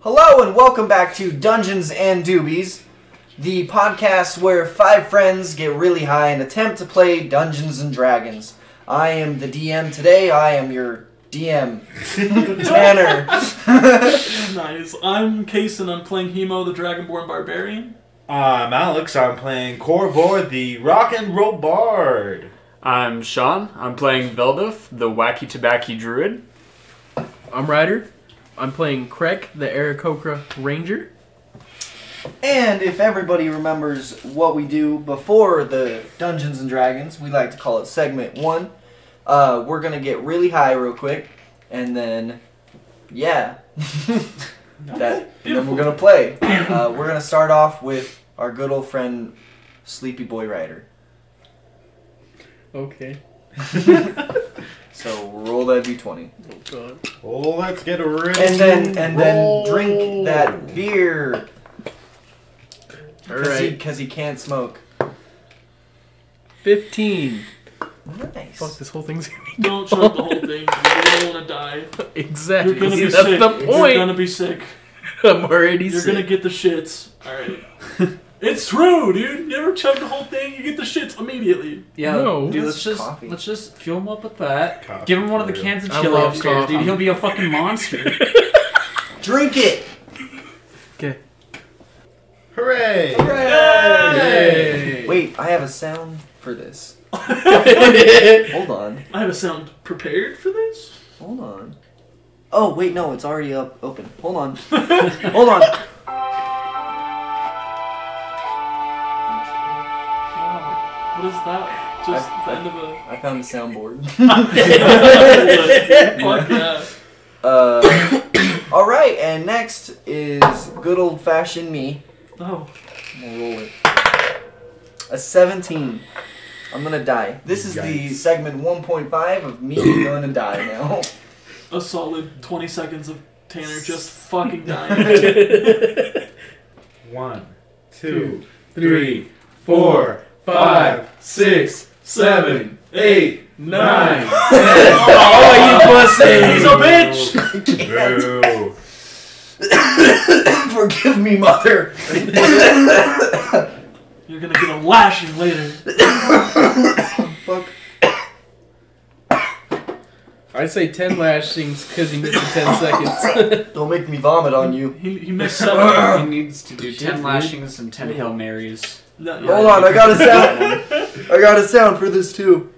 Hello and welcome back to Dungeons and Doobies, the podcast where five friends get really high and attempt to play Dungeons and Dragons. I am the DM today. I am your DM, Tanner. Nice. I'm Case and I'm playing Hemo the Dragonborn Barbarian. I'm Um, Alex. I'm playing Corvor, the rock and roll bard. I'm Sean. I'm playing Veldif, the wacky tabacky druid. I'm Ryder. I'm playing Krek, the Aarakocra Ranger. and if everybody remembers what we do before the Dungeons and Dragons, we like to call it segment one. Uh, we're gonna get really high real quick, and then, yeah. that, and then we're gonna play. Uh, we're gonna start off with our good old friend Sleepy Boy Rider. Okay. So roll that d20, Oh god. Well, let's get rich. and then and then roll. drink that beer because Alright. he, can't smoke. 15. Fuck, Nice. this whole thing's gonna Don't chug the whole thing. You don't want to die. be- Exactly. You're gonna See, be that's sick. the You're point. gonna be sick. I'm already You're sick. gonna get the shits. All right. it's true, dude. You ever chug the whole thing? You get the shits immediately. Yeah, No. dude. That's Let's just coffee. let's just fuel him up with that. Coffee, Give him one of the for cans of I chili love upstairs, coffee. dude. He'll be a fucking monster. Drink it. Hooray! Hey. Wait, I have a sound for this. Hold on. I have a sound prepared for this. Hold on. Oh wait, no, it's already up open. Hold on. Hold on. Wow. What is that? Just I- the end of a. I found the soundboard. Fuck yeah. Uh, all right, and next is good old fashioned me. Oh. We'll roll it. A 17. I'm gonna die. This is the Yikes. segment 1.5 of me gonna die now. A solid 20 seconds of Tanner just fucking dying. One, two, three, four, five, six, seven, eight, nine, Oh, He's a bitch! you bitch! Forgive me, mother. You're gonna get a lashing later. Fuck. I say 10 lashings because he missed the 10 seconds. Don't make me vomit on you. He, he missed seven. he needs to do ten lashings and ten hail marys. No, Hold on, I got a sound. I got a sound for this too.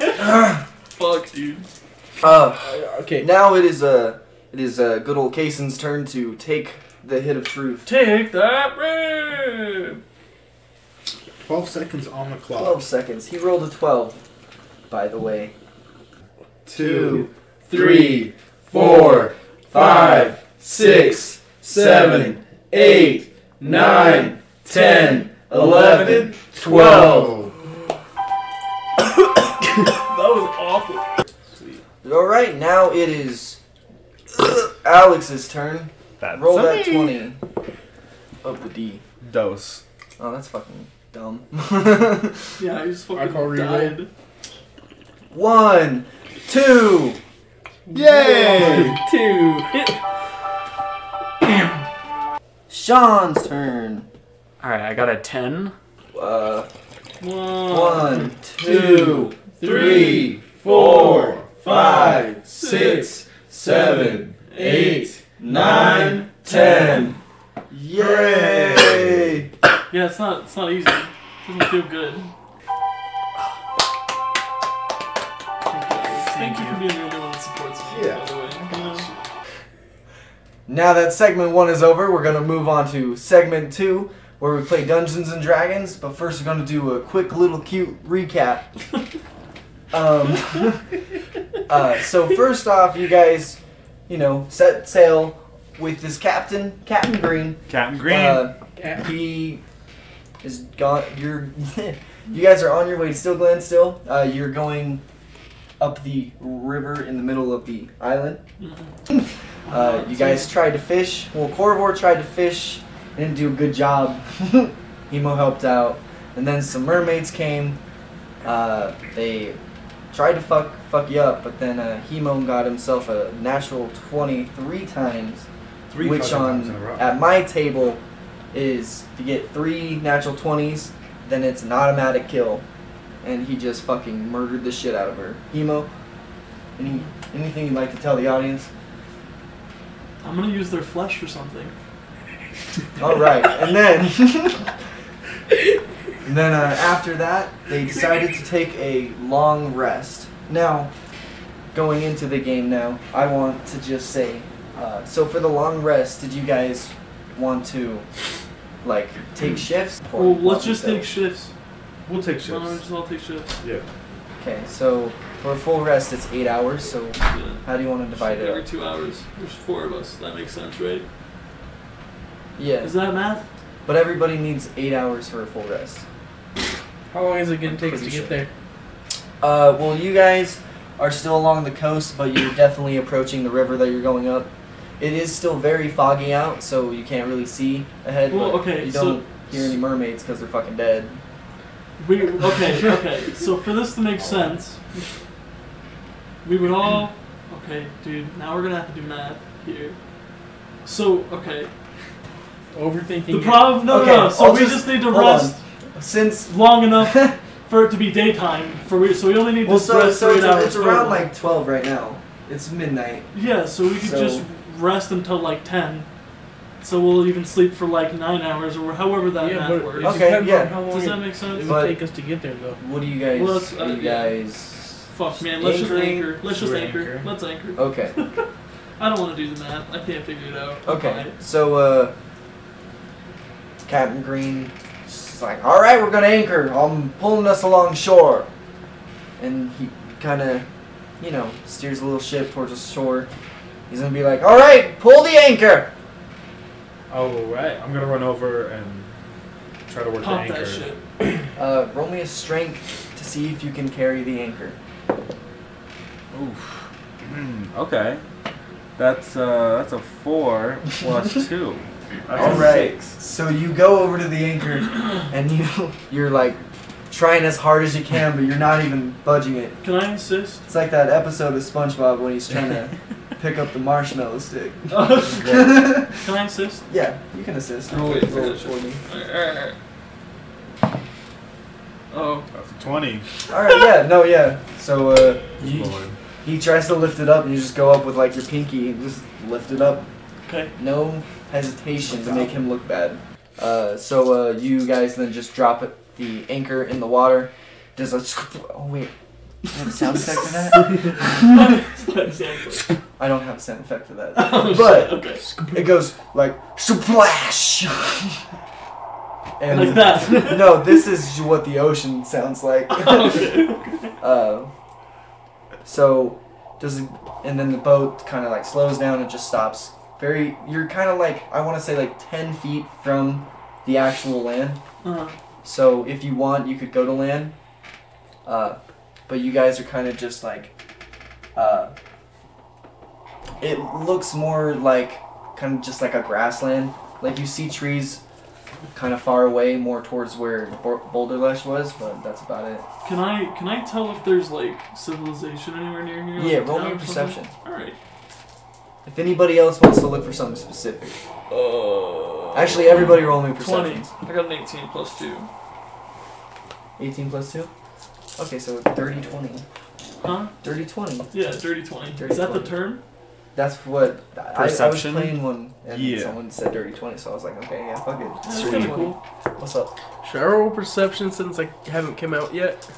Fuck, dude. Uh, okay. now it is uh, it is uh, good old Kaysen's turn to take the hit of truth. Take that rib. Twelve seconds on the clock. Twelve seconds. He rolled a twelve. By the way. Two, three, four, five, six, seven, eight, nine, ten, eleven, twelve. That was awful. All right, now it is Alex's turn. That's Roll that twenty. Of the D. dose. Oh, that's fucking dumb. Yeah, he's fucking I call reroll. died. One, two. Yay! Two. Sean's turn. All right, I got a ten. Uh, One. one, two, three, four, five, six, seven, eight, nine, ten. Yay! Yeah, it's not. It's not easy. It doesn't feel good. Thank you for being the only one that supports me. Yeah. By the way. You know? Now that segment one is over, we're gonna move on to segment two, where we play Dungeons and Dragons. But first, we're gonna do a quick little cute recap. um, uh, so first off, you guys, you know, set sail with this captain, Captain Green. Captain Green. Uh, he is gone. You're, you guys are on your way to Still Glen. Still, uh, you're going up the river in the middle of the island. Mm-hmm. Uh, you guys tried to fish. Well, Corvor tried to fish, didn't do a good job. Emo helped out, and then some mermaids came. Uh, they tried to fuck fuck you up, but then uh, Hemon got himself a natural twenty three times, Three which fucking on times in a row. at my table is if you get three natural twenties, then it's an automatic kill, and he just fucking murdered the shit out of her. Hemo, any anything you'd like to tell the audience? I'm gonna use their flesh for something. All right, and then, and then uh, after that, they decided to take a long rest. Now, going into the game now, I want to just say, uh, so for the long rest, did you guys want to, like, take shifts? Or Well, what let's was just it? take shifts. We'll take Why don't we shifts. just all take shifts? Yeah. Okay, so for full rest, it's eight hours. So Yeah. how do you want to divide it Every up? two hours. There's four of us. That makes sense, right? Yeah, Is that math? but everybody needs eight hours for a full rest. How long is it gonna take us to Pretty get sure. there? Uh, well, you guys are still along the coast, but you're definitely approaching the river that you're going up. It is still very foggy out, so you can't really see ahead. Well, but okay, You so- don't hear any mermaids because they're fucking dead. We okay, okay. So for this to make sense, we would all. Okay, dude. Now we're gonna have to do math here. So okay, Overthinking. the it. problem. No, Okay, no, no. So I'll we just- just, need to hold on. rest Since long enough for it to be daytime. For we, so we only need to well, so, rest so three it's, hours. it's around total. like twelve right now. It's midnight. Yeah, so we could So- just rest until like ten. So we'll even sleep for like nine hours or however that yeah, math but works. it Okay, depends yeah. on how long Does that it, make it sense? would But- take us to get there, though. What do you guys? Well, it's- uh, you yeah. guys. Fuck man, let's just Anchoring. anchor. Let's just We're anchor. anchoring. Let's anchor. Okay. I don't want to do the math. I can't figure it out. Okay. So, uh, Captain Green is like, "All right, we're gonna anchor. I'm pulling us along shore," and he kind of, you know, steers a little ship towards the shore. He's gonna be like, "All right, pull the anchor." All right. I'm gonna run over and try to work Pop the that anchor. shit. Uh, roll me a strength to see if you can carry the anchor. Oof. Hmm, okay. That's uh, that's a four plus two. That's All a right. six. So you go over to the anchor, and you you're like trying as hard as you can, but you're not even budging it. Can I insist? It's like that episode of SpongeBob when he's trying to pick up the marshmallow stick. Can I insist? Yeah, you can assist. Oh, wait, Roll roll it for me. Oh. That's a twenty. All right, yeah, no, yeah. So uh, you, Lord. he tries to lift it up, and you just go up with like your pinky and just lift it up. Okay. No hesitation to make him look bad. Uh, so uh, you guys then just drop it, the anchor in the water. Does a squ- oh wait, Do you have a sound effect for that? Exactly. I don't have a sound effect for that. Oh, But- shit, okay. It goes like splash. and Like that. no, this is what the ocean sounds like. uh, so does it, and then the boat kind of like slows down and just stops. Very, you're kind of like I want to say like ten feet from the actual land. Uh, So if you want, you could go to land. Uh, but you guys are kind of just like. Uh, it looks more like kind of just like a grassland. Like you see trees kind of far away, more towards where Bo- Boulder Lush was, but that's about it. can I can I tell if there's like civilization anywhere near here? yeah, Like, roll town me a or something? perception. Alright. If anybody else wants to look for something specific. Uh, Actually, everybody roll me 20. perceptions. I got an 18 plus 2. 18 plus 2? Okay, so 30 20. Huh? 30 20. Yeah, dirty 20. Dirty Is that the 20. term? That's what I, I was Perception? playing one, and Yeah. someone said "dirty 20, so I was like, okay, yeah, fuck it. That's Sweet. kind of cool. What's up? Should I roll perception since I haven't come out yet?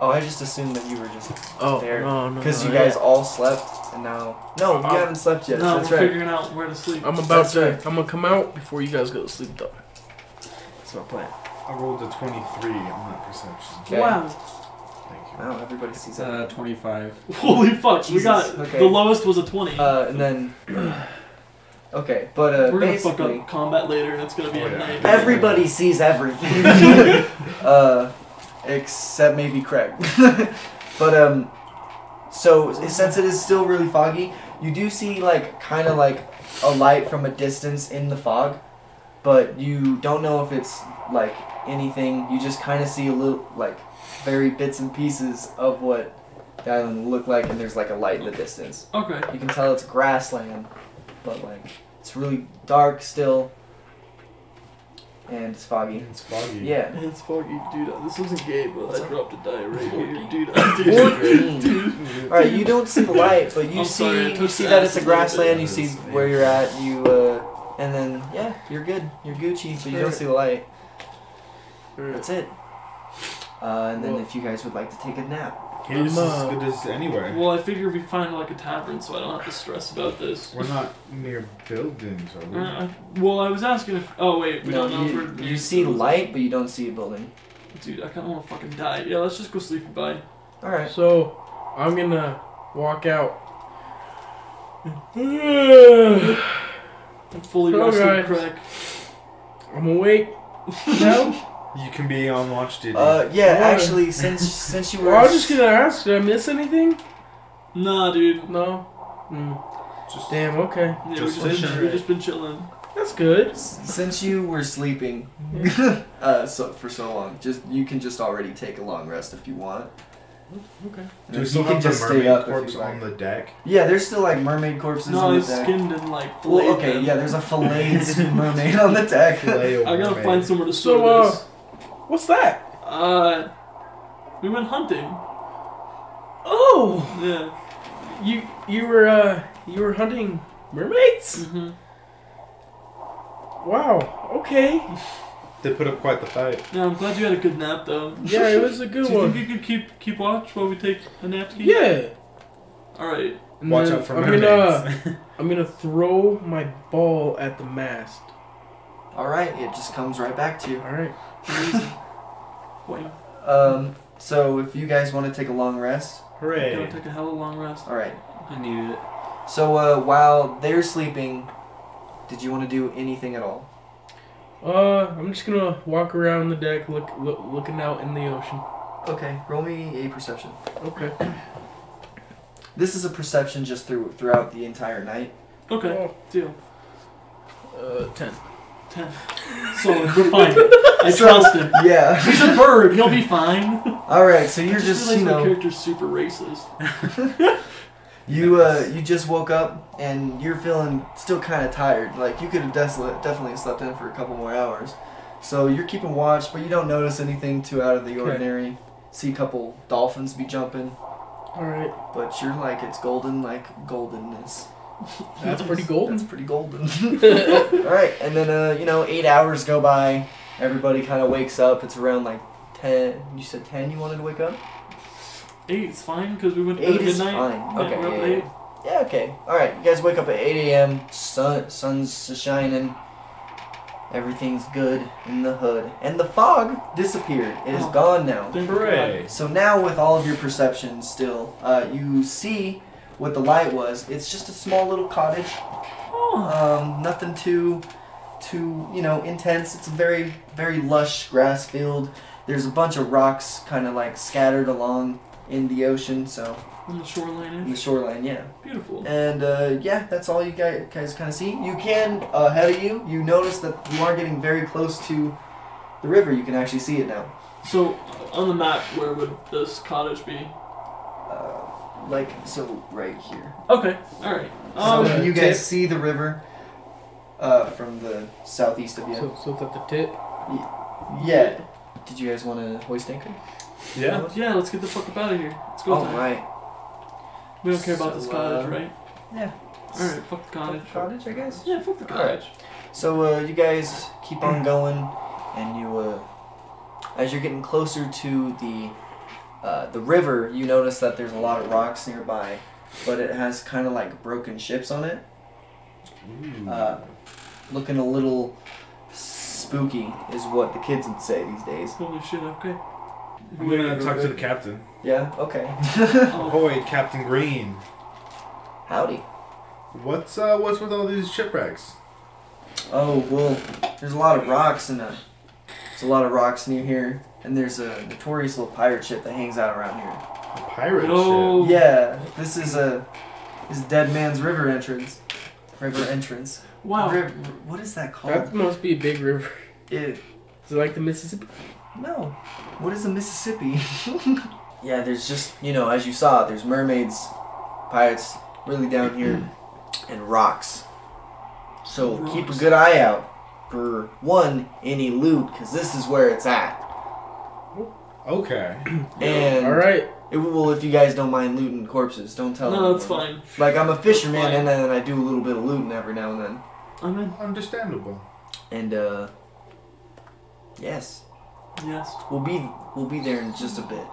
Oh, I just assumed that you were just Oh, There. no, no, because no, you guys yeah. all slept, and now no, you Uh, haven't slept yet. no, that's we're right. figuring out where to sleep. I'm about That's to. right. I'm gonna come out before you guys go to sleep, though. That's my plan. I rolled a twenty-three on that perception. Okay. Wow. Thank you. Now everybody sees that. Uh, 25. Holy fuck. We Jesus, got okay. the lowest was a 20. Uh, and then okay, but uh, We're gonna fuck basically up combat later and it's gonna be Oh, a yeah. night. everybody sees everything, uh, except maybe Craig. but um, so since it is still really foggy, you do see like kind of like a light from a distance in the fog, but you don't know if it's like anything. You just kind of see a little like very bits and pieces of what the island looked like, and there's like a light in the distance. Okay. You can tell it's grassland, but like it's really dark still, and it's foggy. It's foggy. Yeah. It's foggy, dude. This isn't gay, but I dropped a die right here, dude. All right, you don't see the light, but you I'm see sorry, I you touched see the that ass it's a a little bit. grassland. You see where you're at. You uh, and then yeah, you're good. You're Gucci, but you don't see the light. That's it. Uh, and then Well- if you guys would like to take a nap, Can't just as good as anywhere. Well, I figure we find like a tavern, so I don't have to stress about this. We're not near buildings, are we? Uh, well, I was asking if. Oh wait, we no, don't know you, if we're. you see light, but you don't see a building. Dude, I kind of want to fucking die. Yeah, let's just go sleep by. All right. So I'm gonna walk out. I'm fully All rested, right. crack. I'm awake. No, You can be on watch duty. Uh, yeah, Yeah. actually, since since you were well, Oh, I was just gonna ask. Did I miss anything? Nah, dude. No. Mm. Just- Damn. Okay. Yeah, we Just just been, fishing. we just been chilling. That's good. s- since you were sleeping, uh, so for so long, just you can just already take a long rest if you want. Okay. Do we still have the mermaid corpse on the deck? Yeah, there's still like mermaid corpses No, on I the deck. skinned and like. Well, filleted okay, them. yeah, there's a filleted mermaid on the deck. Filet of I gotta mermaid. find somewhere to So, store uh, this. What's that? Uh, we went hunting. Oh, Yeah. you you were uh you were hunting mermaids? Mm-hmm. Wow. Okay. They put up quite the fight. Yeah, I'm glad you had a good nap though. Yeah, it was a Do you good think one. you could keep keep watch while we take a nap? to eat? Yeah. All right. And Watch then out for I'm mermaids. gonna I'm gonna throw my ball at the mast. All right, it just comes right back to you. All right. Wait. Um, so if you guys want to take a long rest, Gotta Hooray. take a hell of a long rest. all right. I needed it. So uh, while they're sleeping, did you want to do anything at all? Uh, I'm just gonna walk around the deck, look, look looking out in the ocean. Okay, roll me a perception. Okay. This is a perception just through throughout the entire night. Okay. Deal. Uh, ten. Ten. So we're fine. I trust him. Yeah. He's a bird. He'll be fine. all right, so I you're just realized you my know character's super racist. you uh you just woke up and you're feeling still kind of tired. Like you could have desolate, definitely slept in for a couple more hours. So you're keeping watch, but you don't notice anything too out of the Okay. ordinary. See a couple dolphins be jumping, All right. but you're like it's golden, like goldenness. That's pretty That's golden. pretty golden. All right, and then uh, you know, eight hours go by. Everybody kind of wakes up. It's around like ten. You said ten. You wanted to wake up. Eight's fine because we went to bed Eight at is midnight. fine. Yeah, Okay. we're up yeah, late. yeah. Yeah, Okay. All right. You guys wake up at eight a.m. Sun, sun's shining. Everything's good in the hood, and the fog disappeared. It is Oh. gone now. Thank Hooray. So now, with all of your perceptions still, uh, you see what the light was. It's just a small little cottage. God. Oh. Um, nothing too, too you know intense. It's a very very lush grass field. There's a bunch of rocks kind of like scattered along in the ocean. So On the shoreline. in the shoreline, yeah. Beautiful. And uh, yeah, that's all you guys, guys kind of see. You can uh, ahead of you. You notice that you are getting very close to the river. You can actually see it now. So on the map, where would this cottage be? Uh, like so, right here. Okay. All right. So Um, Oh, Okay. you guys see the river uh, from the southeast of you. So, so it's at the tip. yeah. Did you guys want to hoist anchor? Oh, Yeah. Yeah, Oh, let's get the fuck up out of here. Let's go. All time. right. We don't care about So, this uh, cottage, right? yeah. All right. Fuck the cottage. Cottage, I guess. Yeah, fuck the All right. cottage. So uh, you guys keep on going, and you, uh, as you're getting closer to the uh, the river, you notice that there's a lot of rocks nearby, but it has kind of like broken ships on it, Ooh. uh, looking a little spooky, is what the kids would say these days. Holy shit. Okay. I'm gonna talk to the captain. Yeah. Okay. Oh, Ahoy, Captain Green. Howdy. What's uh, what's with all these shipwrecks? Oh well, there's a lot of rocks in a. There's a lot of rocks near here, and there's a notorious little pirate ship that hangs out around here. A pirate No. Yeah, this is a this is Dead Man's River entrance. ship. River entrance. Wow. Riv- what is that called? That must be a big river. It, Is it like the Mississippi? no. What is the Mississippi? yeah, there's just, you know, as you saw, there's mermaids, pirates, really down here, and rocks. So keep a Rocks. good eye out for one, any loot, because this is where it's at. Okay. And All right. it, well, if you guys don't mind looting corpses, don't tell No, that's anyone. fine. Like I'm a fisherman, Fine. and then I do a little bit of looting every now and then. I'm in. Understandable. And uh, yes, Yes. we'll be we'll be there in just a bit.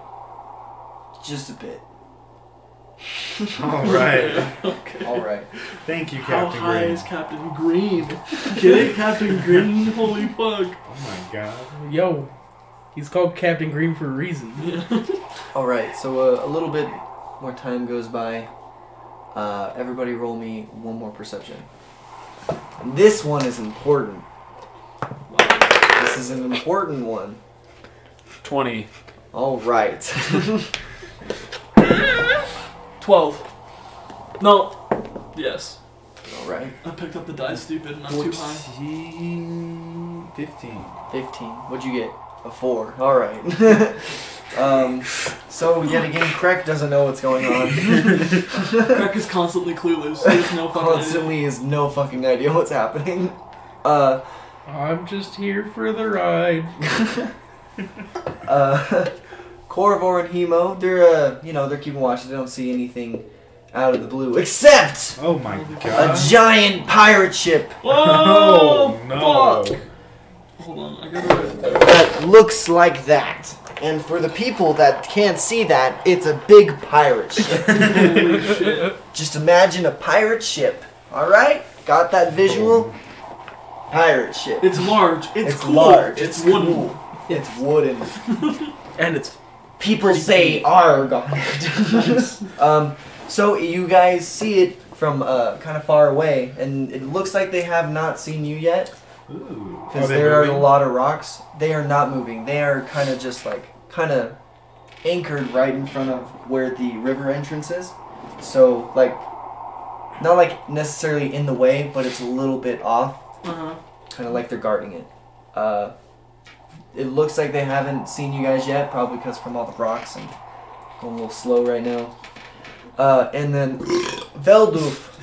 Just a bit. All right. Yeah, okay. All right. Thank you, How Captain high Green. is Captain Green? Get it, Captain Green? Holy fuck. Oh my god. Yo, he's called Captain Green for a reason. Yeah. All right. So uh, a little bit more time goes by. Uh, everybody, roll me one more perception. And This one is important. This is an important one. Twenty. All right. 12. No. Yes. All right. I picked up the die stupid and I'm too high. 14, 15. 15. What'd you get? A 4. Alright. um, so, yet again, Crack doesn't know what's going on. Crack is constantly clueless. He has no fucking idea. Constantly has no fucking idea what's happening. Uh, I'm just here for the ride. uh, Corvor and Hemo, they're, uh, you know, they're keeping watch. They don't see anything out of the blue. Except Oh my a god. giant pirate ship Whoa! oh no. Fuck! Hold on, I gotta. that looks like that. And for the people that can't see that, it's a big pirate ship. Holy shit. Just imagine a pirate ship. All right, got that visual? Pirate ship. It's large. It's, It's cool. large, It's, it's wooden. cool. It's wooden. And it's People say "Oh, "Arg" on it. um, so you guys see it from uh, kind of far away, and it looks like they have not seen you yet Ooh. because Are they there are a moving? lot of rocks. They are not moving. They are kind of just like kind of anchored right in front of where the river entrance is. So like, not like necessarily in the way, but it's a little bit off. Uh-huh. kind of like they're guarding it. Uh, it looks like they haven't seen you guys yet, probably because from all the rocks and going a little slow right now. Uh, and then Veldoof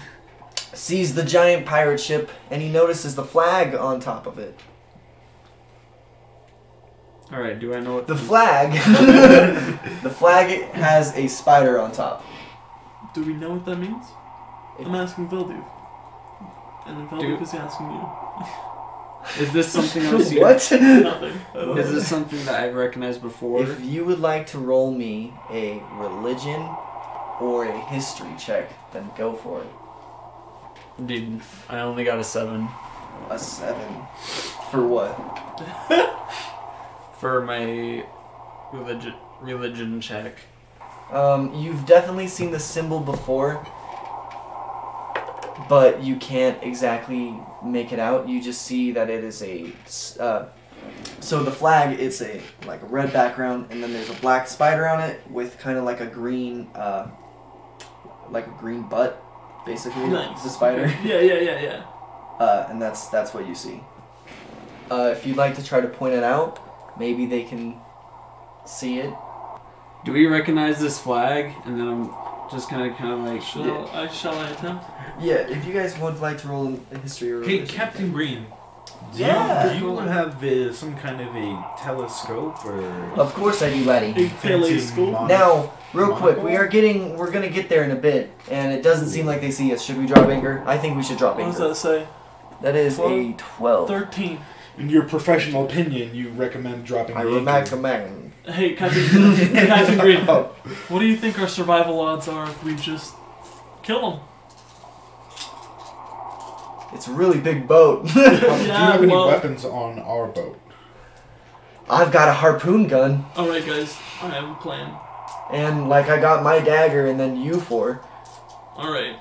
sees the giant pirate ship and he notices the flag on top of it. All right. Do I know what The flag, the flag has a spider on top. Do we know what that means? I'm asking Veldu. And then Veldu Dude. is asking you. Is this something I've seen? What? Nothing. I don't Is know. this something that I've recognized before? If you would like to roll me a religion or a history check, then go for it. Dude, I only got a seven A seven. For what? for my religion religion check. Um, you've definitely seen the symbol before, but you can't exactly make it out. You just see that it is a. s- Uh, so the flag, it's a like a red background, and then there's a black spider on it with kind of like a green, uh, like a green butt, basically. Nice. The spider, Okay. Yeah, yeah, yeah, yeah. uh, and that's that's what you see. Uh, if you'd like to try to point it out, maybe they can see it. Do we recognize this flag? And then I'm just kind of kind of like Shall I shall I attempt? Yeah, if you guys would like to roll a history or Hey, religion. Captain Green. Do Yeah. You, do you want to have uh, some kind of a telescope or? Of course I do, laddie. Big Philly school. mon- Now, real quick, we are getting we're gonna get there in a bit, and it doesn't seem like they see us. Should we drop anchor? I think we should drop What does anchor. that say? That is a twelve. Thirteen. In your professional opinion, you recommend dropping. I the anchor. recommend. Hey, Captain, Captain Green. Oh. What do you think our survival odds are if we just kill them? It's a really big boat. Um, do you Yeah, have any well- weapons on our boat? I've got a harpoon gun, All right, guys. I have a plan. and like I got my dagger, and then you four. All right,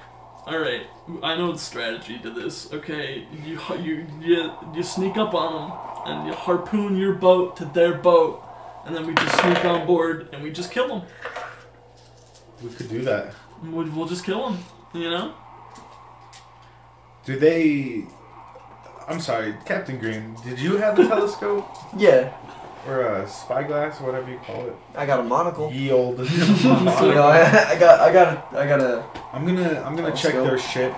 all right. I know the strategy to this. Okay, you you you, you sneak up on them and you harpoon your boat to their boat, and then we just sneak on board and we just kill them. We could do that. We'll, we'll just kill them. You know. Do they? I'm sorry, Captain Green. Did you have a telescope Yeah, or a spyglass, whatever you call it? I got a monocle. Ye olde. So, no, I, I got, I got, a, I got a. I'm gonna I'm Oh, gonna check Telescope. their ship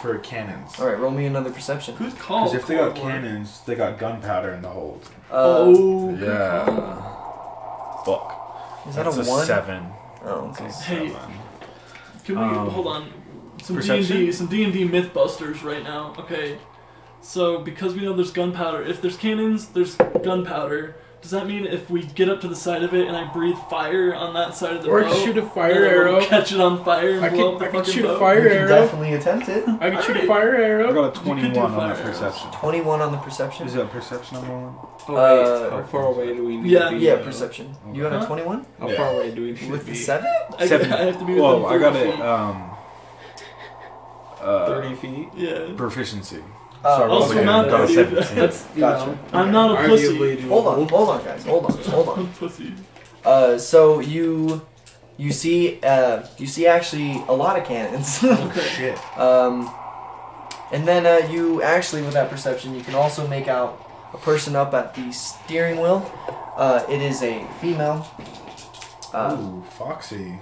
for cannons. All right, roll me another perception. Good Because call. if they got Cold War. cannons, they got gunpowder in the hold. Uh, oh, good Yeah. call. Fuck. is that a one? seven? Oh, okay. Hey, Can we Um, hold on? Some D and perception? D, some D and D MythBusters right now. Okay, so because we know there's gunpowder, if there's cannons, there's gunpowder. Does that mean if we get up to the side of it and I breathe fire on that side of the Or boat, shoot a and fire then Oh. we'll arrow. catch it on fire and I blow up could, the I could fucking shoot a boat? You fire can arrow. definitely attempt it. I could shoot a Alright. fire I arrow. got a You could do 21 on my fire arrows. perception. Twenty-one on the perception. Is it a perception number one? Oh, wait, Uh, how far away do we need Yeah. to be? yeah, though? perception. You got a Huh? twenty-one How Yeah. far away do we need with to the be? seven. I, Seven. I have to be within Whoa, I 30 got it. feet. Um, uh, Thirty feet. yeah. proficiency. Uh, Sorry, also okay, not got a thirty. 17. That's you Gotcha. know, I'm not a pussy. arguably Hold on, doable. hold on, guys. Hold on, hold on. I'm pussy. Uh, so you you see uh, you see actually a lot of cannons. Okay. Oh, Shit. um, and then uh, you actually with that perception you can also make out a person up at the steering wheel. Uh, it is a female. Uh, Ooh, foxy.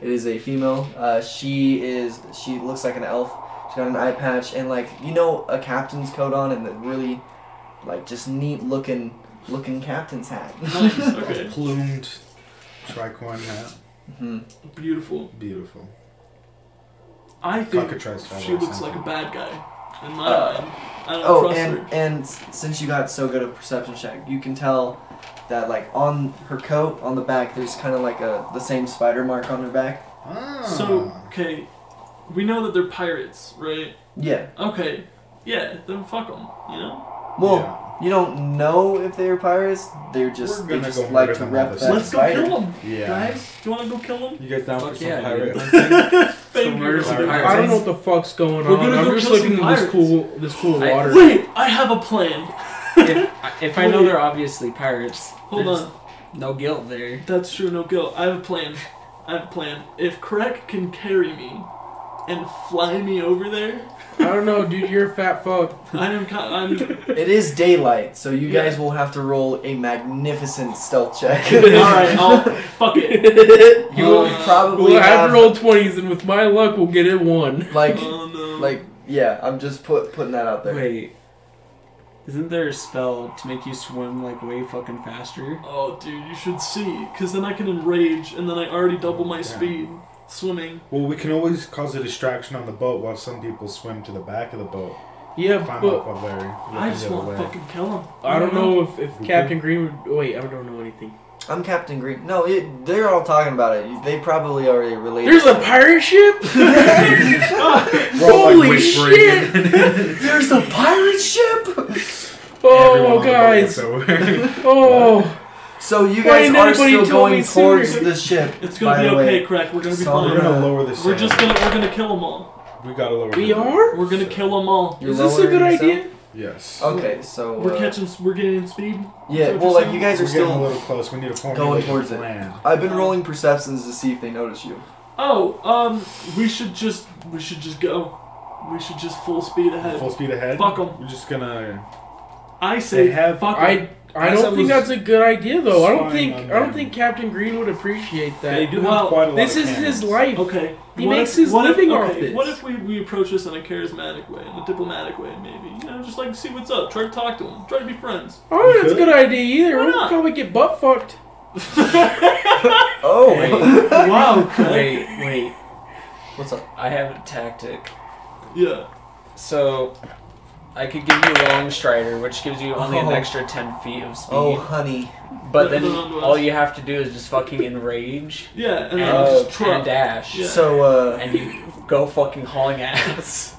it is a female. Uh, she is she looks like an elf. She's got an eye patch and like you know a captain's coat on and the really like just neat looking looking captain's hat. Nice. Okay. Plumed tricorn hat. hmm Beautiful. Beautiful. I think Cockatrice feather. she looks like a bad guy in my Uh, mind. I don't Oh, trust and her. and s- since you got so good at perception check, you can tell that like on her coat on the back, there's kind of like a the same spider mark on her back. Ah. So okay, we know that they're pirates, right? Yeah. Okay, yeah, then fuck them. You know, Well, Yeah. you don't know if they're pirates. They're just We're they gonna just go like murder to them rep all this that time. let's go spider. kill them, Yeah. guys. Do you want to go kill them? You guys down Fuck for some yeah, pirate dude. hunting? Thank you. murder some Alright. pirates. I don't know what the fuck's going We're on. gonna I'm go just kill looking some at this pirates. cool, this cool I- water. Wait, I have a plan. if, if I know they're obviously pirates, Hold there's on, no guilt there. that's true. No guilt. I have a plan. I have a plan. If Craig can carry me and fly me over there, I don't know, dude. You're a fat fuck. I am. co- I'm. It is daylight, so you Yeah. guys will have to roll a magnificent stealth check. All right, I'll fuck it. you will Uh, probably Well, I have have to roll twenties, and with my luck, we'll get it one. like Oh no. like yeah. I'm just put putting that out there. Wait, isn't there a spell to make you swim like way fucking faster? Oh, dude, you should see, because then I can enrage, and then I already double my Yeah. speed swimming. Well, we can always cause a distraction on the boat while some people swim to the back of the boat. Yeah, Climb but up on Larry. look I the just other want way. to fucking kill him. I don't know if, if We Captain Green would. Wait, I don't know anything. I'm Captain Green. No, it, they're all talking about it. They probably already related. There's a to it. pirate ship. We're all, like, Holy whispering. shit! There's a pirate ship. Oh, Everyone on the boat guys. looks over. Oh, So you Why guys didn't are anybody still tell me going towards sooner? the ship. It's gonna by be the okay, way. Craig. We're gonna be Sorry. We're fine. gonna lower the Oh, We're just sail. gonna we're gonna kill them all. We gotta lower. we the- are. We're gonna kill them all. You're Is this a lowering good yourself? idea? Yes. Okay, so We're uh, catching. We're getting speed. Yeah, That's well, what you're like saying? you guys We're are getting a still. little close. We need a formulated towards it. plan. I've been rolling perceptions to see if they notice you. Oh, um, we should just we should just go. We should just full speed ahead. Full speed ahead. Fuck 'em. We're just gonna. I say They have- fuck 'em. I I As I don't was think that's a good idea though. I don't spying think on I don't them. think Captain Green would appreciate They that. do Well, have quite a lot This of is his cannons. life. Okay. He makes his living if, off okay, this. What if we, we approach this in a charismatic way, in a diplomatic way, maybe? You know, just like see what's up. Try to talk to him. Try to be friends. I don't think Oh, that's a good idea either. Why We'll not? probably get butt fucked. Oh, Wait, wow. Craig. wait, wait. what's up? I have a tactic. Yeah. So, I could give you long strider, which gives you only Oh. an extra ten feet of speed. Oh, honey. But then No, no, no, no. all you have to do is just fucking enrage Yeah. And and, then Uh, just and truck. dash, Yeah. So, uh, and you go fucking hauling ass.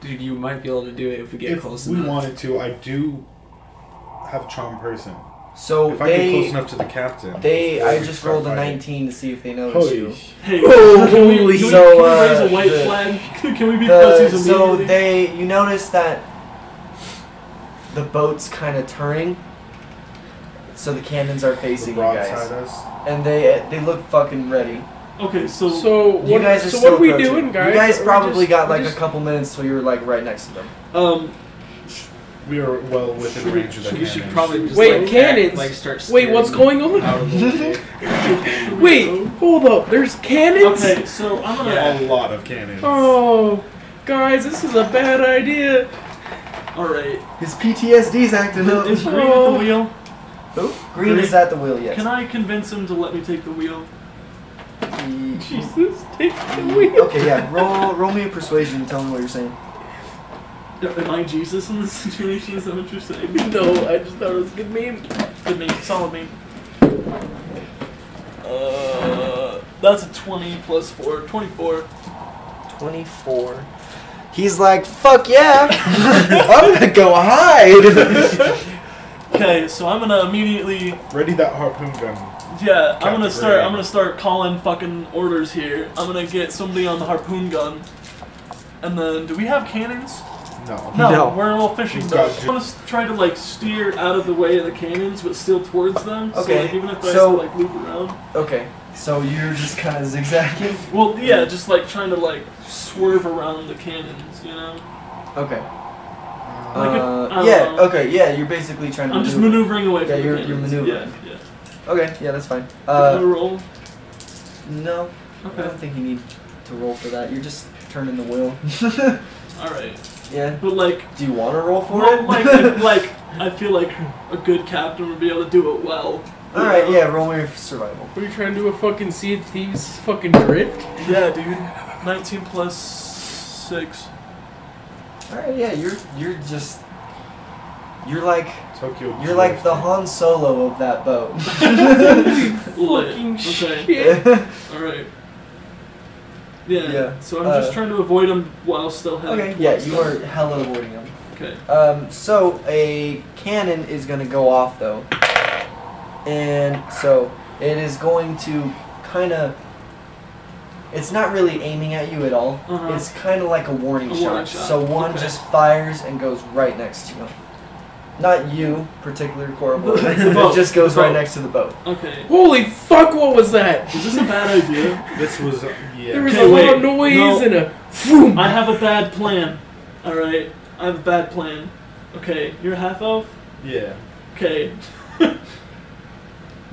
Dude, you might be able to do it if we get If close we enough. wanted to, I do have charm person. so If I get close they, enough to the captain. they. before I we just start rolled a fighting. 19 to see if they notice Holy you. sh- Hey, Oh, can we, can we, holy- can so, we uh, raise a white the- flag? can we be The, pussies so immediately? they, you notice that the boat's kind of turning, so the cannons are The facing you guys, broadside us. and they they look fucking ready. Okay, so, So You what? guys are so still what are we approaching. doing, You guys? guys Are we probably just- got we're like just- a couple minutes till you were like right next to them. um, We are well within should we, range of that. should we should cannon. probably just Wait, like, cannons? Like start. Wait, what's steering going on? out of the way. should we Wait, go? hold up. There's cannons. Okay, so I'm gonna. Yeah, a lot of cannons. Oh, guys, this is a bad idea. All right. His PTSD's acting up. Is Green at oh. the wheel? Who? Green is Green. at the wheel, yes. Can I convince him to let me take the wheel? He- Jesus, take the wheel. Okay, yeah. Roll, roll me a persuasion and tell me what you're saying. Uh, Am I Jesus in this situation? Is that what you're saying? No, I just thought it was a good meme. Good meme, solid meme. Uh, that's a 20 plus 4, 24. 24. He's like, fuck yeah! I'm gonna go hide! Okay, so I'm gonna immediately, Ready that harpoon gun. yeah, I'm Captain gonna start, Ray. I'm gonna start calling fucking orders here. I'm gonna get somebody on the harpoon gun. And then, do we have cannons? No. No, No. we're all fishing We've got boats. to- I'm gonna s- try to like steer out of the way of the cannons, but still towards them. Okay, So like, even if I so- like loop around. okay, so you're just kind of zigzagging? Well, yeah, just like trying to like swerve around the cannons, you know. Okay. Like if- Uh, I yeah, don't know. okay, yeah, you're basically trying to I'm just maneuver. maneuvering away Yeah, from you're- the you're cannons. maneuvering. Yeah, yeah. Okay, yeah, that's fine. no Uh, roll. no, I Okay. don't think you need to roll for that. You're just turning the wheel. All right. yeah. But like, Do you want to roll for well, it? like, if, like, I feel like a good captain would be able to do it well. you All right, know? yeah, roll me for survival. What are you trying to do? A fucking Sea of Thieves fucking drift? Yeah, dude. 19 plus six. All right, yeah, you're you're just you're like Tokyo. you're like the Han Solo of that boat. Lit. Fucking okay. shit. All right. Yeah. Yeah, So I'm just uh, trying to avoid them while still heading. okay, yeah, towards you them. are hella avoiding him. Okay. Um, so a cannon is gonna go off though, and so it is going to kind of. It's not really aiming at you at all. Uh-huh. It's kind of like a warning, A shot. warning shot, So one okay. just fires and goes right next to him. Not you, particular Corvo. The it boat, just goes the right boat. next to the boat. Okay. Holy fuck, what was that? Is this a bad idea? This was uh, There yeah. was Okay, a loud wait, noise no. and a boom. I have a bad plan. All right. I have a bad plan. Okay. You're a half elf. Yeah. Okay.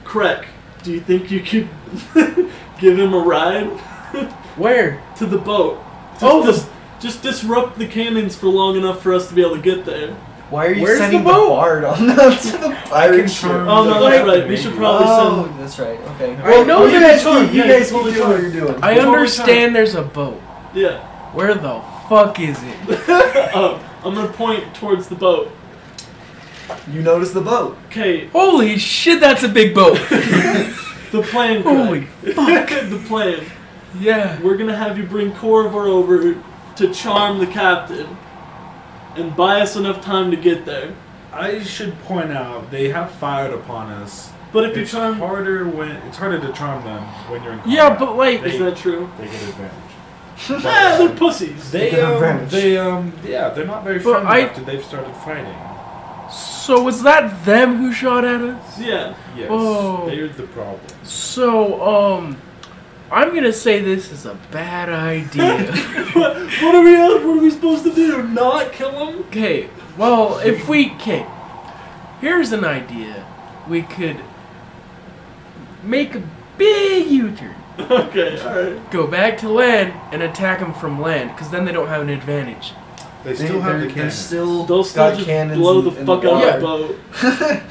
Crack. Do you think you could give him a ride Where? to the boat? Just, Oh, the- dis- just disrupt the cannons for long enough for us to be able to get there. Why are you Where's the sending the, boat? bard on up to the pirate ship? confirm Oh no, that's Like- right. We should probably oh, send. that's right. Okay. Well, Alright, no, you guys, that's fine. keep- you Yeah, guys keep totally doing fine. what you're doing. I It's all understand there's a boat. Oh. Yeah. Where the fuck is it? Oh, I'm gonna point towards the boat. You notice the boat. Okay. Holy shit, that's a big boat. The plan. Holy fuck. the plan. Yeah. We're gonna have you bring Corvor over to charm the captain, and buy us enough time to get there. I should point out they have fired upon us. But if you It's charm, harder when it's harder to charm them when you're in combat. Yeah, but like, They- is that true? they get advantage. Ah, they're pussies. They They get um, advantage. they um yeah they're not very But friendly I- after they've started fighting. so was that them who shot at us? Yeah. Yes, Oh. they're the problem. So, um, I'm gonna say this is a bad idea. what, what are we What are we supposed to do? Not kill him? okay, well, if we can. Here's an idea. We could make a big U turn, Okay, alright. go back to land, and attack them from land, because then they don't have an advantage. They still have they're, the they're cannon. still They'll got still just cannons blow the in- in fuck out water. of the boat.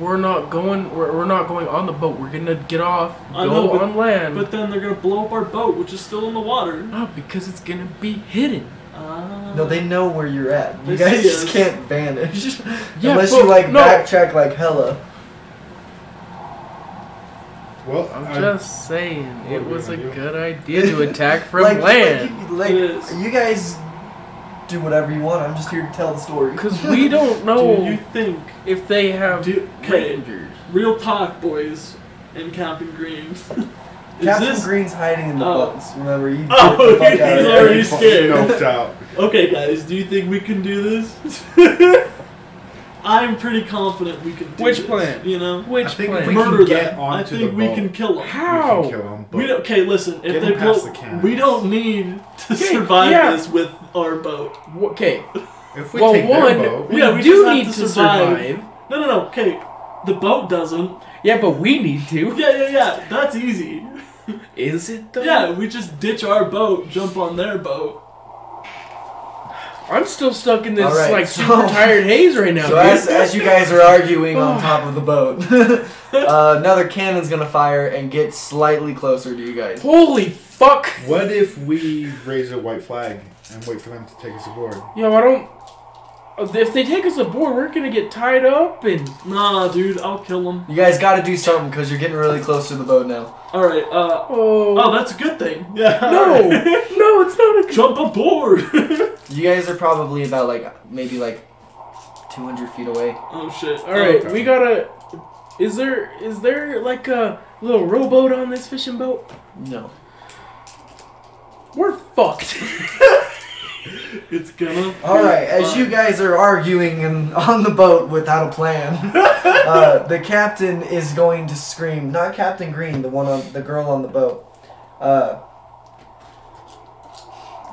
We're not going. We're, we're not going on the boat. We're gonna get off, I go know, but- on land. But then they're gonna blow up our boat, which is still in the water. not because it's gonna be hidden. Uh, No, they know where you're at. You They guys see just us. can't vanish. Yeah, Unless but you like no. backtrack like hella. Well, I'm I- just saying, What are it we was a gonna do? good idea to attack from like, land. Like, It you, is. like you guys do whatever you want. I'm just here to tell the story. Because we don't Do know you think? if they have Do, okay, rangers. real talk, boys and Captain Green. is Captain this. Green's hiding in the Oh. boats. Remember, you Oh, get the fuck he's out of Yeah, there. already they're fucking scared. doped out. Okay, guys, do you think we can do this? I'm pretty confident we could do Which this, plan? You know, Which I think plan? we murder can get them. I onto think the we boat. can kill them. We How? can kill them, We but don't, okay, listen. Get If 'em they blow, past the cannons. we don't need to Okay, survive yeah. this with our boat. Okay. if we well, take one- their boat, We yeah, we do just have need to to survive. survive. No, no, no. Okay, the boat doesn't. Yeah, but we need to. Yeah, yeah, yeah. That's easy. Is it though? Yeah, we just ditch our boat, jump on their boat. I'm still stuck in this All right, like so- super tired haze right now. So dude. as, as you guys are arguing Oh. on top of the boat, uh, another cannon's gonna fire and get slightly closer to you guys. Holy fuck! what if we raise a white flag and wait for them to take us aboard? Yo, I don't. uh, If they take us aboard, we're gonna get tied up and Nah, dude, I'll kill them. You guys gotta do something because you're getting really close to the boat now. All right. Uh, oh. oh, that's a good thing. Yeah. no, no, it's not a. Jump aboard. You guys are probably about like maybe like 200 feet away. oh shit. All right, we gotta. Is there is there like a little rowboat on this fishing boat? No. We're fucked. It's gonna. All right. As you guys are arguing and on the boat without a plan, uh, the captain is going to scream. Not Captain Green, the one on the girl on the boat. Uh,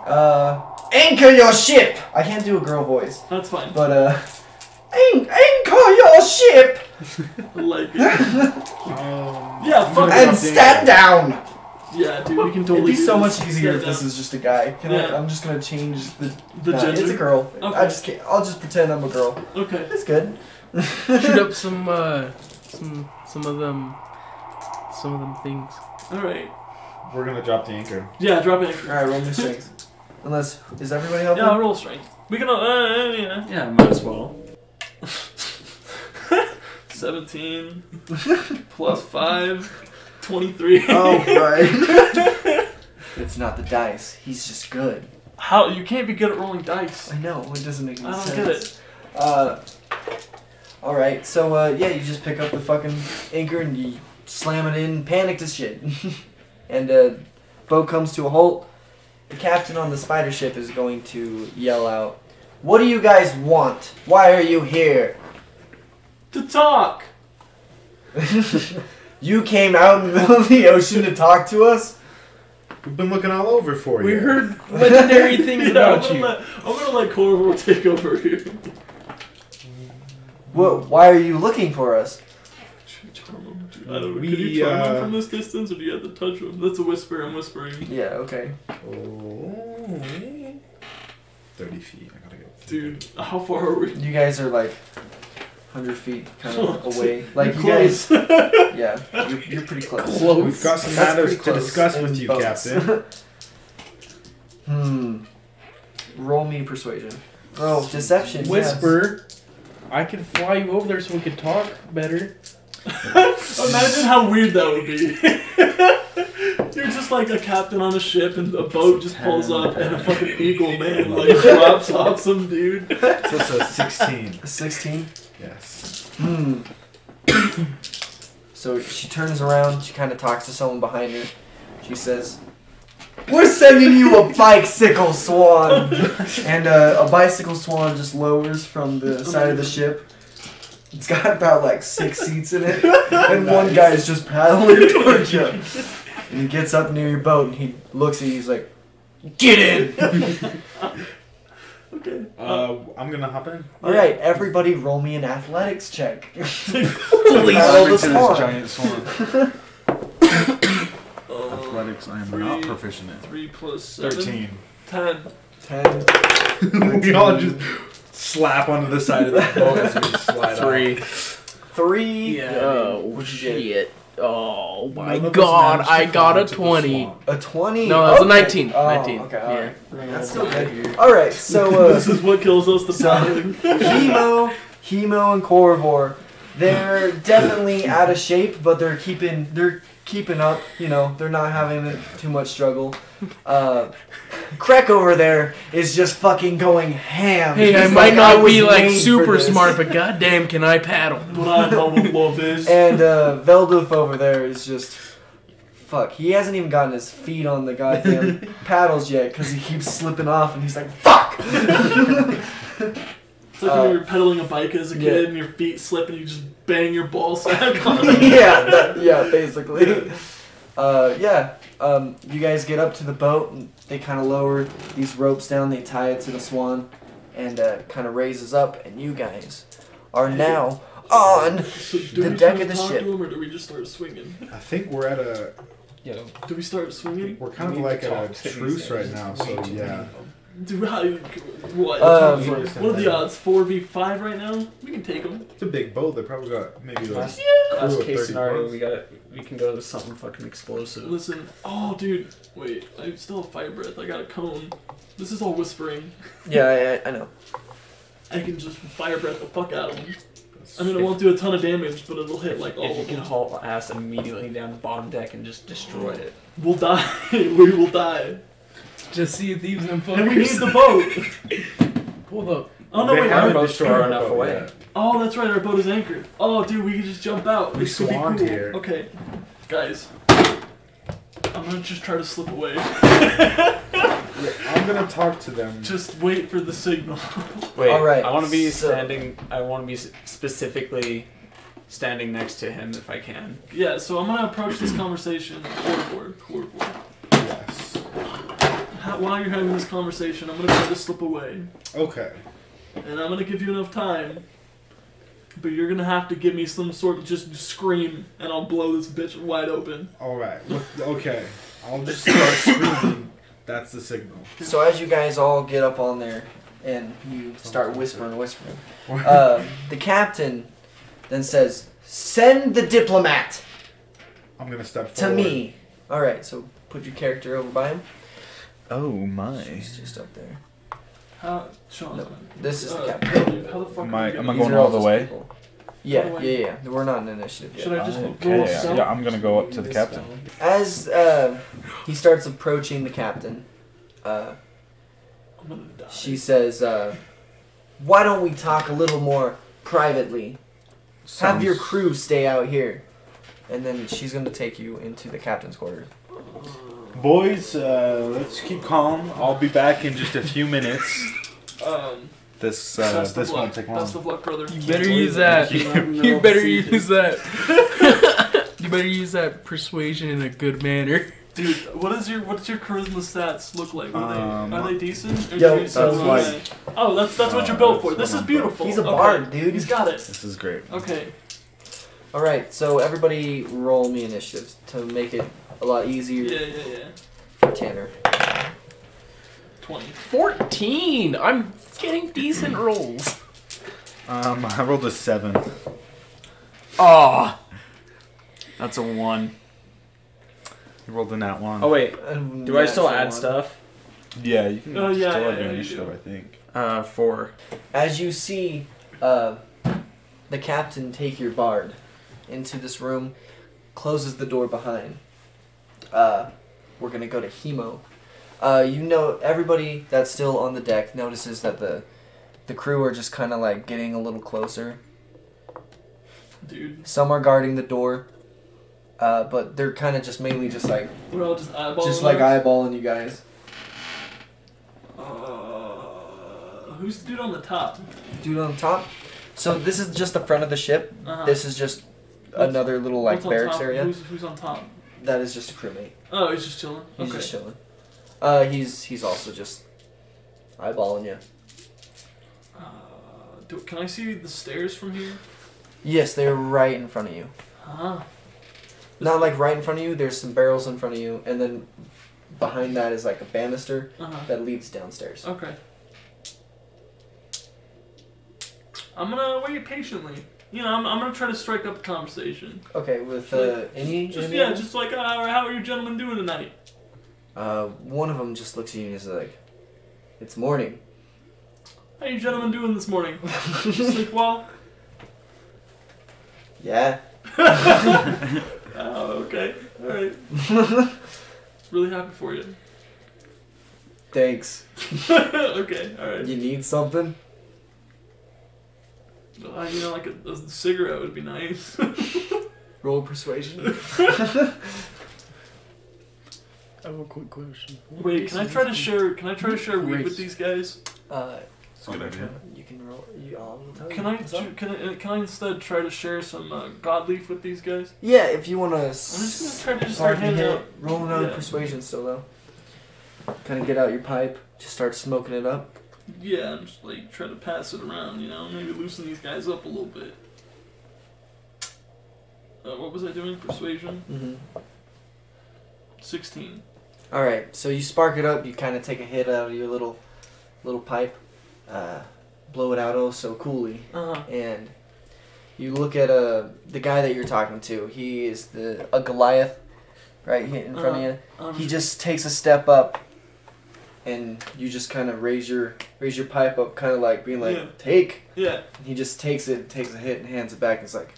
uh, anchor your ship. I can't do a girl voice, That's fine. but uh, an- anchor your ship I like it. Um, Yeah, fuck and it. stand down. Yeah, dude, we can It'd totally. be so do much this. easier Yeah, if no. this is just a guy. Can Yeah. I, I'm just gonna change the. the Nah, gender. it's a girl. Okay. I just can't. I'll just pretend I'm a girl. Okay. It's good. Shoot up some uh some some of them some of them things. All right. we're gonna drop the anchor. Yeah, drop it. All right, roll me strength. Unless is everybody helping? Yeah, roll strength. We can. Uh, uh, yeah. Yeah, might as well. 17 plus 5 23 Oh right. it's not the dice. He's just good. how you can't be good at rolling dice I know. It doesn't make any i don't sense. get it Uh. All right. So uh, yeah, you just pick up the fucking anchor and you slam it in, panicked as shit, and uh, boat comes to a halt. The captain on the spider ship is going to yell out, "What do you guys want? Why are you here?" to talk You came out in the middle of the ocean to talk to us? We've been looking all over for We you. heard legendary things Yeah, about I'm you. gonna let, I'm gonna let corvor take over here Whoa, why are you looking for us? charm him dude. i don't know can We, you charm him uh, from this distance or do you have to touch him that's a whisper i'm whispering Yeah, okay. Oh. Thirty feet. I gotta go. dude how far are we You guys are like 100 feet kind of away. Like, We're you guys, yeah, you're, you're pretty close. We've got some That's matters pretty to close discuss in with you, boats. Captain. Hmm. Roll me persuasion. Oh, deception. yes. Whisper. I could fly you over there so we could talk better. imagine how weird that would be You're just like a captain on a ship, and a boat just pulls up, and a fucking eagle man like drops off some dude. so it's a sixteen. 16. Yes. Hmm. so she turns around, she kind of talks to someone behind her. She says, We're sending you a bicycle swan! and uh, a bicycle swan just lowers from the side of the ship. It's got about like six seats in it, and one guy is just paddling towards you. And he gets up near your boat and he looks at you, he's like, Get in! Okay. Uh, I'm gonna hop in. Alright, everybody roll me an athletics check. Holy Paddle the this swan. giant swan. Uh, Athletics, I am not Three. proficient in. Three plus seven. Thirteen. Ten. 10. we all just slap onto the side of the boat as we slide off. Three. Oh What'd you get? shit. Oh my None of us god, managed to I got climb a to the 20. swamp. A 20? No, that was a Okay. 19. Oh, 19. Okay, yeah. alright. That's still good. Alright, so uh, this is what kills us the So- paddling. Hemo, Hemo, and Corvor, they're definitely out of shape, but they're keeping they're keeping up. You know, they're not having too much struggle. Uh, Krek over there is just fucking going ham. Hey, I He's might like, not "I was be like made for super this." smart, but goddamn, can I paddle? But I know what love is. And uh, Velduf over there is just. Fuck, he hasn't even gotten his feet on the goddamn paddles yet because he keeps slipping off and he's like, fuck! It's like Uh, when you were pedaling a bike as a kid yeah. and your feet slip and you just bang your ball sack on it. yeah, that, yeah, basically. Uh, yeah, um, you guys get up to the boat, and they kind of lower these ropes down, they tie it to the swan, and uh, kind of raises up, and you guys are now on. So do The we deck try of to the talk ship. to him or do we just start swinging? I think we're at a Do we start swinging? we're kind of We like need to at a talk to truce these right guys. now. Way So too yeah, many of 'em. Do I, what? Um, what are the odds? Four v five right now. We can take them. It's a big boat. They probably got maybe like Last, crew last of case 30 scenario, boats. we got we can go to something fucking explosive. Listen. Oh, dude. Wait. I still have fire breath. I got a cone. This is all whispering. Yeah, I, I know. I can just fire breath the fuck out of him. I mean, it won't do a ton of damage, but it'll hit like all If you of can them. haul ass immediately down the bottom deck and just destroy it. We'll die. we will die. Just see you thieves and And we need fuckers. the boat. Pull the Oh no, They wait. haven't our boats destroyed were our enough boat away. yet. Oh, that's right. Our boat is anchored. Oh, dude, we can just jump out. We This could be swanned cool. here. Okay, guys. I'm gonna just try to slip away. Yeah, I'm gonna talk to them. Just wait for the signal. Wait, All right, I want to be so- standing. I want to be s- specifically standing next to him if I can. yeah, so I'm gonna approach this conversation. Coreboard, coreboard. yes. How, while you're having this conversation, I'm gonna try to slip away, Okay. and I'm gonna give you enough time. But you're gonna have to give me some sort of just scream, and I'll blow this bitch wide open. All right. Look, okay. I'll just start screaming. That's the signal. So as you guys all get up on there and you start whispering, whispering, uh, the captain then says, "Send the diplomat." I'm gonna step To forward. me. All right, so put your character over by him. Oh my. He's just up there. How, Sean? No, This is the uh, captain. How the fuck? Am are I- you am gonna- I These going are all the just way? people. Yeah, All the way. yeah, yeah. We're not in initiative yet. Should I just go Okay. up south? Yeah, I'm gonna go up to the captain. As uh, he starts approaching the captain, uh, I'm gonna die. she says, uh, "Why don't we talk a little more privately? Have your crew stay out here." And then she's gonna take you into the captain's quarters. Boys, uh, Let's keep calm. I'll be back in just a few minutes. Um, This best uh, of this luck. won't take long. Best of luck, brother. You better use that. You better use that. you better use that persuasion in a good manner. Dude, what is your what's your charisma stats look like? Are they Um, are they decent? Or Yo, do you that's sell them? like- oh, that's that's what Uh, you're built for. This that's what is I'm beautiful. He's a Okay. bard, dude. He's got it. This is great. Okay. All right, so everybody, roll me initiatives to make it a lot easier Yeah, yeah, yeah. for Tanner. Twenty. 14. I'm getting decent rolls. Um, I rolled a seven. Ah. Oh, that's a one. You rolled in that one. Oh wait, Um, do I still natural add one. stuff? yeah, you can Oh, yeah, still yeah, have yeah, your you initiative, do. I think. Uh, four. As you see uh, the captain take your bard into this room, closes the door behind. Uh, we're gonna go to Hemo. Uh, you know, everybody that's still on the deck notices that the the crew are just kind of like getting a little closer. Dude, Some are guarding the door, uh, but they're kind of just mainly just like we're all just eyeballing. just like this. eyeballing you guys. Uh, who's the dude on the top? Dude on top. So this is just the front of the ship. Uh-huh. This is just What's- another little like What's on barracks top? area. Who's, who's on top? That is just a crewmate. Oh, he's just chilling. He's okay. just chilling. Uh, he's he's also just eyeballing you. uh, do, can I see the stairs from here? Yes, they're right in front of you. Huh? Not like right in front of you. There's some barrels in front of you, and then behind that is like a banister Uh huh. that leads downstairs. Okay. I'm gonna wait patiently. You know, I'm, I'm gonna try to strike up a conversation. Okay, with uh, any Just enemy yeah, on just like uh, how are you gentlemen doing tonight? it? uh, one of them just looks at you and is like, "It's morning." How you gentlemen doing this morning? Sleep well? Yeah. Oh, okay. All right. really happy for you. Thanks. okay. All right. You need something? Uh, you know, like a, a cigarette would be nice. Roll persuasion. I have a quick question. Wait, can I try to share? Can I try to share weed with these guys? Uh, It's a good idea. you can roll. You all will tell Can you. I It's Oh, up. ju- can I, uh, can I instead try to share some uh, god leaf with these guys? Yeah, if you want to. I'm I'm just gonna try to just start handing out. Roll another Yeah. persuasion solo. Kind of get out your pipe. Just start smoking it up. Yeah, I'm just like trying to pass it around, you know, maybe loosen these guys up a little bit. Uh, what was I doing? Persuasion, Mm-hmm. sixteen. All right, so you spark it up. You kind of take a hit out of your little, little pipe, uh, blow it out oh so coolly, Uh huh. and you look at uh, the guy that you're talking to. He is the a Goliath, right here in front of Um, you. He just takes a step up, and you just kind of raise your raise your pipe up, kind of like being like, Yeah. "Take." yeah, He just takes it, takes a hit, and hands it back. And it's like,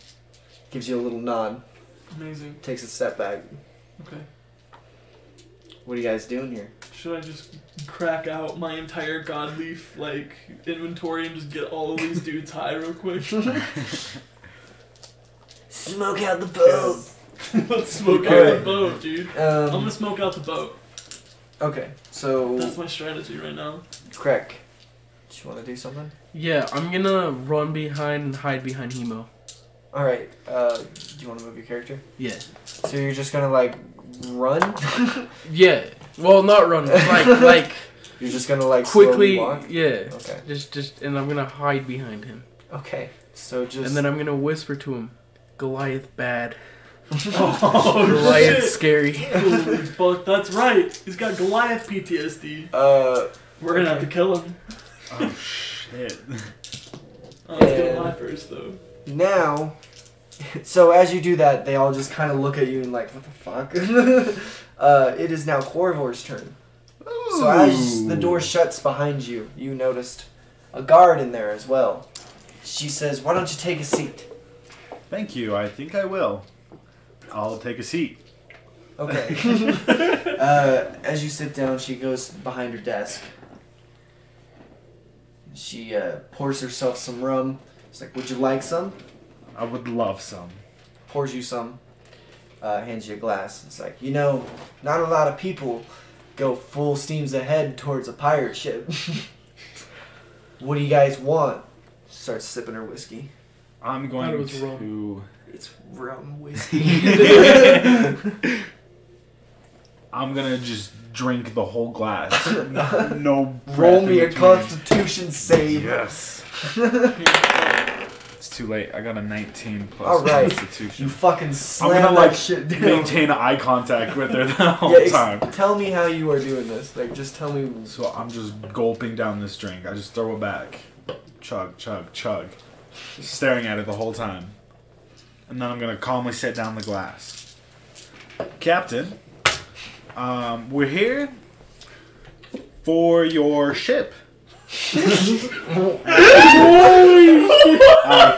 gives you a little nod, amazing. takes a step back. Okay, What are you guys doing here? should I just crack out my entire god leaf like inventory and just get all of these dudes high real quick? Smoke out the boat. Let's smoke out the Alright. boat, dude. I'm Um, gonna smoke out the boat. Okay, so That's my strategy right now. Craig, do you want to do something? Yeah, I'm gonna run behind and hide behind Hemo. All right. Uh, do you want to move your character? Yeah. So you're just gonna like run? Yeah. Well, not run. Like, like You're just gonna like quickly. slowly walk? Yeah. Okay. Just, just, and I'm gonna hide behind him, Okay. So just and then I'm gonna whisper to him, "Goliath bad, Oh Goliath shit! scary." Holy fuck, that's right. He's got Goliath PTSD. uh We're gonna have to kill him. Oh shit. Oh, let's get Yeah. him high first though. now. So as you do that, they all just kind of look at you and like, what the fuck? uh, it is now Corvor's turn. So as the door shuts behind you, you noticed a guard in there as well. She says, "Why don't you take a seat?" Thank you. I think I will. I'll take a seat. Okay. uh, as you sit down, she goes behind her desk. She uh, pours herself some rum. It's like, would you like some? I would love some. Pours you some. Uh, hands you a glass. It's like, you know, not a lot of people go full steams ahead towards a pirate ship. what do you guys want? Starts sipping her whiskey. I'm Thought it going was to. It's rum whiskey. I'm gonna just drink the whole glass. no, no Roll breath me in a between. constitution save. Yes. it's too late. I got a 19 plus All right. You Constitution. fucking slam that gonna, like, shit down. Maintain eye contact with her the whole Yeah, ex- time. Tell me how you are doing this. Like, just tell me. So I'm just gulping down this drink. I just throw it back. Chug, chug, chug. Staring at it the whole time. And then I'm going to calmly set down the glass. Captain, um, we're here for your ship. I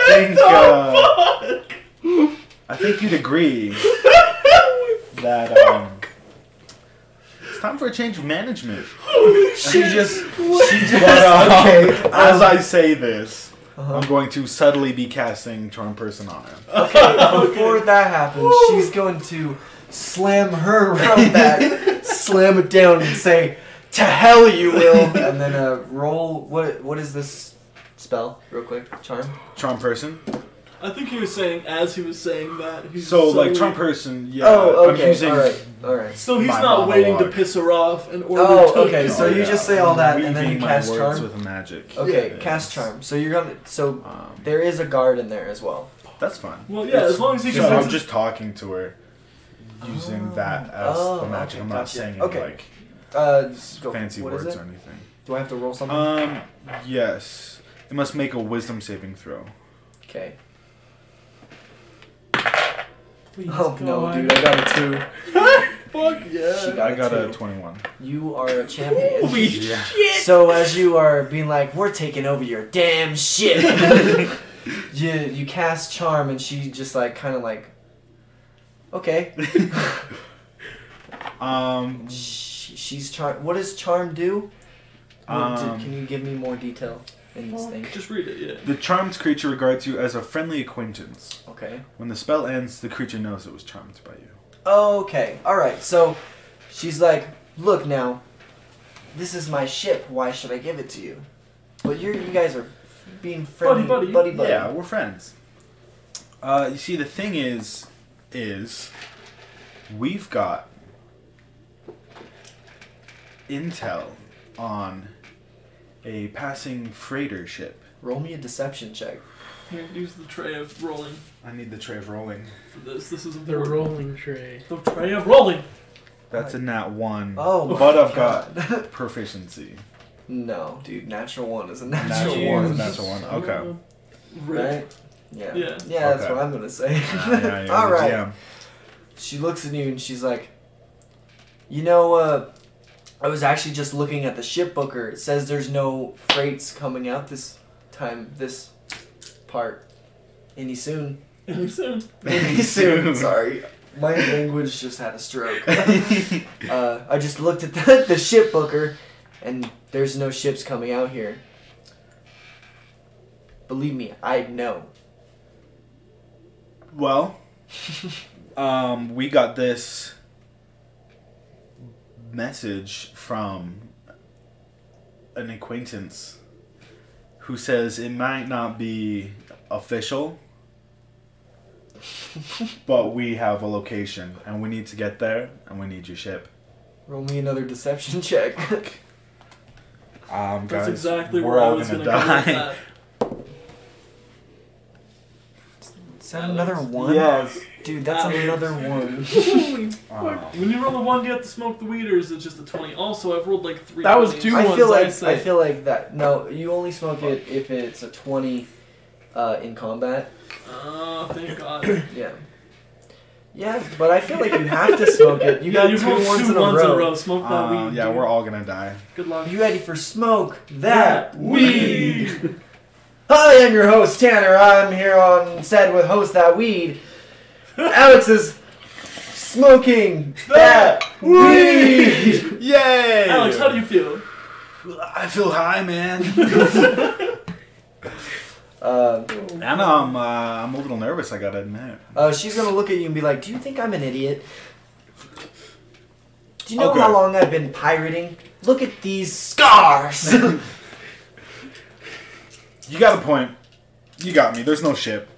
think, uh, I think you'd agree that um, it's time for a change of management. She just. She just. But, uh, okay. um, as I say this, Uh-huh. I'm going to subtly be casting Charm Person on him. Okay, before that happens, she's going to slam her around back, slam it down, and say, "To hell you will!" And then uh, roll. What? What is this spell? Real quick, charm. Charm Person. I think he was saying as he was saying that. He's So, like, suddenly- Charm Person, yeah. oh, okay. I'm using all right. All right. So he's my not waiting to monologue. piss her off in order to. Oh, okay. Oh, So you yeah. just say all that, and then Weaving you my cast words charm. with magic. Okay, Yes. cast charm. So you're gonna. So Um, there is a guard in there as well. that's fine. Well, yeah, as long as he So can. I'm just talking to her, using that as Oh, the magic. okay, I'm not gotcha. saying any, Okay. like Uh, go- fancy what is words it? or anything. Do I have to roll something? Um, yes, it must make a Wisdom saving throw. Okay. Please, Oh God. no, dude, I got a two. Fuck yeah. She got I a got two. a 21. You are a champion. Yeah. So as you are being like, we're taking over your damn shit. you you cast charm and she just like kind of like, okay. Um, She, she's charm. What does charm do? What do- Um, can you give me more detail in this thing? Just read it, yeah. The charmed creature regards you as a friendly acquaintance. Okay. When the spell ends, the creature knows it was charmed by you. Okay. All right. So she's like, look now, this is my ship. Why should I give it to you? But you are you guys are being friendly, buddy. buddy, buddy. Yeah, we're friends. Uh, you see, the thing is, is we've got intel on a passing freighter ship. Roll me a deception check. Here, use the tray of rolling I need the tray of rolling. for this. This is The important. rolling tray. The tray of rolling. That's a nat one. Oh, my but I've God. got proficiency. no, dude. Natural one is a Natural natural, one. one, Natural one. Okay. Right. right? Yeah. Yeah. that's Okay. what I'm gonna say. Yeah, yeah, you're All the right. GM. She looks at you and she's like, "You know, uh, I was actually just looking at the ship booker. It says there's no freights coming out this time, this part, any soon. Any soon. Any soon. Sorry, my language just had a stroke. uh, I just looked at the, the ship booker, and there's no ships coming out here. Believe me, I know. Well, um, we got this message from an acquaintance who says it might not be official, but we have a location and we need to get there and we need your ship. Roll me another deception check." Um, That's guys, exactly we're where I all was gonna gonna go with die. that. Is that another one? yes. Dude, that's Ouch. another one. Um, When you roll a one, you have to smoke the weed, or is it just a twenty? Also, I've rolled like three. That was 20s. two I ones, feel I'd like say. I feel like that. No, you only smoke it if it's a twenty uh, in combat. Oh, thank God. Yeah. Yeah, but I feel like you have to smoke it. You yeah, got you two rolled ones two in, a ones row. in a row. Smoke that uh, weed. yeah, dude. we're all gonna die. Good luck. You ready for smoke? That weed. weed. Hi, I'm your host Tanner. I'm here on set with host that weed. Alex is smoking that weed. Yay! Alex, how do you feel? I feel high, man. Um, And I'm, uh, I'm a little nervous, I gotta admit. Uh, she's gonna look at you and be like, "Do you think I'm an idiot? Do you know Okay. how long I've been pirating? Look at these scars." You got a point. You got me. There's no ship.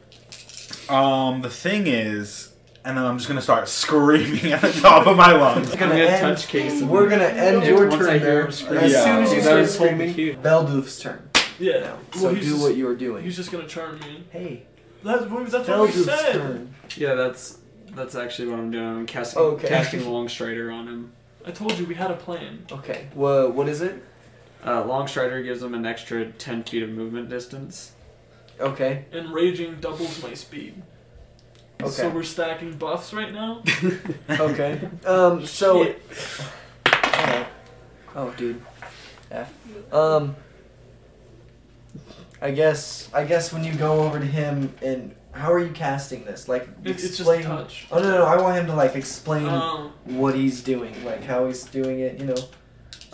Um, the thing is, and then I'm just gonna start screaming at the top of my lungs. gonna I'm gonna end- touch case. and- We're gonna end your Once I hear turn there. him As scream. Yeah. soon as you That start was pretty screaming, cute. Beldoof's turn. Yeah. Now, Well, so he's do just, what you're He's doing. just gonna charm me. Hey, That's what that's what we Beldoof's said. turn. Yeah, that's that's actually what I'm doing. I'm casting Okay. casting long strider on him. I told you we had a plan. Okay. Well, what is it? Uh, long strider gives him an extra ten feet of movement distance. Okay. And raging doubles my speed. Okay. So we're stacking buffs right now. Okay. Um. So. Shit. Oh, oh, dude. F. Um. I guess. I guess when you go over to him and how are you casting this? Like It- it's just explain. touch. oh no, no! I want him to like explain Um, what he's doing, like how he's doing it. You know.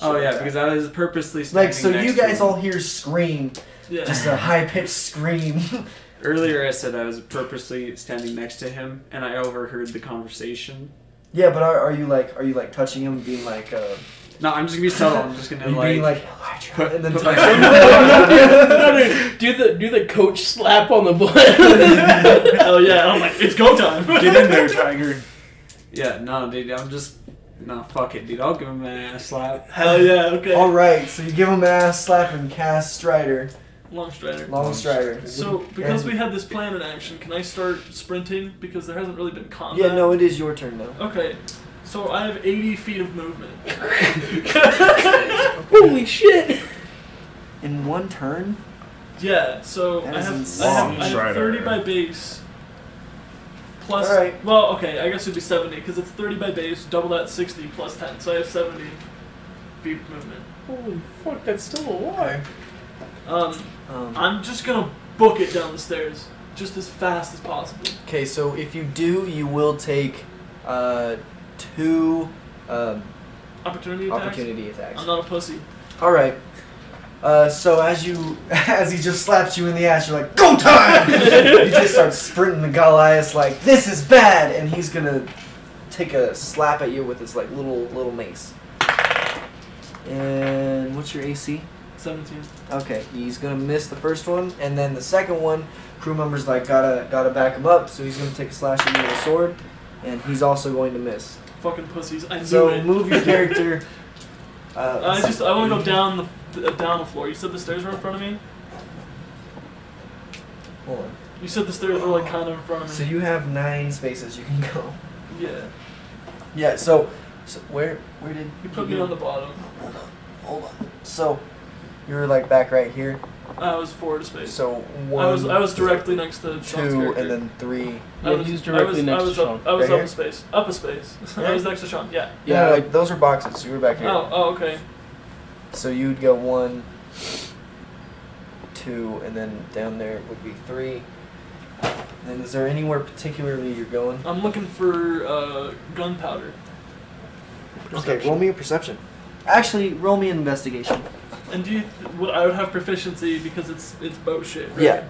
Oh Shit yeah, like that. because I was purposely standing like so you next to guys him. all hear scream, yeah. just a high pitched scream. Earlier, I said I was purposely standing next to him, and I overheard the conversation. yeah, but are, are you like are you like touching him, being like uh, No, I'm just gonna be subtle. I'm just gonna are you like, being like Elijah, put- and then put my- touch him? do the do the coach slap on the butt. oh yeah. I'm like, it's go time. Get in there, Tiger. yeah, no, dude, I'm just, no, fuck it, dude. I'll give him an ass slap. Hell Oh, yeah. Okay. All right, so you give him an ass slap and cast Strider. Long strider. Oh, Long Strider. So because we had this plan in action, can I start sprinting? Because there hasn't really been combat. Yeah, no, it is your turn now. Okay. So I have 80 feet of movement. Holy shit! In one turn? Yeah, so That I is have, insane. I have, I Long have strider. 30 by base. Plus, Alright. well, okay, I guess it'd be 70 because it's 30 by base, double that 60 plus 10, so I have 70 feet of movement. Holy fuck, that's still a lot. Um, Um, I'm just gonna book it down the stairs just as fast as possible. okay, so if you do, you will take uh, two um, Opportunity attacks? opportunity attacks. I'm not a pussy. All right. Uh, so as you, as he just slaps you in the ass, you're like, "Go time!" you just start sprinting the Goliath like, "This is bad," and he's gonna take a slap at you with his like little little mace. And what's your AC? Seventeen. Okay, he's gonna miss the first one, and then the second one, crew members like gotta gotta back him up, so he's gonna take a slash at you with a sword, and he's also going to miss. Fucking pussies. I knew So it. move your character. Uh, I just I want to go down the uh, down the floor. You said the stairs were in front of me. hold on. You said the stairs were like kind of in front of So me. you have nine spaces you can go. yeah. Yeah. So, so where where did You put me go? on the bottom. Hold on. So, you were like back right here. I was forward to space. So one, I was I was directly next to Sean's two, character. and then three. I Yeah, was, he was I directly was, next I to was Sean. up, I was Right up here? a space. Up a space. I Yeah. was next to Sean. Yeah. Yeah, Yeah, like those are boxes. You were back here. Oh, oh, okay. So you'd go one, two, and then down there would be three. And then is there anywhere particularly you're going? I'm looking for uh, gunpowder. Okay, roll me a perception. Actually, roll me an investigation. And do you? Th- would, I would have proficiency because it's it's boat shit. Right? Yeah.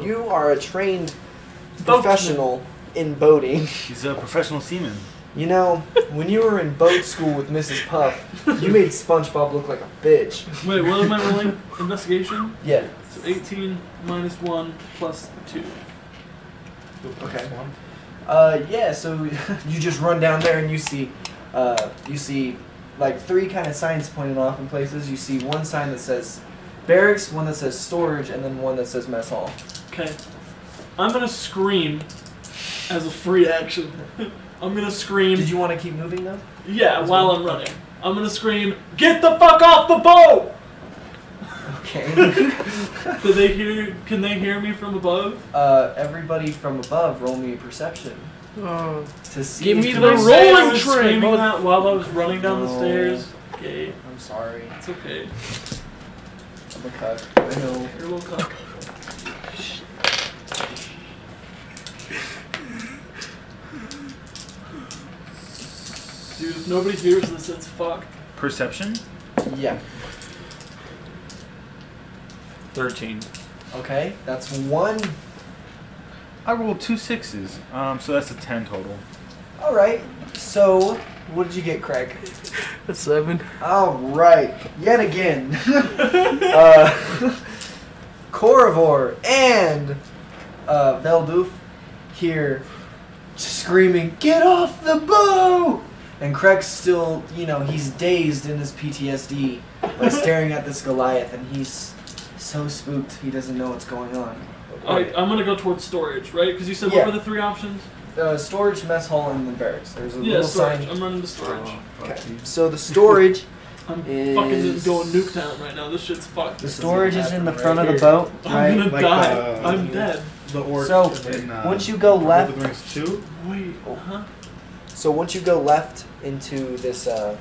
You are a trained Boatman. professional in boating. He's a professional seaman. You know, when you were in boat school with Mrs. Puff, you made SpongeBob look like a bitch. Wait, what am I rolling? Investigation. Yeah. So 18 minus one plus two. Okay. Uh, yeah, so you just run down there and you see, uh, you see like three kind of signs pointed off in places. You see one sign that says barracks, one that says storage, and then one that says mess hall. Okay. I'm gonna scream as a free action. I'm gonna scream. Did you want to keep moving though? yeah, while I'm running. I'm gonna scream, Get the fuck off the boat! Okay. Do they hear? Can they hear me from above? uh, everybody from above, roll me a perception Oh. to see. Give me Can the I say I rolling was train, Screaming mother- that while I was running down the No. stairs. Okay, I'm sorry. it's okay. I'm a cuck. I know. You're a little cuck. Dude, if nobody hears this, it's fucked. Perception? Yeah. 13. Okay. That's one. I rolled two sixes. Um, so that's a ten total. All right. So, what did you get, Craig? A seven. All right, yet again, uh, Corvor and uh, Veldoof here screaming, "Get off the bow!" And Craig's still, you know, he's dazed in his PTSD by staring at this Goliath, and he's so spooked he doesn't know what's going on. Oh, Alright, I'm gonna go towards storage, right? Because you said Yeah. what were the three options? Uh, storage mess hall in the barracks. There's a Yeah, little storage. sign. I'm running to storage. Okay. So the storage, I'm Is- fucking just going nuketown right now. This shit's fucked. the storage is in the Right front of the here. boat, I'm right? gonna Like, die. uh, I'm dead. The orc. So, in, uh, Once you go Lord of left, the Rings two. Wait, huh? So once you go left into this uh,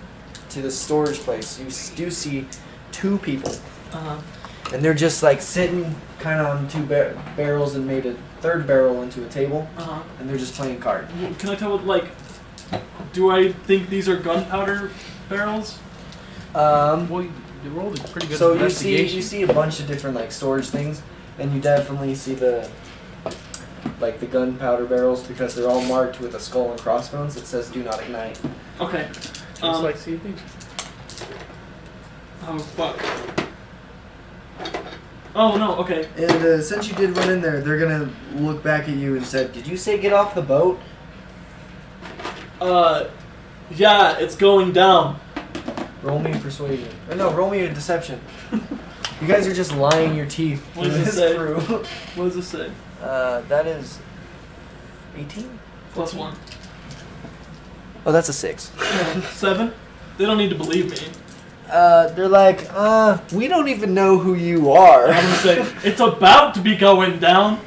to this storage place, you s- do see two people, Uh-huh. and they're just like sitting kind of on two bar- barrels and made a third barrel into a table, Uh-huh. and they're just playing card. W- Can I tell what, like, do I think these are gunpowder barrels? Um, Well, you you rolled a pretty good so you see investigation. you see a bunch of different like storage things, and you definitely see the like the gunpowder barrels because they're all marked with a skull and crossbones that says "Do not ignite." Okay. Just Um, like see things. oh, fuck. Oh, no, okay. And uh, since you did run in there, they're gonna look back at you and said, "Did you say get off the boat?" Uh, yeah, it's going down. Roll me a persuasion. Or Uh, no, roll me a deception. you guys are just lying your teeth What to does it this say? crew. What does this say? Uh, that is 18? Plus one. Oh, that's a 6. Seven? They don't need to believe me. Uh, they're like, uh, we don't even know who you are. I'm gonna say, it's about to be going down.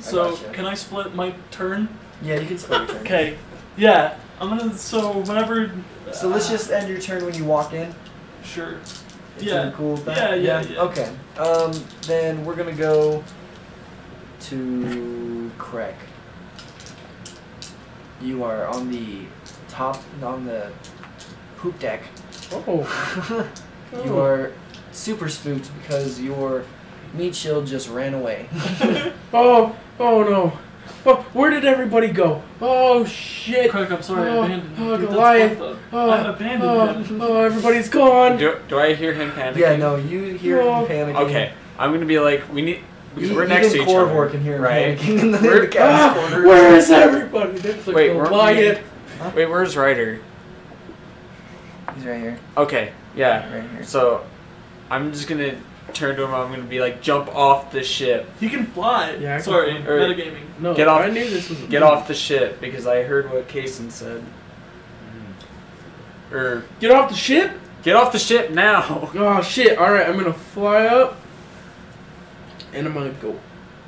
So, gotcha. can I split my turn? yeah, you can split your turn. Okay. Yeah, I'm gonna, so whenever. uh, So let's just end your turn when you walk in. Sure. It's Yeah. a cool thing. Yeah, yeah, yeah. Okay. Um, then we're gonna go to Craig. You are on the top, on the poop deck. Oh. You are super spooked because your meat shield just ran away. Oh. Oh no. Oh, where did everybody go? Oh shit! Craig, I'm sorry, Oh, I abandoned oh, him. Dude, Goliath. that's fucked up. Oh, I abandoned oh, him. oh, everybody's gone. Do, do I hear him panicking? Yeah, no, you hear No. him panicking. Okay, I'm gonna be like, we need. Because E- we're next to even each other. Korvor can hear him right? panicking in the, in We're- the cabin's Ah, corner. where is everybody? There's like Wait, a weren't we- Goliath. Wait, where's Ryder? He's right here. Okay, yeah. Right here. So, I'm just gonna turn to him. I'm gonna be like, jump off the ship. He can fly. Yeah, I can sorry, fly. Alright. metagaming. No, Get off- I knew this was. a- Get off the ship because I heard what Kason said. Mm. Or Get off the ship. get off the ship now. Oh shit! All right, I'm gonna fly up, and I'm gonna go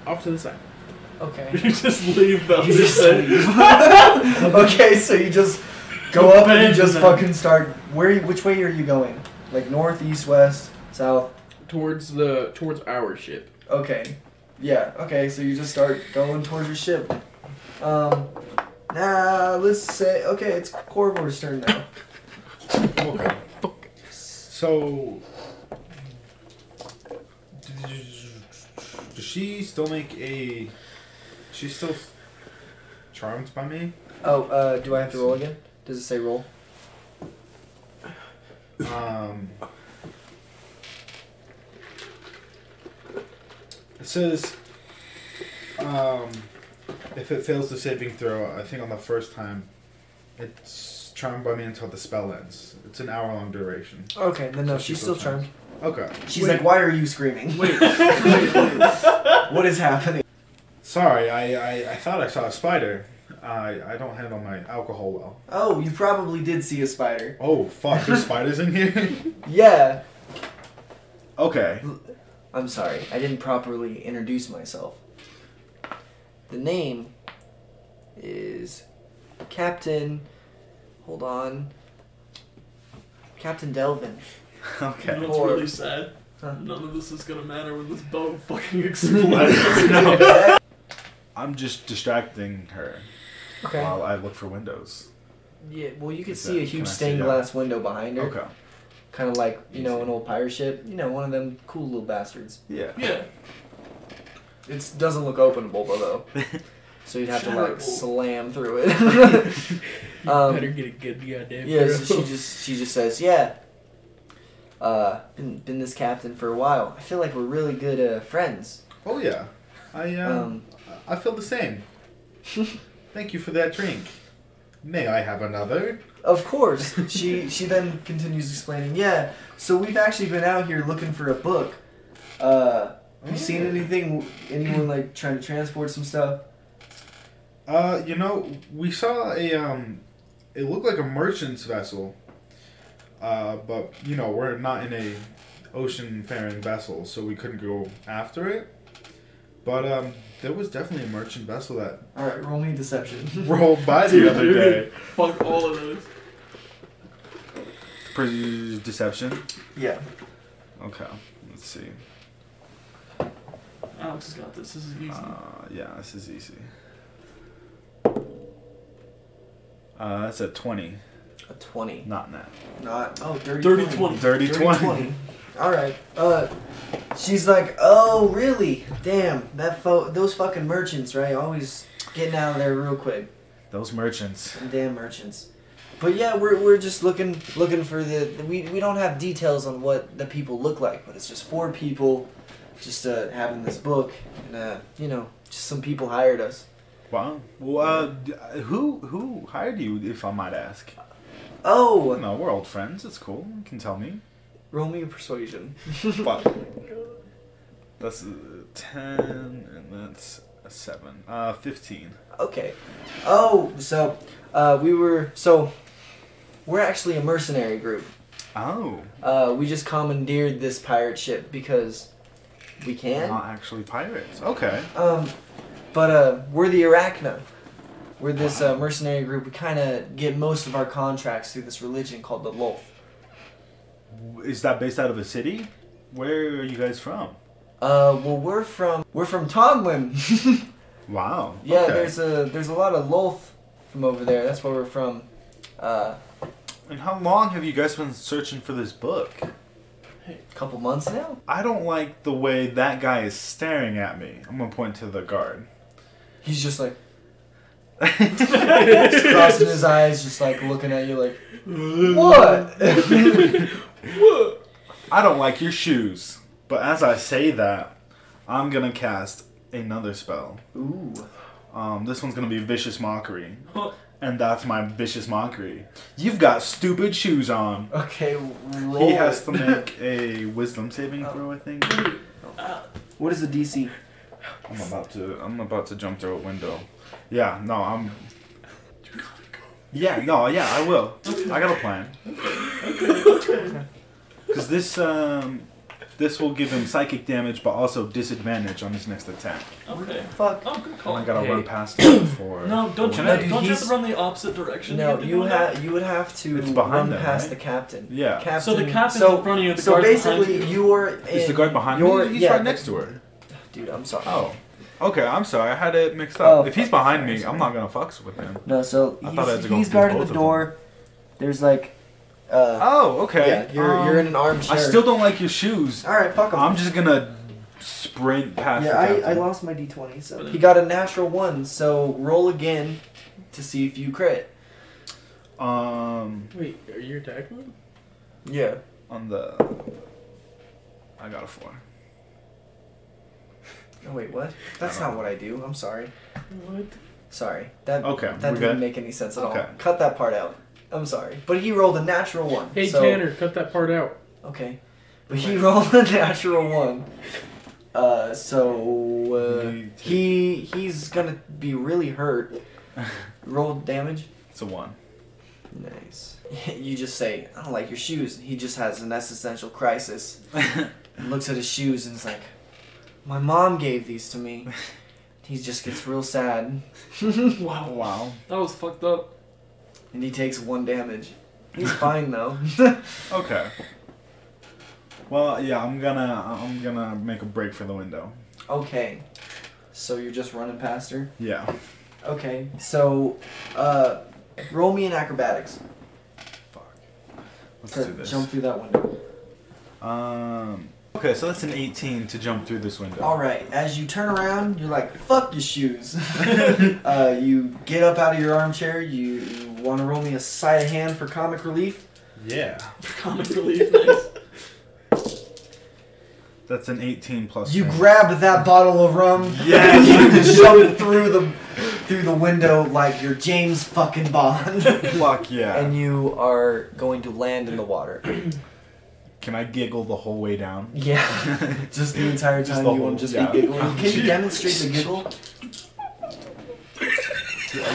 off to the side. Okay. You just leave them. okay, so you just go up and you just Abandon them. fucking start. Where? you- Which way are you going? Like north, east, west, south? towards the towards our ship. Okay. Yeah. Okay. So you just start going towards your ship. Um. Now let's say okay, it's Corvor's turn now. So. Does she still make a. She's still charmed by me? Oh, uh, do I have to roll again? Does it say roll? Um, it says um, if it fails the saving throw, I think on the first time, it's charmed by me until the spell ends. It's an hour long duration. Okay, then no, So she she's still still charmed. Okay. She's like, why are you screaming? Wait. what is happening? Sorry, I, I, I thought I saw a spider. I, I don't handle my alcohol well. Oh, you probably did see a spider. Oh, fuck, there's spiders in here? Yeah. Okay. I'm sorry, I didn't properly introduce myself. The name is Captain. Hold on. Captain Delvin. That's Okay. really sad. Huh. None of this is gonna matter when this boat fucking explodes. I'm just distracting her Okay. while I look for windows. Yeah, well, you could Is see a that- can I huge see stained that? glass window behind her. Okay. Kind of like, you know, an old pirate ship. You know, one of them cool little bastards. Yeah. yeah. It doesn't look openable though, so you'd have to like Shadow. slam through it. You Um, better get a good goddamn. yeah, throw. so she just she just says, "Yeah, uh, been been this captain for a while. I feel like we're really good uh, friends." Oh yeah, I um, Um, I feel the same. Thank you for that drink. May I have another? of course, she she then continues explaining, "Yeah, so we've actually been out here looking for a book. Uh, you seen anything? Anyone like trying to transport some stuff?" Uh, you know, we saw a um, it looked like a merchant's vessel. Uh, but you know we're not in a ocean faring vessel, so we couldn't go after it. But um, there was definitely a merchant vessel that All right, roll me deception. rolled by the other day. Fuck all of those. Deception. yeah, Okay, let's see. Alex has got this. This is easy. Uh, yeah, this is easy. Uh, that's a 20, a twenty. not net. Not oh, dirty. Dirty 20. 20. Dirty, Dirty 20. 20. All right. Uh, she's like, oh really? Damn, that fo- those fucking merchants, right? Always getting out of there real quick. Those merchants. Them Damn merchants. But yeah, we're, we're just looking looking for the we, we don't have details on what the people look like, but it's just four people, just uh, having this book, and uh, you know, just some people hired us. Wow. Well, uh, d- who who hired you, if I might ask? Oh, No, we're old friends. It's cool. You can tell me. roll me a persuasion. Fuck. That's a 10, and that's a 7. Uh, 15. Okay. Oh, so uh, we were so we're actually a mercenary group. Oh. Uh, we just commandeered this pirate ship because we can. Not actually pirates. Okay. Um, but uh, we're the Arachna. We're this uh, mercenary group. We kind of get most of our contracts through this religion called the Lolth. Is that based out of a city? Where are you guys from? Uh, well, we're from we're from Tonglin. Wow. yeah, okay. there's a there's a lot of Lolth from over there. That's where we're from. Uh, And how long have you guys been searching for this book? couple months now. I don't like the way that guy is staring at me. I'm gonna point to the guard. He's just like just crossing his eyes, just like looking at you, like what? I don't like your shoes. But as I say that, I'm gonna cast another spell. Ooh, Um, this one's gonna be vicious mockery, Huh. and that's my vicious mockery. You've got stupid shoes on. okay, roll. He has it. to make a wisdom saving throw, I think. What is the DC? I'm about to. I'm about to jump through a window. Yeah. No. I'm. Yeah. No. Yeah. I will. I got a plan. Because this um, this will give him psychic damage, but also disadvantage on his next attack. Okay. Fuck. Oh, good call. And I gotta run past him for. No, don't you, Can I- have, don't you have to he's- run the opposite direction? to No, get to you go there? have you would have to It's behind run them, past right? the captain. Yeah. Captain. So the captain's in front of you. The so guard's basically, behind you. you are. Is the in- guard behind you're- me? He's yeah, right next to her. Dude, I'm sorry. Oh. Okay, I'm sorry. I had it mixed Oh, up. if he's fuck, behind sorry, me, sorry. I'm not gonna fucks with him. No, so I he's, thought I had to go he's through guarding both the of them. door. There's like, uh, Oh, okay. yeah, you're you're in an armchair. I still don't like your shoes. All right, fuck him. I'm just gonna sprint past. yeah, the captain. I, I lost my d20, so he got a natural one. So roll again to see if you crit. Um, Wait, are you attacking him? Yeah. on the. I got a four. Oh wait, what? That's I don't not what I do. I'm sorry. What? Sorry. That Okay, that we're didn't good? make any sense at Okay. all. Cut that part out. I'm sorry, but he rolled a natural one. Hey so, Tanner, cut that part out. Okay. But he rolled a natural one. Uh, so uh, You take- he he's gonna be really hurt. Rolled damage. It's a one. Nice. You just say, "I don't like your shoes." He just has an existential crisis. Looks at his shoes and is like, "My mom gave these to me." He just gets real sad, Oh, Wow, wow. That was fucked up. and he takes one damage. He's fine though. Okay. Well, yeah, I'm gonna I'm gonna make a break for the window. okay. So you're just running past her. Yeah. Okay, so uh, roll me in acrobatics Fuck. Let's to do this. jump through that window. Um. Okay, so that's an 18 to jump through this window. All right, as you turn around, you're like, "Fuck your shoes." uh, you get up out of your armchair. You, you want to roll me a sleight of hand for comic relief? Yeah. Comic relief, nice. That's an 18 plus. You nine. grab that bottle of rum. Yes. and you jump through the through the window like you're James fucking Bond, Fuck yeah. and you are going to land in the water. Can I giggle the whole way down? Yeah, just the entire time Just the you whole- want to just yeah. be giggling. Can you demonstrate the giggle?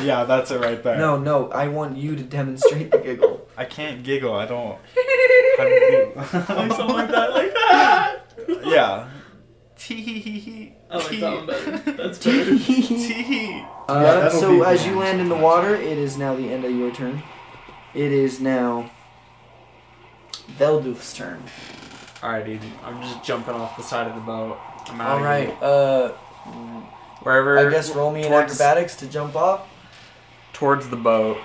yeah, that's it right there. No, no, I want you to demonstrate the giggle. I can't giggle. I don't. like something like that. Like that. yeah. I like that one better. That's better. uh, that'll so be as the you end. land in the water, it is now the end of your turn. It is now Veldoof's turn. Alright, Eden. I'm just jumping off the side of the boat. I'm out All right. Uh, Wherever. I guess roll me an towards- acrobatics to jump off. Towards the boat.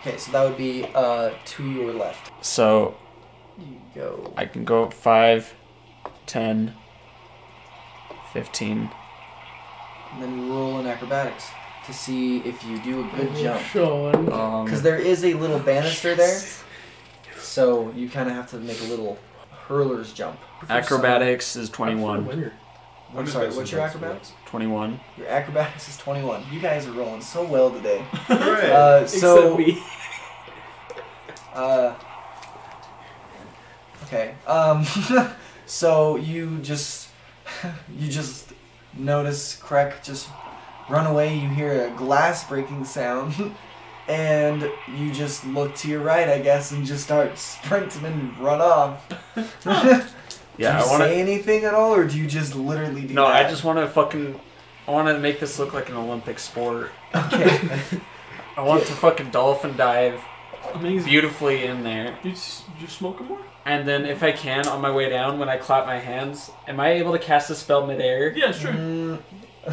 Okay, so that would be uh, to your left. So You go. I can go 5, 10, 15. And then you roll an acrobatics to see if you do a good Oh, jump. Sean. Um, Because there is a little banister there, so you kind of have to make a little hurler's jump. acrobatics is I'm for 21. winner. I'm sorry, what's your acrobatics? 21. Your acrobatics is 21. You guys are rolling so well today. Hooray. Uh, Except so, me. uh, okay. Um, so you just, you just notice Crack just run away. You hear a glass breaking sound, and you just look to your right, I guess, and just start sprinting and run off. Yeah, do I you want to. say anything at all, or do you just literally do No, that? I just want to fucking. I want to make this look like an Olympic sport. Okay. I want to fucking dolphin dive Amazing. beautifully in there. You s- you smoking more? And then, if I can, on my way down, when I clap my hands, am I able to cast a spell midair? Yeah, sure. Mm,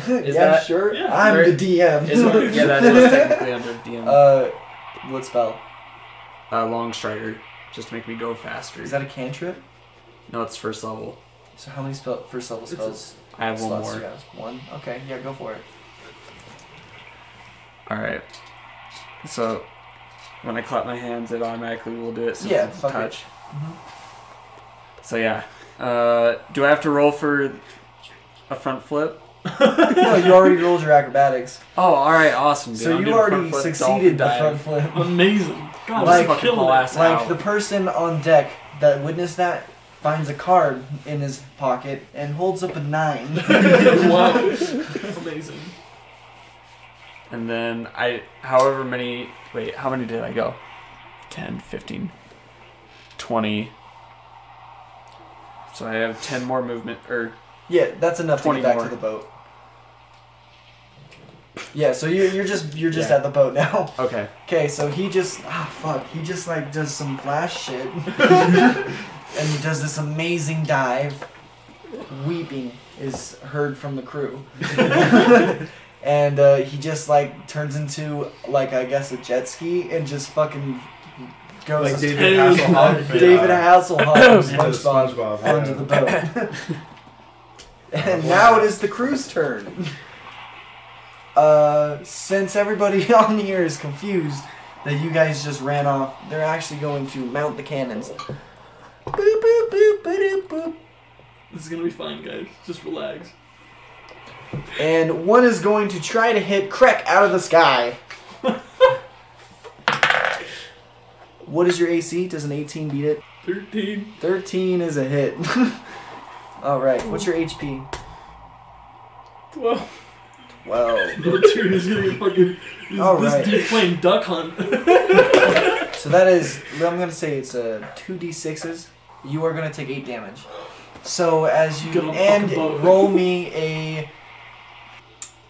Is yeah, that- sure. yeah, I'm right. the DM. Is it, yeah, that is technically under DM. Uh, Uh, what spell? long strider, just to make me go faster. Is that a cantrip? no, it's first level. So how many spell first level It's a- spells? I have one slots more. you have? One. Okay, yeah, go for it. All right. So when I clap my hands, it automatically will do it. Mm-hmm. Since Yeah, it's fuck it. touch. So yeah. Uh, do I have to roll for a front flip? no, you already rolled your acrobatics, Oh, all right, awesome. Dude. so I'm you doing front already flip, succeeded the dolphin dive. front flip. Mm. Amazing. God, Like- like, Fucking killing it. blast. Like Ow. the person on deck that witnessed that finds a card in his pocket and holds up a nine. wow. Amazing. And then I, however many, wait, how many did I go? 10, 15, 20. So I have 10 more movement, er, or Yeah, that's enough to 20 get back more. to the boat. Yeah, so you're, you're just you're just Yeah. at the boat now. okay. Okay, so he just ah fuck, he just like does some flash shit, and he does this amazing dive. Weeping is heard from the crew, and uh, he just like turns into like I guess a jet ski and just fucking goes Like Hey, David Hasselhoff. David Hasselhoff Yeah, SpongeBob, SpongeBob, onto yeah. the boat. and now it is the crew's turn. Uh, since everybody on here is confused that you guys just ran off, they're actually going to mount the cannons. Boop, boop, boop, ba-doop, boop. This is gonna be fine, guys. Just relax. And one is going to try to hit Krek out of the sky. what is your AC? Does an 18 beat it? 13. 13 is a hit. Alright, what's your HP? 12. Well, No, dude, he's gonna get fucking. This, All this right. dude playing Duck Hunt. so that is, I'm gonna say it's a 2d6s. You are gonna take 8 damage. So as you Get on and fucking boat. roll me a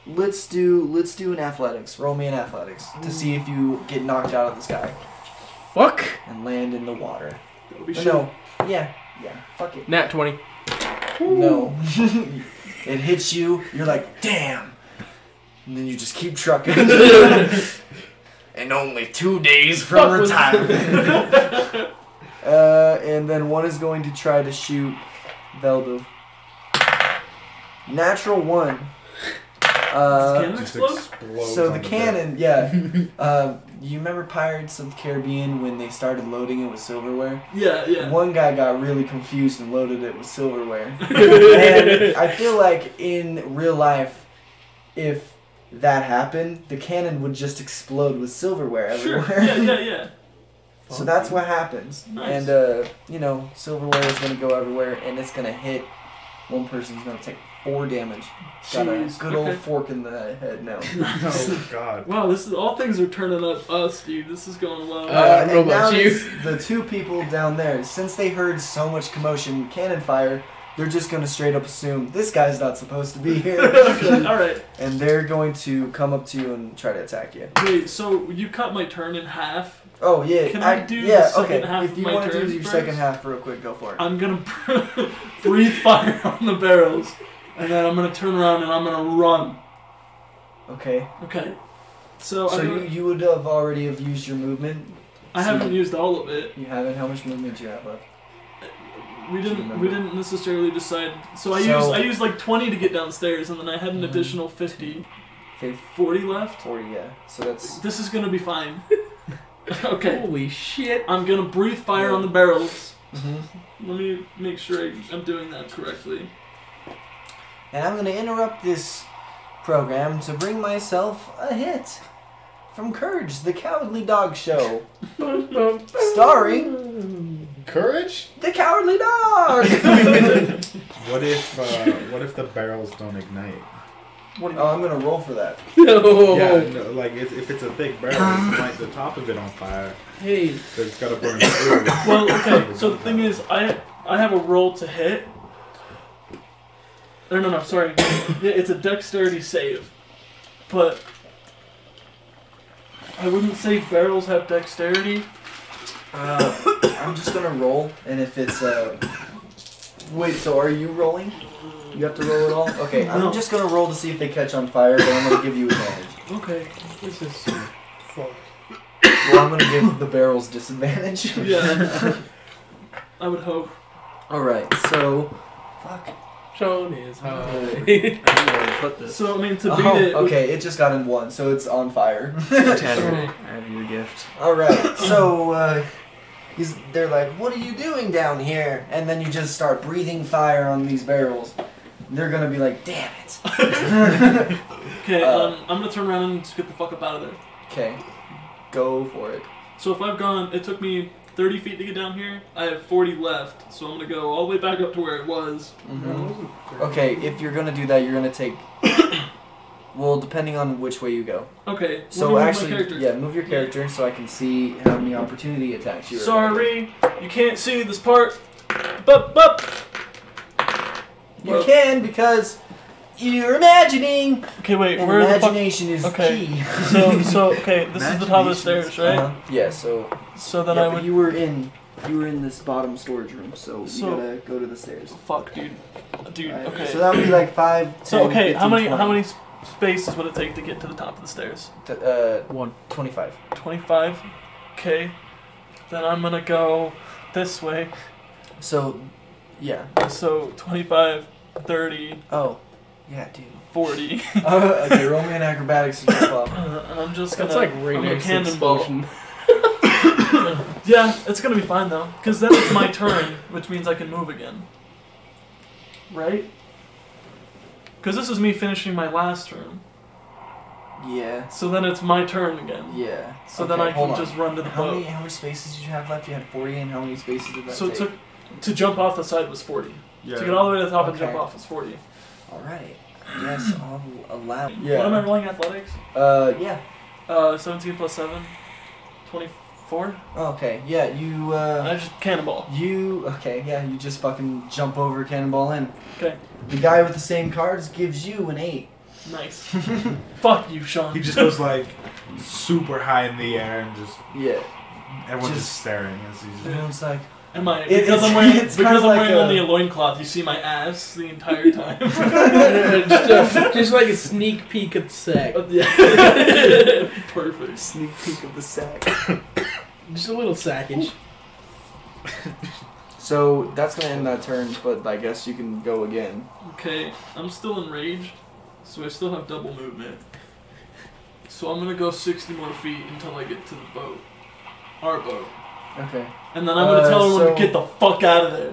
let's do let's do an athletics. Roll me an athletics to see if you get knocked out of the sky Fuck. and land in the water. That'll be shit. No. Yeah. Yeah. Fuck it. Nat 20. No. it hits you, you're like, damn. And then you just keep trucking. and only two days from Fuck was- retirement. uh, and then one is going to try to shoot Veldu. Natural one. This Uh, cannon Just explodes? explodes so on the deck. cannon, yeah. Uh, you remember Pirates of the Caribbean when they started loading it with silverware? Yeah, yeah. One guy got really confused and loaded it with silverware. and I feel like in real life, if that happened, the cannon would just explode with silverware Sure. everywhere. Yeah, yeah, yeah. so that's what happens. Nice. And, uh, you know, silverware is going to go everywhere and it's going to hit. One person's going to take four damage. Got a Jeez, good okay. old fork in the head now. Oh God. Wow, this is all things are turning up us, dude. This is going Uh, low. I don't know and about now you. it's the two people down there, since they heard so much commotion, cannon fire, they're just gonna straight up assume this guy's not supposed to be okay, here, all right. and they're going to come up to you and try to attack you. Wait, so you cut my turn in half. Oh yeah, Can I do yeah, the second okay. half if of you my wanna do turn your first? second half real quick, go for it. I'm gonna breathe fire on the barrels, and then I'm gonna turn around and I'm gonna run. okay, Okay. so So, Uh, I'm you, gonna, you would have already have used your movement. I haven't used all of it. You haven't. How much movement do you have left? We didn't. We Remember. didn't necessarily decide. So I So- used. I used like 20 to get downstairs, and then I had an Mhm. additional 50, Okay, 40 left. forty. Yeah. So that's This is gonna be fine. okay. Holy shit. I'm gonna breathe fire on the barrels. Mm-hmm. Mhm. Let me make sure I, I'm doing that correctly. And I'm going to interrupt this program to bring myself a hit from Courage, the Cowardly Dog Show. Starring Courage. the Cowardly Dog! What if uh, what if the barrels don't ignite? oh, Uh, I'm going to roll for that. No. Oh. Yeah, no, like if, if it's a thick barrel, you can light the top of it on fire. Hey. So it's gotta burn through. Well, okay. So the thing is, I I have a roll to hit. No, no, no. Sorry, Yeah, it's a dexterity save, but I wouldn't say barrels have dexterity. Uh, I'm just going to roll, and if it's. Uh... Wait, so are you rolling? You have to roll at all? Okay, No. I'm just going to roll to see if they catch on fire, but I'm going to give you advantage. Okay, this is fuck. Well, I'm going to give the barrels disadvantage. Yeah, I would hope. Alright, so. Fuck. Sean is high. I don't know where to put this. So I mean, to beat Oh, it, okay, it just got in one, so it's on fire. Tanner, I have your gift. All right, so uh, he's, they're like, "What are you doing down here?" And then you just start breathing fire on these barrels. They're gonna be like, "Damn it!" okay, uh, um, I'm gonna turn around and just get the fuck up out of there. okay, go for it. So if I've gone, it took me 30 feet to get down here. I have 40 left, so I'm gonna go all the way back up to where it was. hmm Okay, if you're gonna do that, you're gonna take. well, depending on which way you go. Okay. let me So move my character. actually, yeah, move your character so I can see how many opportunity attacks you. Sorry, you can't see this part. Bup bup. you can because you're imagining. Okay, wait. and Where the fuck? imagination is Okay. key. So, so okay. This is the top of the Imaginations. stairs, right? Uh-huh. Yeah, so So then Yeah, I but would. You were in. You were in this bottom storage room, so, So- you gotta go to the stairs. Fuck, dude. Dude. Alright, Okay. So that would be like five. So 10, okay, 15, how many 20. how many s- spaces would it take to get to the top of the stairs? T- uh, One. Twenty-five. Twenty-five. Okay. Then I'm gonna go this way. So, yeah. So 25, 30, Oh, yeah, dude. 40. uh, okay, roll me an acrobatics to jump up. Uh, and I'm just gonna. That's like I'm gonna radius cannonball. explosion. Yeah, it's gonna be fine though, because then it's my turn, which means I can move again. Right? Because this is me finishing my last turn, Yeah. so then it's my turn again. Yeah. So Okay, then I hold can on. just run to the How boat. many how many spaces did you have left? You had forty, and how many spaces did that So it take? took to jump off the side was forty. Yeah. To get all the way to the top and Okay. jump off was forty. All right. Yes, I'll allow. What am I Uh, Yeah. rolling athletics? Uh, yeah. Uh, seventeen plus seven. Twenty-four. Okay. Yeah, you. Uh, I just cannonball. You okay? Yeah, you just fucking jump over cannonball in. Okay. The guy with the same cards gives you an eight. Nice. Fuck you, Sean. He just goes like super high in the air and just Yeah. everyone's just, Just- staring as he's. Everyone's like, Am I? It- because it's- I'm wearing, it's because kinda I'm like wearing a- only a loincloth, you see my ass the entire time. just, a- just like a sneak peek at the sack. Yeah. Perfect. sneak peek of the sack. Just a little sackage. So that's gonna end that turn, but I guess you can go again. Okay, I'm still enraged, so I still have double movement. So I'm gonna go 60 more feet until I get to the boat. Our boat. Okay. And then I'm gonna Uh, tell everyone so- to get the fuck out of there.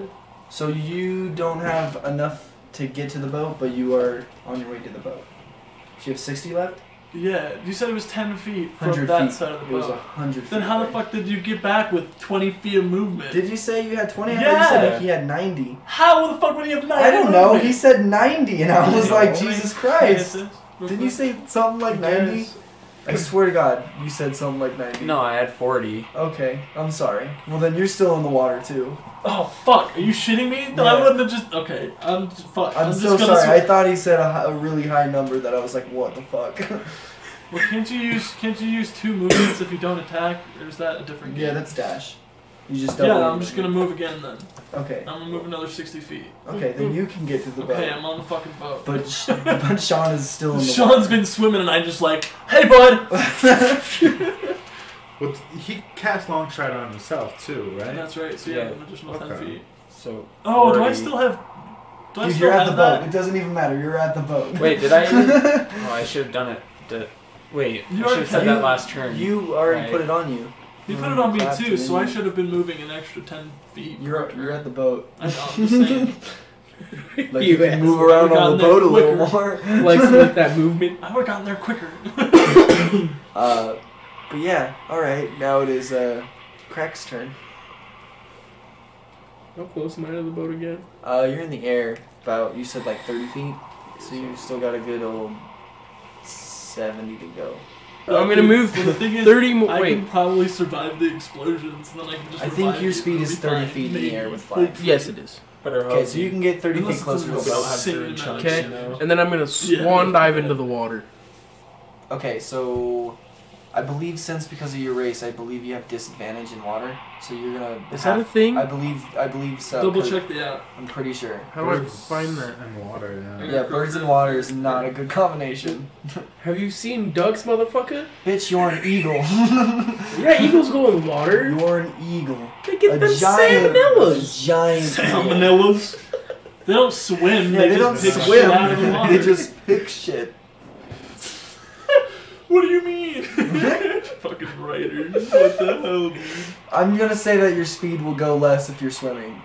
So you don't have enough to get to the boat, but you are on your way to the boat. So you have sixty left. Yeah, you said it was 10 feet from 100 that feet. side of the It was a boat. hundred. Then feet how the away. fuck did you get back with 20 feet of movement? Did you say you had twenty? I thought you said Yeah. that he had ninety. how the fuck would he have nine? I don't know. He movement? said ninety, and I was Yeah. like, Wait, Jesus can I get Christ. this real Didn't you quick? say something like ninety? Yes. I swear to God, you said something like 90. No, I had 40. Okay, I'm sorry. Well, then you're still in the water, too. Oh fuck! Are you shitting me? Then I Yeah. wouldn't have just. Okay, I'm just, fuck. I'm, just so gonna sorry. I sw- thought he said a, hi- a really high number that I was like, what the fuck? Well, can't you use can't you use two movements if you don't attack? Or is that a different game? yeah, that's dash. You just Yeah, double. your I'm just gonna movement. move again then. Okay. I'm gonna move another 60 feet. Okay, then you can get to the boat. Okay, I'm on the fucking boat. But, Sh- but Sean is still in the Sean's been swimming and I'm just like, hey bud. Well, he cast long shot on himself too, And right? that's right. So yeah, Yeah. an additional 10 Okay. feet. So. Oh, do I 40. still have? Do I Dude, still you're at have the boat. that? It doesn't even matter. You're at the boat. Wait, did I? Even... oh, I should have done it. Did... Wait, You I should already- have said you- that last turn. You already Right. put it on you. You put it on me Clapped too, and so I then- should have been moving an extra 10 feet. You're, you're at the boat. I know. I'm just saying. Like, you can move asshole. around You on the got boat a that little more. Like, like that movement. I would have gotten there quicker. Uh, but yeah, all right. Now it is uh, Crack's turn. How close am I to the boat again? Uh, you're in the air about you said like 30 feet, so you still got a good old 70 to go. I'm gonna move Well, the thing is, 30 more. I Wait. can probably survive the explosions, and then I can just. I think revive your you. speed It'll is be 30 fine, feet in the maybe. air with fire. Hopefully. Yes, it is. Better hope Okay, so you can get 30 Unless feet closer to it's the a boat. little Sitting in chunks, Okay. you know? And then I'm gonna swan dive into the water. Okay, so I believe since because of your race, I believe you have disadvantage in water, so you're gonna. Is that a have- thing? I believe I believe so. Double 'cause check the app. I'm pretty sure. How do I find that? And water. Yeah. Yeah, birds and water is not a good combination. Have you seen ducks, motherfucker? Bitch, you're an eagle. Yeah, eagles go in water. You're an eagle. They get them salmonellas. Giant. eagle. Salmonellas. They don't swim. Yeah, they, they, don't just pick swim. shit out of the water. they just pick shit. What do you mean? Fucking writers. What the hell, dude? I'm gonna say that your speed will go less if you're swimming.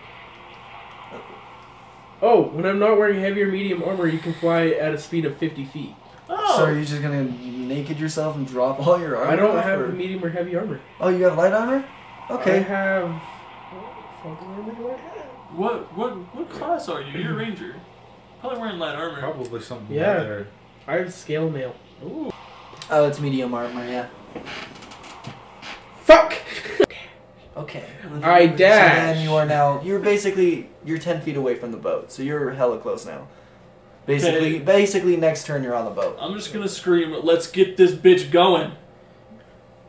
Oh, when I'm not wearing heavy or medium armor, you can fly at a speed of 50 feet. Oh, So are you just gonna naked yourself and drop all your armor? I don't off, have or- medium or heavy armor. Oh, you got light armor? I Okay. have. What fucking armor do I have? what what what class are you? You're a ranger. Probably wearing light armor. Probably something Yeah. there. I have scale mail. Oh, it's medium armor. Yeah. Fuck! Okay. I So dash. then you are now. You're basically you're ten feet away from the boat, so you're hella close now. Basically, Okay. basically next turn you're on the boat. I'm just gonna scream. Let's get this bitch going.